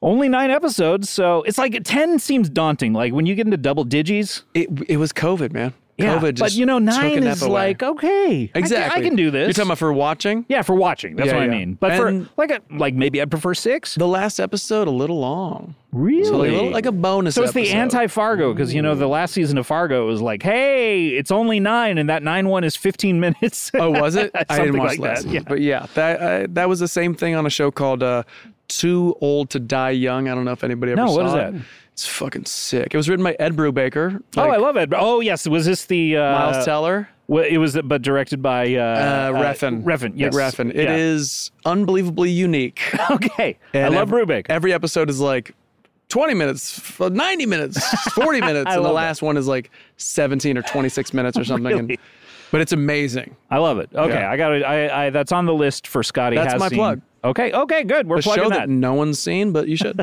S4: only nine episodes. So it's like 10 seems daunting. Like when you get into double digis.
S3: It, it was COVID, man. COVID just
S4: but you know,
S3: took
S4: nine
S3: an F
S4: is
S3: away.
S4: like, okay. I can-
S3: exactly.
S4: I can, do this.
S3: You're talking about for watching?
S4: yeah, for watching. That's
S3: Yeah,
S4: what
S3: yeah.
S4: I mean. But
S3: And-
S4: for like, a, like maybe I'd prefer six.
S3: The last episode, a little long.
S4: Really?
S3: So like a, little, like a bonus
S4: So it's the
S3: episode.
S4: anti Fargo because you know the last season of Fargo was like, hey, it's only nine, and that nine one is fifteen minutes.
S3: Oh, was it? I didn't
S4: Something
S3: watch
S4: like
S3: the last
S4: that,
S3: one.
S4: yeah.
S3: But yeah, that I, that was the same thing on a show called uh, Too Old to Die Young. I don't know if anybody ever
S4: No,
S3: saw
S4: what is
S3: it.
S4: that?
S3: It's fucking sick. It was written by Ed Brubaker.
S4: oh, I
S3: like
S4: love it. Oh, yes. Was this the uh,
S3: Miles Teller.
S4: Well, it was, but directed by uh,
S3: Uh, Refn.
S4: Refn,
S3: Nick
S4: yes,
S3: Refn. It is
S4: Yeah.
S3: unbelievably unique.
S4: okay. I
S3: And
S4: love
S3: ev-
S4: Rubik.
S3: Every episode is like 20 minutes, f- 90 minutes, 40 minutes, and the
S4: love
S3: last one is like 17 or 26 minutes or something. and,
S4: Really?
S3: but it's amazing.
S4: I love it. Okay,
S3: Yeah.
S4: I got it. I, I that's on the list for Scotty.
S3: That's
S4: has
S3: my
S4: seen.
S3: plug.
S4: Okay, okay, good. We're
S3: A show
S4: plugging
S3: that.
S4: that,
S3: no one's seen, but you should.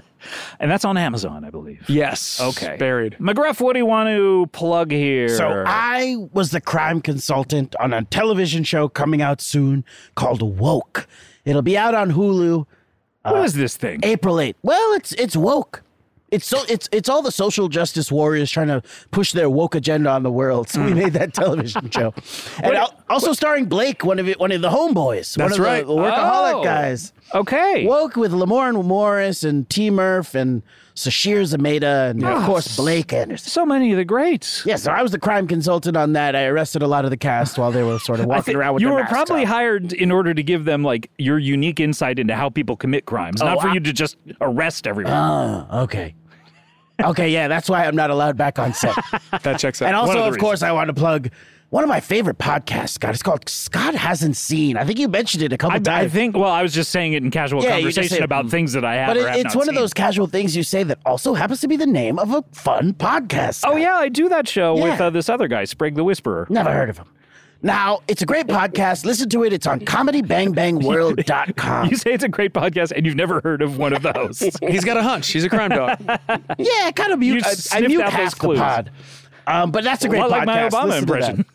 S4: and that's on Amazon, I believe.
S3: yes.
S4: Okay,
S3: Buried.
S4: McGruff, what do you want to plug here?
S5: So I was the crime consultant on a television show coming out soon called Woke. It'll be out on Hulu
S3: uh,
S4: what is this thing?
S5: April 8th. Well, it's it's woke. It's so it's it's all the social justice warriors trying to push their woke agenda on the world. So
S3: Hmm.
S5: we made that television show, and al- also starring Blake, one of it, one of the homeboys, one
S3: That's
S5: of the-
S3: right.
S5: the workaholic
S4: Oh.
S5: guys.
S4: Okay.
S5: Woke with Lamorne Morris and T. Murph and Sashir Zameda and of course Blake Anderson.
S4: So many of the greats.
S5: Yeah, so I was the crime consultant on that. I arrested a lot of the cast while they were sort of
S4: I
S5: walking
S4: thi-
S5: around with
S4: you
S5: their
S4: were
S5: masks
S4: probably
S5: on.
S4: hired in order to give them like your unique insight into how people commit crimes, not
S5: Oh,
S4: for
S5: I-
S4: you to just arrest everyone.
S5: okay. Okay, yeah, that's why I'm not allowed back on set.
S3: That checks out.
S5: And
S4: One
S5: also,
S4: of
S5: of,
S4: the
S5: course, I want to plug one of my favorite podcasts, Scott. It's called Scott Hasn't Seen. I think you mentioned it a couple
S4: I, I
S5: times.
S4: think. Well, I was just saying it in casual
S5: Yeah, you just
S4: conversation
S5: said-
S4: about things that I have.
S5: but
S4: or
S5: it-
S4: have
S5: it's
S4: not
S5: one of
S4: seen.
S5: those casual things you say that also happens to be the name of a fun podcast.
S4: Oh yeah, I do that show with
S5: Yeah.
S4: uh, this other guy, Sprague the Whisperer.
S5: Never heard of him. Now, it's a great podcast. Listen to it. It's on comedybangbangworld.com.
S4: You say it's a great podcast, and you've never heard of one of the hosts.
S3: He's got a hunch. He's a crime dog.
S5: yeah, kind of uh,
S4: You
S5: mute. I, I
S4: sniffed
S5: mute
S4: out those
S5: half the
S4: clues.
S5: pod. Um, but that's a great
S4: Lot like
S5: podcast.
S4: my Obama
S5: Listen to
S4: impression.
S5: that.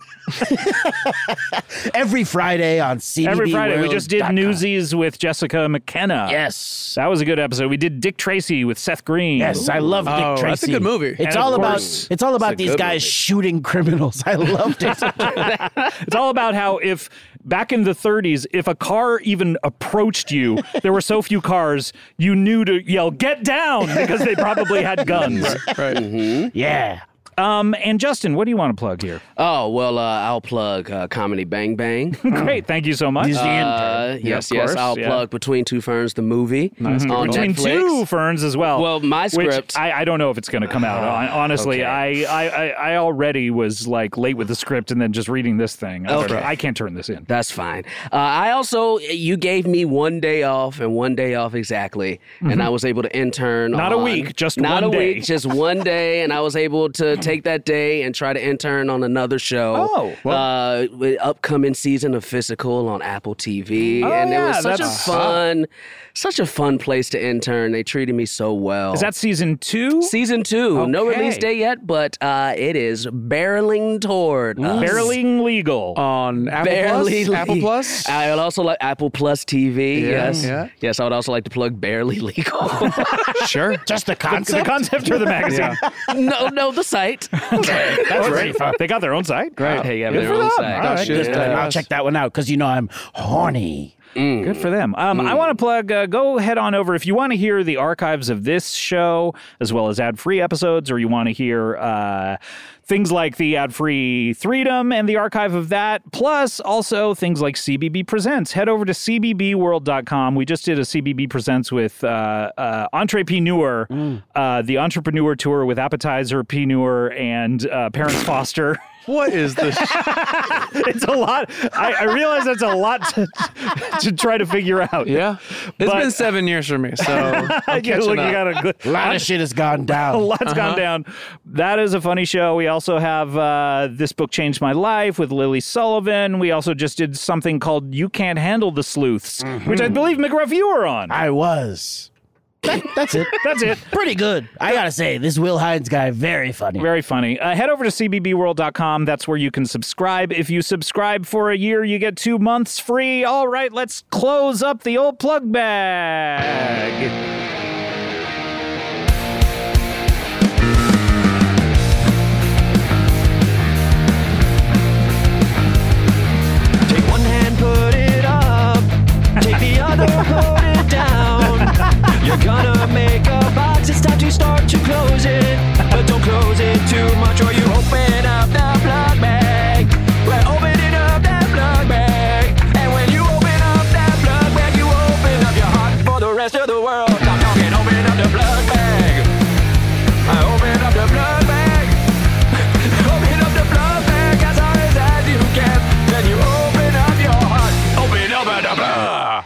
S5: Every Friday on CBB
S4: Every Friday, we just did Newsies with Jessica McKenna.
S5: Yes.
S4: that was a good episode. We did Dick Tracy with Seth Green.
S5: Yes, I love Dick
S3: Oh,
S5: Tracy.
S3: that's a good movie. And
S5: It's
S4: of
S5: all about
S4: course-
S5: it's all about these
S6: good
S5: guys
S6: movie.
S5: shooting criminals. I loved it.
S4: It's all about how if back in the 30s, if a car even approached you, there were so few cars, you knew to yell "Get down" because they probably had guns.
S3: Right. Mm-hmm.
S5: yeah.
S4: Um, and Justin, what do you want to plug here?
S6: Oh, well, uh, I'll plug uh, Comedy Bang Bang.
S4: Great, thank you so much.
S5: He's the intern.
S6: Uh, yes,
S4: of
S6: yes.
S4: course,
S6: I'll
S4: yeah.
S6: plug Between Two Ferns, the movie. on
S4: Between
S6: Netflix.
S4: two ferns as well.
S6: Well, my
S4: which
S6: script- Ah,
S4: I, I don't know if it's going to come out. Hon- Honestly, I, I, I, I already was like late with the script and then just reading this thing. I, was like,
S6: Okay.
S4: I can't turn this in.
S6: That's fine. Uh, I also, you gave me one day off and one day off exactly, and I was able to intern.
S4: Mm-hmm. Not a
S6: on-
S4: week, just
S6: not
S4: one
S6: a
S4: day.
S6: week, just one day, and I was able to take that day and try to intern on another show.
S4: Oh, well.
S6: uh, with upcoming season of Physical on Apple TV,
S4: Oh,
S6: and it
S4: yeah,
S6: was such a
S4: that's-
S6: fun, such a fun place to intern. They treated me so well.
S4: Is that season two?
S6: season two? No
S4: Okay.
S6: release date yet, but uh, it is barreling toward us.
S4: Barreling legal.
S6: Uh,
S3: on Apple
S6: Barely
S3: Plus. Apple
S6: legal.
S3: Plus.
S6: I would also like Apple Plus TV. yes.
S3: yeah.
S6: Yes, I would also like to plug Barely Legal.
S3: sure.
S5: Just the
S4: the
S5: concept.
S4: concept or the magazine?
S6: no, no, the site.
S4: That's great. They got their own site. Great.
S6: Hey, yeah, their own site.
S3: All right, good.
S6: Yeah.
S5: I'll check that one out because you know I'm horny.
S4: Good for them. Um, I want to plug, uh, go head on over. If you want to hear the archives of this show, as well as ad free episodes, or you want to hear uh, things like the ad free Freedom and the archive of that, plus also things like CBB Presents, head over to CBBWorld.com. We just did a CBB Presents with uh, uh, Entrepreneur, uh, the Entrepreneur Tour with Appetizer, Preneur, and uh, Parents Foster.
S3: What is this?
S4: it's a lot. I, I realize that's a lot to, to try to figure out.
S3: yeah. it's
S4: But-
S3: been seven years for me. So
S4: yeah, look, you got a good.
S5: A lot of shit has gone
S4: A
S5: down.
S4: lot's gone down. That is a funny show. We also have uh, This Book Changed My Life with Lily Sullivan. We also just did something called You Can't Handle the Sleuths, which I believe McGruff, you were on.
S5: I was. That- that's it.
S4: That's it.
S5: Pretty good. I gotta say, this Will Hines guy, very funny.
S4: Very funny. Uh, head over to cbbworld.com. That's where you can subscribe. If you subscribe for a year, you get two months free. All right, let's close up the old plug bag.
S7: Take one hand, put it up. Take the other, hold it down. You're gonna make a box. It's time to start to close it. But don't close it too much, or you open up the plug bag. We're opening up that plug bag. And when you open up that plug bag, you open up your heart for the rest of the world. I'm talking, open up the plug bag. I open up the plug bag. Open up the plug bag as hard as you can. Then you open up your heart. Open up the plug.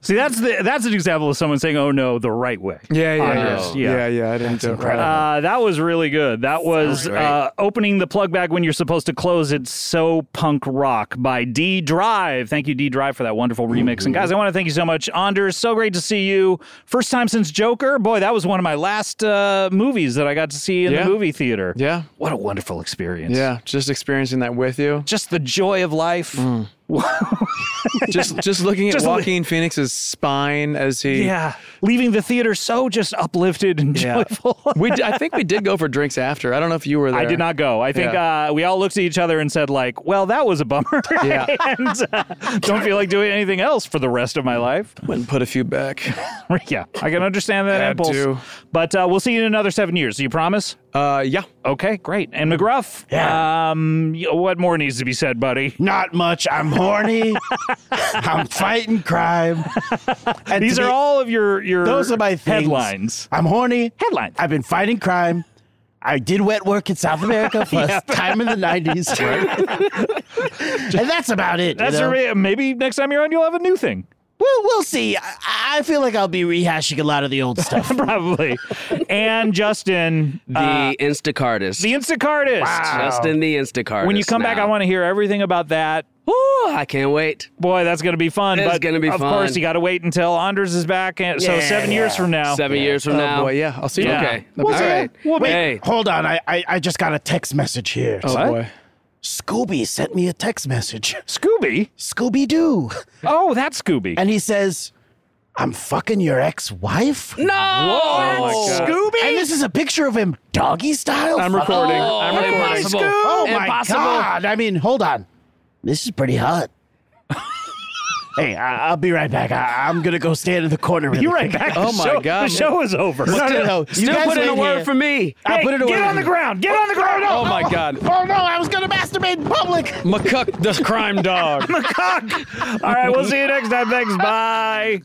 S4: See, that's the that's an example of someone saying, "Oh no," the right way.
S3: yeah, yeah,
S4: Honest, yeah.
S3: Oh, yeah, yeah, yeah. I didn't do it right.
S4: Uh, that was really good. That was
S6: great.
S4: uh, opening the plug bag when you're supposed to close it. So punk rock by D Drive. Thank you, D Drive, for that wonderful remix. And guys, I want to thank you so much, Anders. So great to see you. First time since Joker. Boy, that was one of my last uh, movies that I got to see in
S3: Yeah.
S4: the movie theater.
S3: Yeah,
S4: What a wonderful experience.
S3: yeah. Just experiencing that with you.
S4: Just the joy of life.
S3: Mm. Just, just looking at
S4: Just li-
S3: Joaquin Phoenix's spine as he.
S4: Yeah. Leaving the theater so just uplifted and
S3: Yeah.
S4: joyful.
S3: We, d- I think we did go for drinks after. I don't know if you were there.
S4: I did not go. I think uh, we all looked at each other and said, like, well, that was a bummer.
S3: Yeah.
S4: and uh, don't feel like doing anything else for the rest of my life.
S3: Went and put a few back.
S4: yeah, I can understand that
S3: Had
S4: impulse.
S3: to.
S4: But uh, we'll see you in another seven years. Do you promise?
S3: Uh, yeah.
S4: Okay, great. And McGruff, yeah. um, y- what more needs to be said, buddy?
S5: Not much. I'm horny. I'm fighting crime. And
S4: These
S5: to
S4: are
S5: be-
S4: all of your, your
S5: Those are my things.
S4: headlines.
S5: I'm horny.
S4: Headlines.
S5: I've been fighting crime. I did wet work in South America for a time in the 90s. and that's about it. you
S4: That's
S5: know?
S4: a, maybe next time you're on, you'll have a new thing.
S5: We'll, we'll see. I, I feel like I'll be rehashing a lot of the old stuff.
S4: Probably. and Justin,
S6: The uh, Instacartist.
S4: the Instacartist.
S6: Justin the Instacartist.
S4: When you come back, I want to hear everything about that.
S6: Ooh, I can't wait.
S4: Boy, that's going to be fun.
S6: It's
S4: but
S6: gonna be
S4: of
S6: fun.
S4: course, you got to wait until Anders is back. And, so
S5: Yeah,
S4: seven years from now.
S6: Seven years from
S3: Oh
S6: now.
S3: boy, yeah. I'll see you.
S4: Yeah.
S6: Okay.
S3: We'll
S6: All
S3: see.
S6: right.
S4: We'll
S5: Wait,
S6: hey.
S5: hold on. I, I, I just got a text message here.
S3: Oh
S4: What?
S3: boy.
S5: Scooby sent me a text message.
S4: Scooby.
S5: Scooby Doo.
S4: Oh, that's Scooby.
S5: And he says, I'm fucking your ex wife?
S6: No.
S4: Scooby.
S5: And this is a picture of him doggy style?
S3: I'm recording.
S6: Oh,
S3: I'm recording.
S6: impossible.
S5: Oh my
S6: impossible.
S5: god! I mean, hold on. This is pretty hot. hey, I- I'll be right back. I- I'm gonna go stand in the corner. Really
S4: You're right
S5: quick.
S4: back.
S3: Oh,
S4: The
S3: my
S4: show-
S3: God.
S4: The show is over.
S5: No, no, no. You
S6: Still
S5: guys
S6: put in a
S5: wait
S6: word
S5: here.
S6: for me.
S5: I put it away.
S4: Get on the ground. Get on the ground.
S3: Oh my god.
S5: Oh no! I was gonna masturbate in public.
S3: McCuck the crime dog.
S4: All right. We'll see you next time. Thanks. Bye.